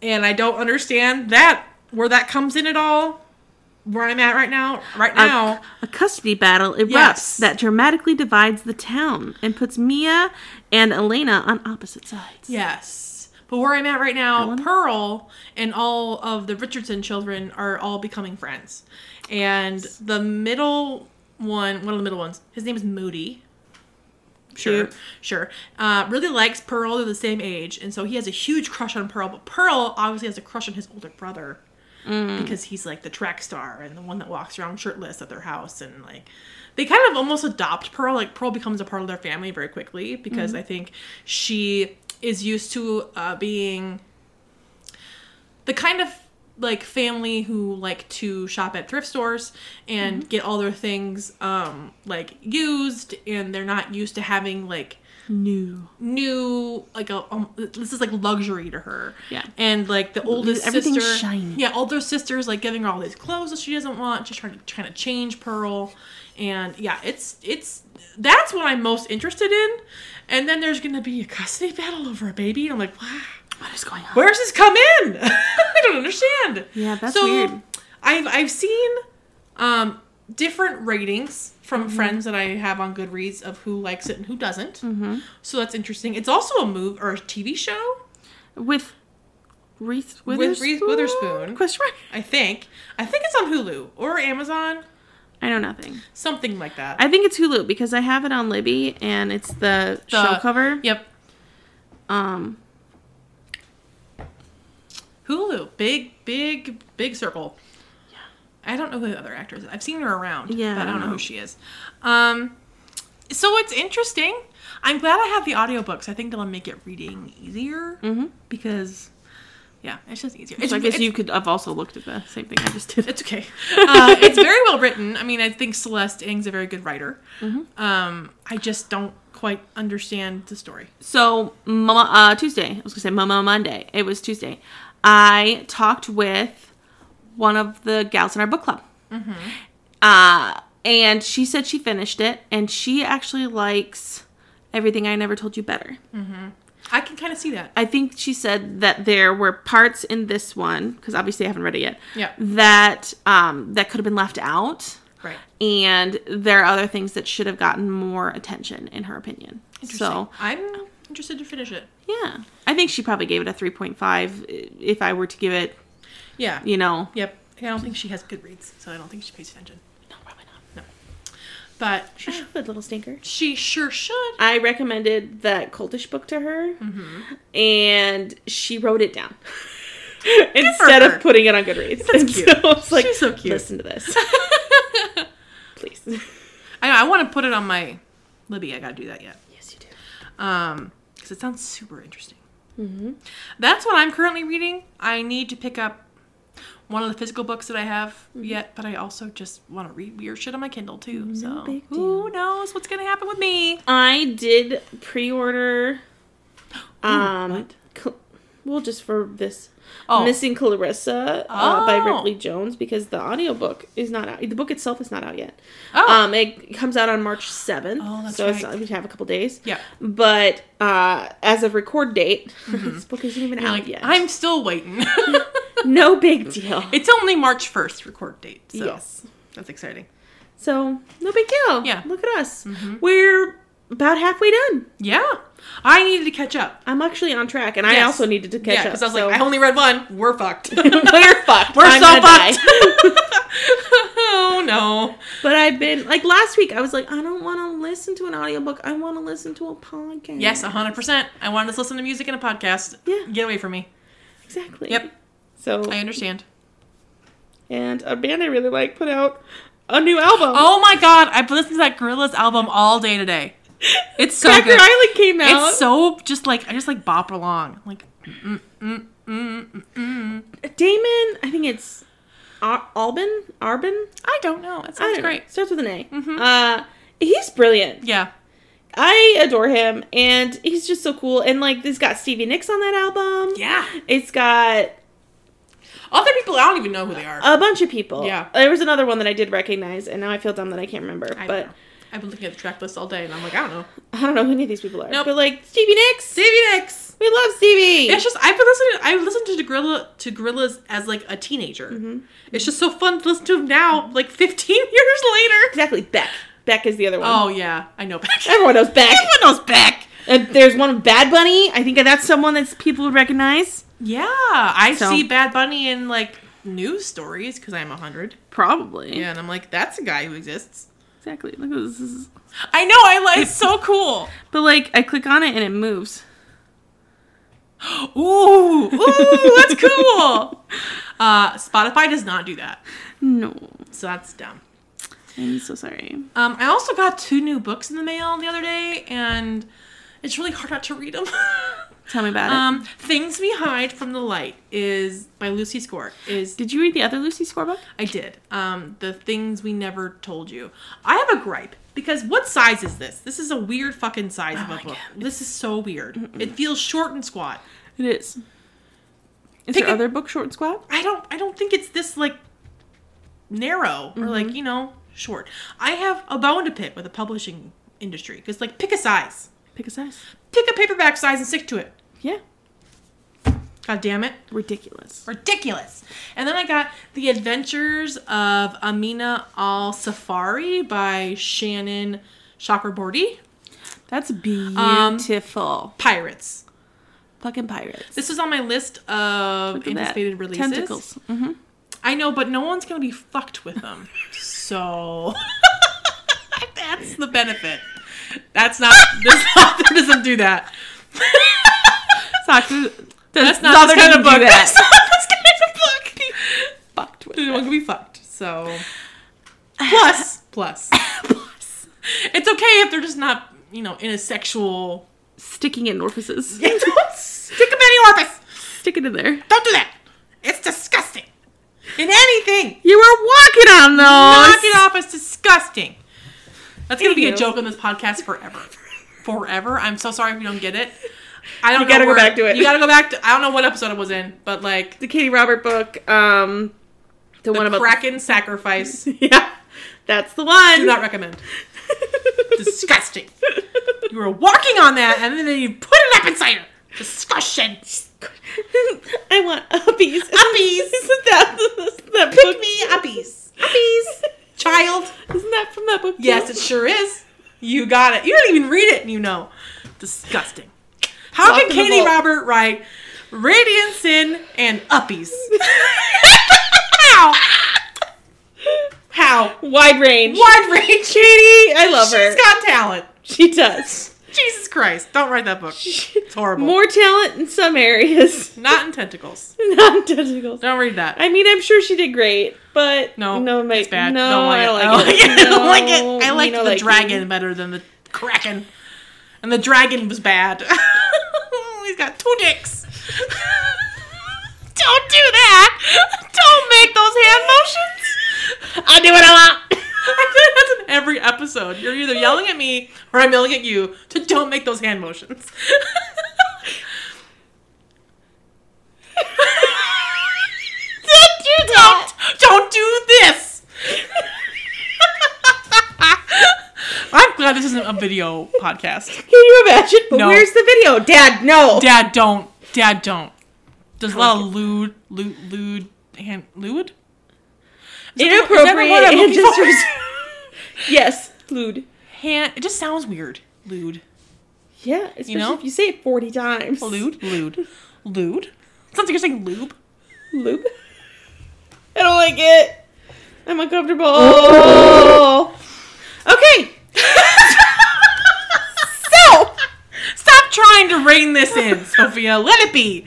Speaker 2: and I don't understand that where that comes in at all. Where I'm at right now, right
Speaker 1: A-
Speaker 2: now,
Speaker 1: A, custody battle erupts
Speaker 2: Yes.
Speaker 1: that dramatically divides the town and puts Mia and Elena on opposite sides.
Speaker 2: yes. But where I'm at right now,
Speaker 1: Ellen?
Speaker 2: Pearl and all of the Richardson children are all becoming friends, and the middle one, one of the middle ones, his name is Moody. Sure,
Speaker 1: Cute.
Speaker 2: sure. Uh, really likes Pearl. They're the same age, and so he has a huge crush on Pearl. But Pearl obviously has a crush on his older brother. because he's like the track star and the one that walks around shirtless at their house and like they kind of almost adopt Pearl like Pearl becomes a part of their family very quickly because I think she is used to uh, being the kind of like family who like to shop at thrift stores and get all their things um like used and they're not used to having like
Speaker 1: New.
Speaker 2: new like a um, this is like luxury to her.
Speaker 1: Yeah.
Speaker 2: And like the oldest
Speaker 1: everything's
Speaker 2: sister,
Speaker 1: shiny.
Speaker 2: yeah, older sister's like giving her all these clothes that she doesn't want. She's trying to trying to change Pearl, and yeah, it's it's that's what I'm most interested in. And then there's gonna be a custody battle over a baby, and I'm like, wow,
Speaker 1: What is going on?
Speaker 2: where does this come in? (laughs) I don't understand.
Speaker 1: Yeah, that's weird.
Speaker 2: I've I've seen um different ratings from
Speaker 1: Mm-hmm.
Speaker 2: friends that I have on Goodreads of who likes it and who doesn't.
Speaker 1: Mhm.
Speaker 2: So that's interesting. It's also a move or a TV show,
Speaker 1: With Reese
Speaker 2: With
Speaker 1: Witherspoon?
Speaker 2: Reese Witherspoon.
Speaker 1: Question mark?
Speaker 2: I think. I think it's on Hulu or Amazon,
Speaker 1: I know nothing.
Speaker 2: something like that.
Speaker 1: I think it's Hulu because I have it on Libby and it's the,
Speaker 2: The-
Speaker 1: show cover.
Speaker 2: yep.
Speaker 1: Um,
Speaker 2: Hulu, big, big, big circle. I don't know who the other actor is. I've seen her around,
Speaker 1: Yeah,
Speaker 2: but I
Speaker 1: I
Speaker 2: don't know
Speaker 1: know.
Speaker 2: who she is. Um, so it's interesting. I'm glad I have the audiobooks. I think that'll make it reading easier
Speaker 1: mhm.
Speaker 2: because, yeah, it's just easier. It's,
Speaker 1: So I guess
Speaker 2: it's,
Speaker 1: you could have also looked at the same thing I just
Speaker 2: (laughs)
Speaker 1: did.
Speaker 2: It's okay. Uh, it's very well written. I mean, I think Celeste Ng's a very good writer.
Speaker 1: Mm-hmm.
Speaker 2: Um, I just don't quite understand the story.
Speaker 1: so Mama, uh, Tuesday, I was gonna say Mama Monday. It was Tuesday. I talked with one of the gals in our book club, uh, and she said she finished it, and she actually likes everything I never told you better.
Speaker 2: I can kind of see that.
Speaker 1: I think she said that there were parts in this one because obviously I haven't read it yet.
Speaker 2: Yeah.
Speaker 1: that um, that could have been left out.
Speaker 2: Right.
Speaker 1: And there are other things that should have gotten more attention, in her opinion.
Speaker 2: Interesting.
Speaker 1: So
Speaker 2: I'm interested to finish it.
Speaker 1: Yeah. I think she probably gave it a 3.5 i- if I were to give it,
Speaker 2: Yeah.
Speaker 1: you know.
Speaker 2: Yep. I don't think she has good reads, so I don't think she pays attention.
Speaker 1: No, probably not.
Speaker 2: But
Speaker 1: She should, little stinker.
Speaker 2: she sure should.
Speaker 1: I recommended that cultish book to her, and she wrote it (laughs) down instead
Speaker 2: her.
Speaker 1: of putting it on Goodreads. That's
Speaker 2: cute.
Speaker 1: So it's like,
Speaker 2: She's so cute.
Speaker 1: Listen to (laughs) this, please.
Speaker 2: I know. I want to put it on my Libby. I gotta do that yet.
Speaker 1: yes, you do.
Speaker 2: Um, because it sounds super interesting.
Speaker 1: Mm-hmm.
Speaker 2: That's what I'm currently reading. I need to pick up one of the physical books that I have
Speaker 1: Mm-hmm.
Speaker 2: yet, but I also just want to read weird shit on my Kindle too. so
Speaker 1: big deal.
Speaker 2: who knows what's gonna happen with me?
Speaker 1: I did (gasps) pre-order. Um, Cl- well, just for this
Speaker 2: Oh,
Speaker 1: Missing Clarissa uh, by
Speaker 2: Oh.
Speaker 1: Ripley Jones because the audiobook is not out. The book itself is not out yet.
Speaker 2: oh,
Speaker 1: Um, it comes out on March 7th.
Speaker 2: Oh, that's
Speaker 1: so
Speaker 2: right.
Speaker 1: it's, we have a couple days.
Speaker 2: yeah.
Speaker 1: But uh, as of record date, (laughs) this book isn't even
Speaker 2: Mm-hmm. You're
Speaker 1: out
Speaker 2: like,
Speaker 1: yet.
Speaker 2: I'm still waiting.
Speaker 1: (laughs) no
Speaker 2: (laughs)
Speaker 1: big deal.
Speaker 2: it's only March first record date. So
Speaker 1: Yes.
Speaker 2: that's exciting.
Speaker 1: So no big deal.
Speaker 2: Yeah. Mm-hmm.
Speaker 1: Look at us. We're about halfway done.
Speaker 2: Yeah, I needed to catch up.
Speaker 1: I'm actually on track, and I
Speaker 2: Yes.
Speaker 1: also needed to catch
Speaker 2: Yeah,
Speaker 1: up.
Speaker 2: because I was
Speaker 1: so-
Speaker 2: like, I (laughs) only read one. We're fucked.
Speaker 1: (laughs) we're
Speaker 2: (laughs)
Speaker 1: fucked.
Speaker 2: We're so
Speaker 1: I'm gonna die.
Speaker 2: fucked.
Speaker 1: (laughs)
Speaker 2: (laughs) oh no.
Speaker 1: But I've been like last week. I was like, I don't want to listen to an audiobook. I want to listen to a podcast.
Speaker 2: Yes, uh-huh. hundred percent. I wanted to listen to music in a podcast.
Speaker 1: Yeah.
Speaker 2: Get away from me.
Speaker 1: exactly.
Speaker 2: Yep.
Speaker 1: So
Speaker 2: I understand.
Speaker 1: and a band I really like put out a new album. (laughs)
Speaker 2: Oh my god, I've listened to that Gorillaz album all day today. It's so
Speaker 1: Cracker
Speaker 2: good.
Speaker 1: Island came out.
Speaker 2: It's so just like I just like bop along. Like mm, mm, mm, mm, mm.
Speaker 1: Damon, I think it's Ar- Albin. Arbin.
Speaker 2: I don't know. It
Speaker 1: I
Speaker 2: sounds
Speaker 1: don't know.
Speaker 2: great.
Speaker 1: Starts with an A.
Speaker 2: Mhm.
Speaker 1: Uh, he's brilliant.
Speaker 2: Yeah.
Speaker 1: I adore him, and he's just so cool. And like, this got Stevie Nicks on that album.
Speaker 2: Yeah.
Speaker 1: It's got
Speaker 2: Other people, I don't even know who they are.
Speaker 1: a bunch of people.
Speaker 2: Yeah.
Speaker 1: There was another one that I did recognize, and now I feel dumb that I can't remember.
Speaker 2: I don't
Speaker 1: but
Speaker 2: know. I've been looking at the track list all day, and I'm like, I don't know.
Speaker 1: I don't know who any of these people are. No,
Speaker 2: Nope.
Speaker 1: but like Stevie Nicks,
Speaker 2: Stevie Nicks.
Speaker 1: we love Stevie.
Speaker 2: It's just I've been listening. I listened to Gorilla to Gorillas as like a teenager.
Speaker 1: Mm-hmm.
Speaker 2: It's just so fun to listen to them now, like 15 (laughs) years later.
Speaker 1: exactly. Beck. Beck is the other one.
Speaker 2: Oh yeah, I know (laughs) Beck.
Speaker 1: Everyone knows Beck.
Speaker 2: Everyone knows Beck.
Speaker 1: And there's one with Bad Bunny. I think that's someone that's people would recognize.
Speaker 2: Yeah, I
Speaker 1: So-
Speaker 2: see Bad Bunny in like news stories because I'm 100.
Speaker 1: Probably.
Speaker 2: Yeah, and I'm like, that's a guy who exists.
Speaker 1: Exactly. Look at this. is-
Speaker 2: I know. I like. It's so (laughs) cool.
Speaker 1: But like, I click on it and it moves.
Speaker 2: Ooh, ooh, that's (laughs)
Speaker 1: (laughs)
Speaker 2: cool. Uh, Spotify does not do that,
Speaker 1: No.
Speaker 2: so that's dumb.
Speaker 1: I'm so sorry.
Speaker 2: Um, I also got two new books in the mail the other day, and it's really hard not to read (laughs) them.
Speaker 1: Tell me about it.
Speaker 2: um, Things We Hide from the Light is by Lucy Score. Is
Speaker 1: Did you read the other Lucy scorebook?
Speaker 2: I did. Um, the things we never told you. I have a gripe because what size is this? This is a weird fucking size of
Speaker 1: Oh my
Speaker 2: a book.
Speaker 1: God.
Speaker 2: This is so weird. It feels short and squat.
Speaker 1: It is. Is
Speaker 2: Pick
Speaker 1: there
Speaker 2: a-
Speaker 1: other book short and squat?
Speaker 2: I don't I don't think it's this like narrow or like,
Speaker 1: Mm-hmm.
Speaker 2: you know, short. I have a bone to pick with the publishing industry because like pick a size.
Speaker 1: Pick a size.
Speaker 2: Pick a paperback size and stick to it.
Speaker 1: Yeah.
Speaker 2: God damn it.
Speaker 1: Ridiculous.
Speaker 2: Ridiculous. And then I got The Adventures of Amina Al Safari by Shannon Chakraborty.
Speaker 1: That's beautiful.
Speaker 2: Pirates.
Speaker 1: Fucking pirates.
Speaker 2: Um, This is on my list of
Speaker 1: Look at that.
Speaker 2: anticipated releases.
Speaker 1: Tentacles. (laughs) hmm
Speaker 2: I know, but no one's gonna be fucked with them. so (laughs) that's the benefit. That's not (laughs) this author doesn't do that. That's not this kind of book. That's (laughs) not this kind of book.
Speaker 1: Fucked with
Speaker 2: No
Speaker 1: it.
Speaker 2: one can be fucked. So
Speaker 1: (laughs)
Speaker 2: plus plus plus. It's okay if they're just not you know in a (laughs) sexual.
Speaker 1: Sticking in orifices.
Speaker 2: Don't stick them in any orifice.
Speaker 1: Stick it in there.
Speaker 2: Don't do that. It's disgusting. In anything.
Speaker 1: You were walking on those.
Speaker 2: Knock it off. Uh, It's disgusting. That's going to be a
Speaker 1: Anywho.
Speaker 2: joke on this podcast (laughs) forever. Forever. I'm so sorry if you don't get it. I don't
Speaker 1: You gotta
Speaker 2: know
Speaker 1: go
Speaker 2: where-
Speaker 1: back to it.
Speaker 2: You got to go back to I don't know what episode it was in, but like
Speaker 1: The Katie Robert book. Um, the,
Speaker 2: the
Speaker 1: one about
Speaker 2: Kraken (laughs) sacrifice.
Speaker 1: (laughs) yeah, that's the
Speaker 2: Do
Speaker 1: one.
Speaker 2: not
Speaker 1: (laughs)
Speaker 2: recommend. Disgusting. You were walking on that and then you put it up inside her. Discussion.
Speaker 1: I want
Speaker 2: Uppies.
Speaker 1: uppies. (laughs) Isn't that that
Speaker 2: Pick
Speaker 1: book?
Speaker 2: me uppies. Uppies. Child.
Speaker 1: Isn't that from that book?
Speaker 2: Yes, it sure is. You got it. You don't even read it, and you know. Disgusting. How
Speaker 1: Lock
Speaker 2: can
Speaker 1: in the
Speaker 2: Katie
Speaker 1: vault.
Speaker 2: Robert write Radiant Sin and
Speaker 1: (laughs)
Speaker 2: Uppies? How? How?
Speaker 1: Wide range.
Speaker 2: Wide range, (laughs) Katie.
Speaker 1: I love her.
Speaker 2: She's got talent.
Speaker 1: She does. (laughs)
Speaker 2: Jesus Christ. Don't write that book. It's horrible.
Speaker 1: More talent in some areas. (laughs)
Speaker 2: Not in Tentacles.
Speaker 1: Not tentacles.
Speaker 2: Don't read that.
Speaker 1: I mean, I'm sure she did great, but
Speaker 2: No.
Speaker 1: no, my,
Speaker 2: it's bad.
Speaker 1: No,
Speaker 2: don't like
Speaker 1: I
Speaker 2: it.
Speaker 1: like,
Speaker 2: (laughs) I
Speaker 1: it.
Speaker 2: don't like it.
Speaker 1: No,
Speaker 2: I liked
Speaker 1: we don't
Speaker 2: the
Speaker 1: like it.
Speaker 2: dragon better than the kraken, and the dragon was bad. (laughs) He's got two dicks. (laughs) don't do that. Don't make those hand motions.
Speaker 1: I do what I want.
Speaker 2: (laughs) I feel like that's in every episode. You're either yelling at me or I'm yelling at you to don't make those hand motions. (laughs) (laughs) don't do that. Don't, do (laughs) this. I'm glad this isn't a video podcast.
Speaker 1: Can you imagine? But
Speaker 2: No.
Speaker 1: where's the video? Dad, no.
Speaker 2: Dad, don't. Dad, don't. There's a lot of lewd, lewd, lewd, hand, lewd.
Speaker 1: Inappropriate (laughs) and
Speaker 2: (laughs)
Speaker 1: just
Speaker 2: just
Speaker 1: yes, lewd.
Speaker 2: hand. It just sounds weird. Lewd.
Speaker 1: Yeah, especially
Speaker 2: know?
Speaker 1: if you say it 40
Speaker 2: (laughs)
Speaker 1: times.
Speaker 2: Lewd, lewd, lewd. Sounds like you're saying lube.
Speaker 1: Lewd. (laughs) I don't like it. I'm uncomfortable. okay.
Speaker 2: So, stop trying to rein this in, Sophia. Let it be.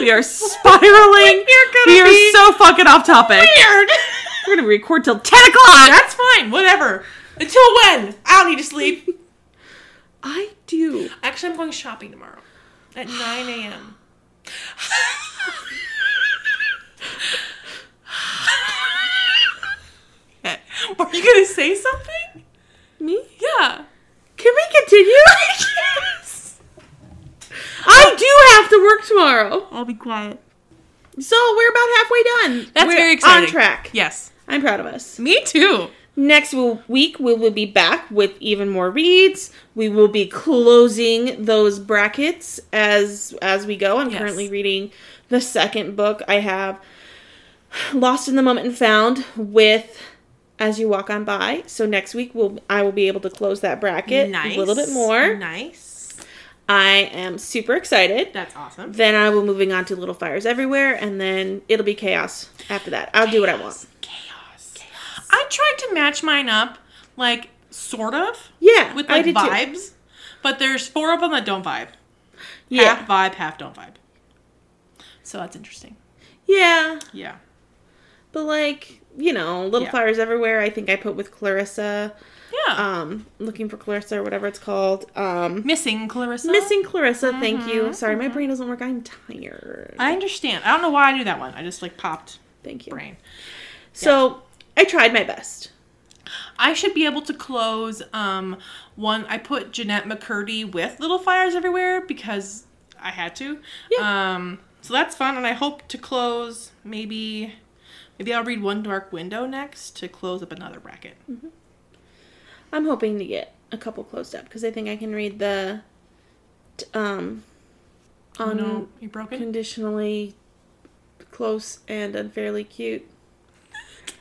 Speaker 1: We are (laughs) spiraling.
Speaker 2: You're gonna
Speaker 1: we are
Speaker 2: be
Speaker 1: so fucking off (laughs) topic.
Speaker 2: Weird.
Speaker 1: We're going to record till 10 o'clock.
Speaker 2: That's fine. Whatever. Until when? I don't need to sleep.
Speaker 1: I do.
Speaker 2: Actually, I'm going shopping tomorrow at 9 a.m. Were you gonna say something?
Speaker 1: Me?
Speaker 2: Yeah.
Speaker 1: Can continue? (laughs) Oh. I do have to work tomorrow.
Speaker 2: I'll be quiet.
Speaker 1: So we're about halfway done.
Speaker 2: That's
Speaker 1: We're
Speaker 2: very exciting.
Speaker 1: On track.
Speaker 2: Yes.
Speaker 1: I'm proud of us.
Speaker 2: Me too.
Speaker 1: Next we'll- week, we will be back with even more reads. We will be closing those brackets as as we go. I'm
Speaker 2: Yes.
Speaker 1: currently reading the second book. I have Lost in the Moment and Found with As You Walk On By. So next week, we'll I will be able to close that bracket a little bit more.
Speaker 2: Nice.
Speaker 1: I am super excited.
Speaker 2: That's awesome.
Speaker 1: Then I will moving on to Little Fires Everywhere, and then it'll be chaos after that. I'll do what I want.
Speaker 2: Chaos. I tried to match mine up, like sort of,
Speaker 1: Yeah,
Speaker 2: with
Speaker 1: I
Speaker 2: like
Speaker 1: did too.
Speaker 2: vibes, but there's four of them that don't vibe.
Speaker 1: Yeah,
Speaker 2: Half vibe, half don't vibe. So that's interesting.
Speaker 1: yeah,
Speaker 2: Yeah.
Speaker 1: but like you know, Little
Speaker 2: Yeah.
Speaker 1: Fires Everywhere. I think I put with Clarissa,
Speaker 2: Yeah.
Speaker 1: um, looking for Clarissa or whatever it's called. Um,
Speaker 2: Missing Clarissa. Mm-hmm.
Speaker 1: missing Clarissa. Thank you. Sorry, my brain doesn't work. I'm tired.
Speaker 2: I understand. I don't know why I knew that one. I just like popped
Speaker 1: Thank you.
Speaker 2: brain.
Speaker 1: So I tried my best.
Speaker 2: I should be able to close um one I put Jeanette McCurdy with Little Fires Everywhere because I had to.
Speaker 1: Yeah.
Speaker 2: Um so that's fun and I hope to close maybe maybe I'll read One Dark Window next to close up another bracket.
Speaker 1: I'm hoping to get a couple closed up because I think I can read the, t- um,
Speaker 2: Oh
Speaker 1: on
Speaker 2: no, you broken?
Speaker 1: conditionally close and unfairly cute.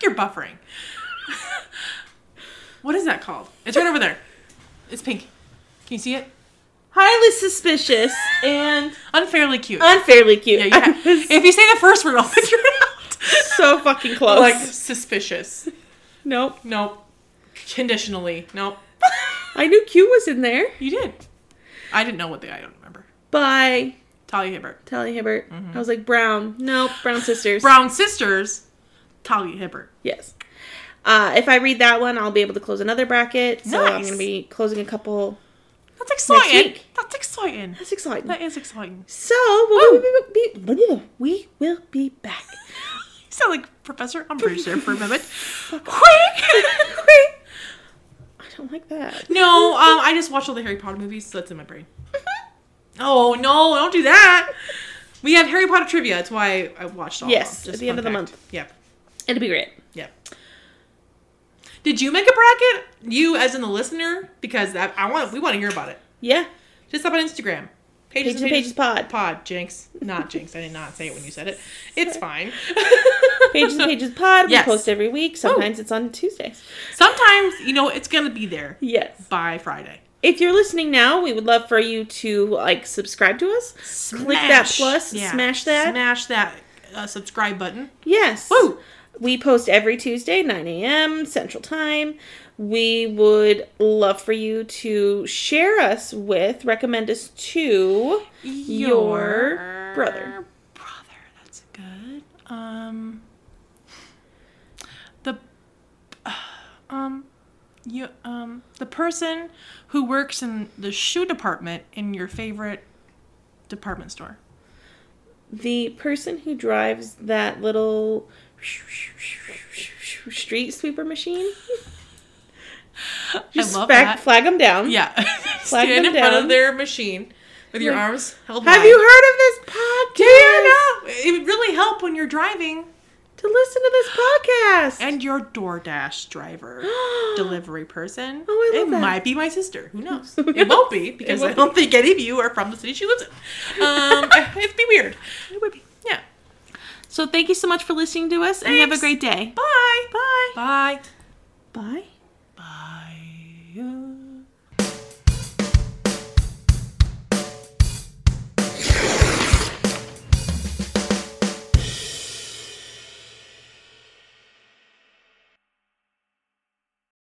Speaker 2: You're buffering. (laughs) what is that called? It's right over there. It's pink. Can you see it?
Speaker 1: Highly suspicious and
Speaker 2: Unfairly cute.
Speaker 1: unfairly cute.
Speaker 2: yeah, you ha-
Speaker 1: (laughs) I was
Speaker 2: if you say the first word, I'll figure it out.
Speaker 1: (laughs) so fucking close.
Speaker 2: (laughs) Like suspicious.
Speaker 1: nope.
Speaker 2: Nope. Conditionally. Nope.
Speaker 1: I knew cute was in there
Speaker 2: You did. I didn't know what the I don't remember.
Speaker 1: by
Speaker 2: Talia Hibbert.
Speaker 1: Tally Hibbert. I was like Brown. Nope,
Speaker 2: (laughs)
Speaker 1: Brown Sisters.
Speaker 2: Mm-hmm. Brown Sisters. Talia Hibbert.
Speaker 1: Yes. Uh, if I read that one, I'll be able to close another bracket. So I'm
Speaker 2: Nice.
Speaker 1: going to be closing a couple.
Speaker 2: That's exciting.
Speaker 1: week.
Speaker 2: That's exciting.
Speaker 1: That's exciting.
Speaker 2: That is exciting.
Speaker 1: so we'll be, be- be- we will be
Speaker 2: (laughs)
Speaker 1: back.
Speaker 2: You sound like Professor Umbridge there for a moment.
Speaker 1: I don't like that.
Speaker 2: (laughs) no, um, I just watched all the Harry Potter movies, so that's in my brain. Oh no, don't do that. We have Harry Potter trivia. That's why I watched all.
Speaker 1: Yes,
Speaker 2: of
Speaker 1: at
Speaker 2: them.
Speaker 1: the end
Speaker 2: fun
Speaker 1: of the
Speaker 2: fact.
Speaker 1: month.
Speaker 2: Yep.
Speaker 1: It'll be great.
Speaker 2: Yep. Did you make a bracket? You, as in the listener, because that I want. We want to hear about it.
Speaker 1: Yeah.
Speaker 2: Just up on Instagram. Pages,
Speaker 1: Pages
Speaker 2: and pages,
Speaker 1: Pod.
Speaker 2: pod. Jinx,
Speaker 1: (laughs)
Speaker 2: not Jinx. I did not say it when you said it. It's fine. (laughs)
Speaker 1: (laughs) Pages and Pages Pod.
Speaker 2: Yes. Oh.
Speaker 1: We post every week. Sometimes it's on Tuesdays.
Speaker 2: Sometimes you know it's gonna be there
Speaker 1: Yes.
Speaker 2: by Friday.
Speaker 1: If you're listening now, we would love for you to like subscribe to us. Click that
Speaker 2: Smash.
Speaker 1: plus.
Speaker 2: Yeah.
Speaker 1: Smash that.
Speaker 2: Smash that uh, subscribe button.
Speaker 1: Yes.
Speaker 2: Woo!
Speaker 1: We post every Tuesday, 9 a.m. Central Time. We would love for you to share us with, recommend us to your brother.
Speaker 2: Brother, that's good. Um, the uh, um, you um the person who works in the shoe department in your favorite department store.
Speaker 1: the person who drives that little (laughs) street sweeper machine. Just
Speaker 2: love
Speaker 1: flag,
Speaker 2: that.
Speaker 1: flag 'em down.
Speaker 2: Yeah, (laughs)
Speaker 1: Flag
Speaker 2: stand in
Speaker 1: them
Speaker 2: front of
Speaker 1: down.
Speaker 2: their machine with your
Speaker 1: Like,
Speaker 2: arms held.
Speaker 1: Have
Speaker 2: wide.
Speaker 1: you heard of this podcast?
Speaker 2: Do you know? It would really help when you're driving
Speaker 1: To listen to this podcast. (gasps)
Speaker 2: and your DoorDash driver (gasps) delivery person.
Speaker 1: (gasps) Oh, I love
Speaker 2: it
Speaker 1: that.
Speaker 2: might be my sister.
Speaker 1: (laughs)
Speaker 2: Who knows?
Speaker 1: Who
Speaker 2: it won't be because
Speaker 1: won't
Speaker 2: I don't think any of you are from the city she lives in.
Speaker 1: (laughs)
Speaker 2: Um, it'd be weird.
Speaker 1: It would be.
Speaker 2: Yeah.
Speaker 1: So thank you so much for listening to us and have a
Speaker 2: Thanks.
Speaker 1: great day.
Speaker 2: Bye. Bye. Bye.
Speaker 1: Bye.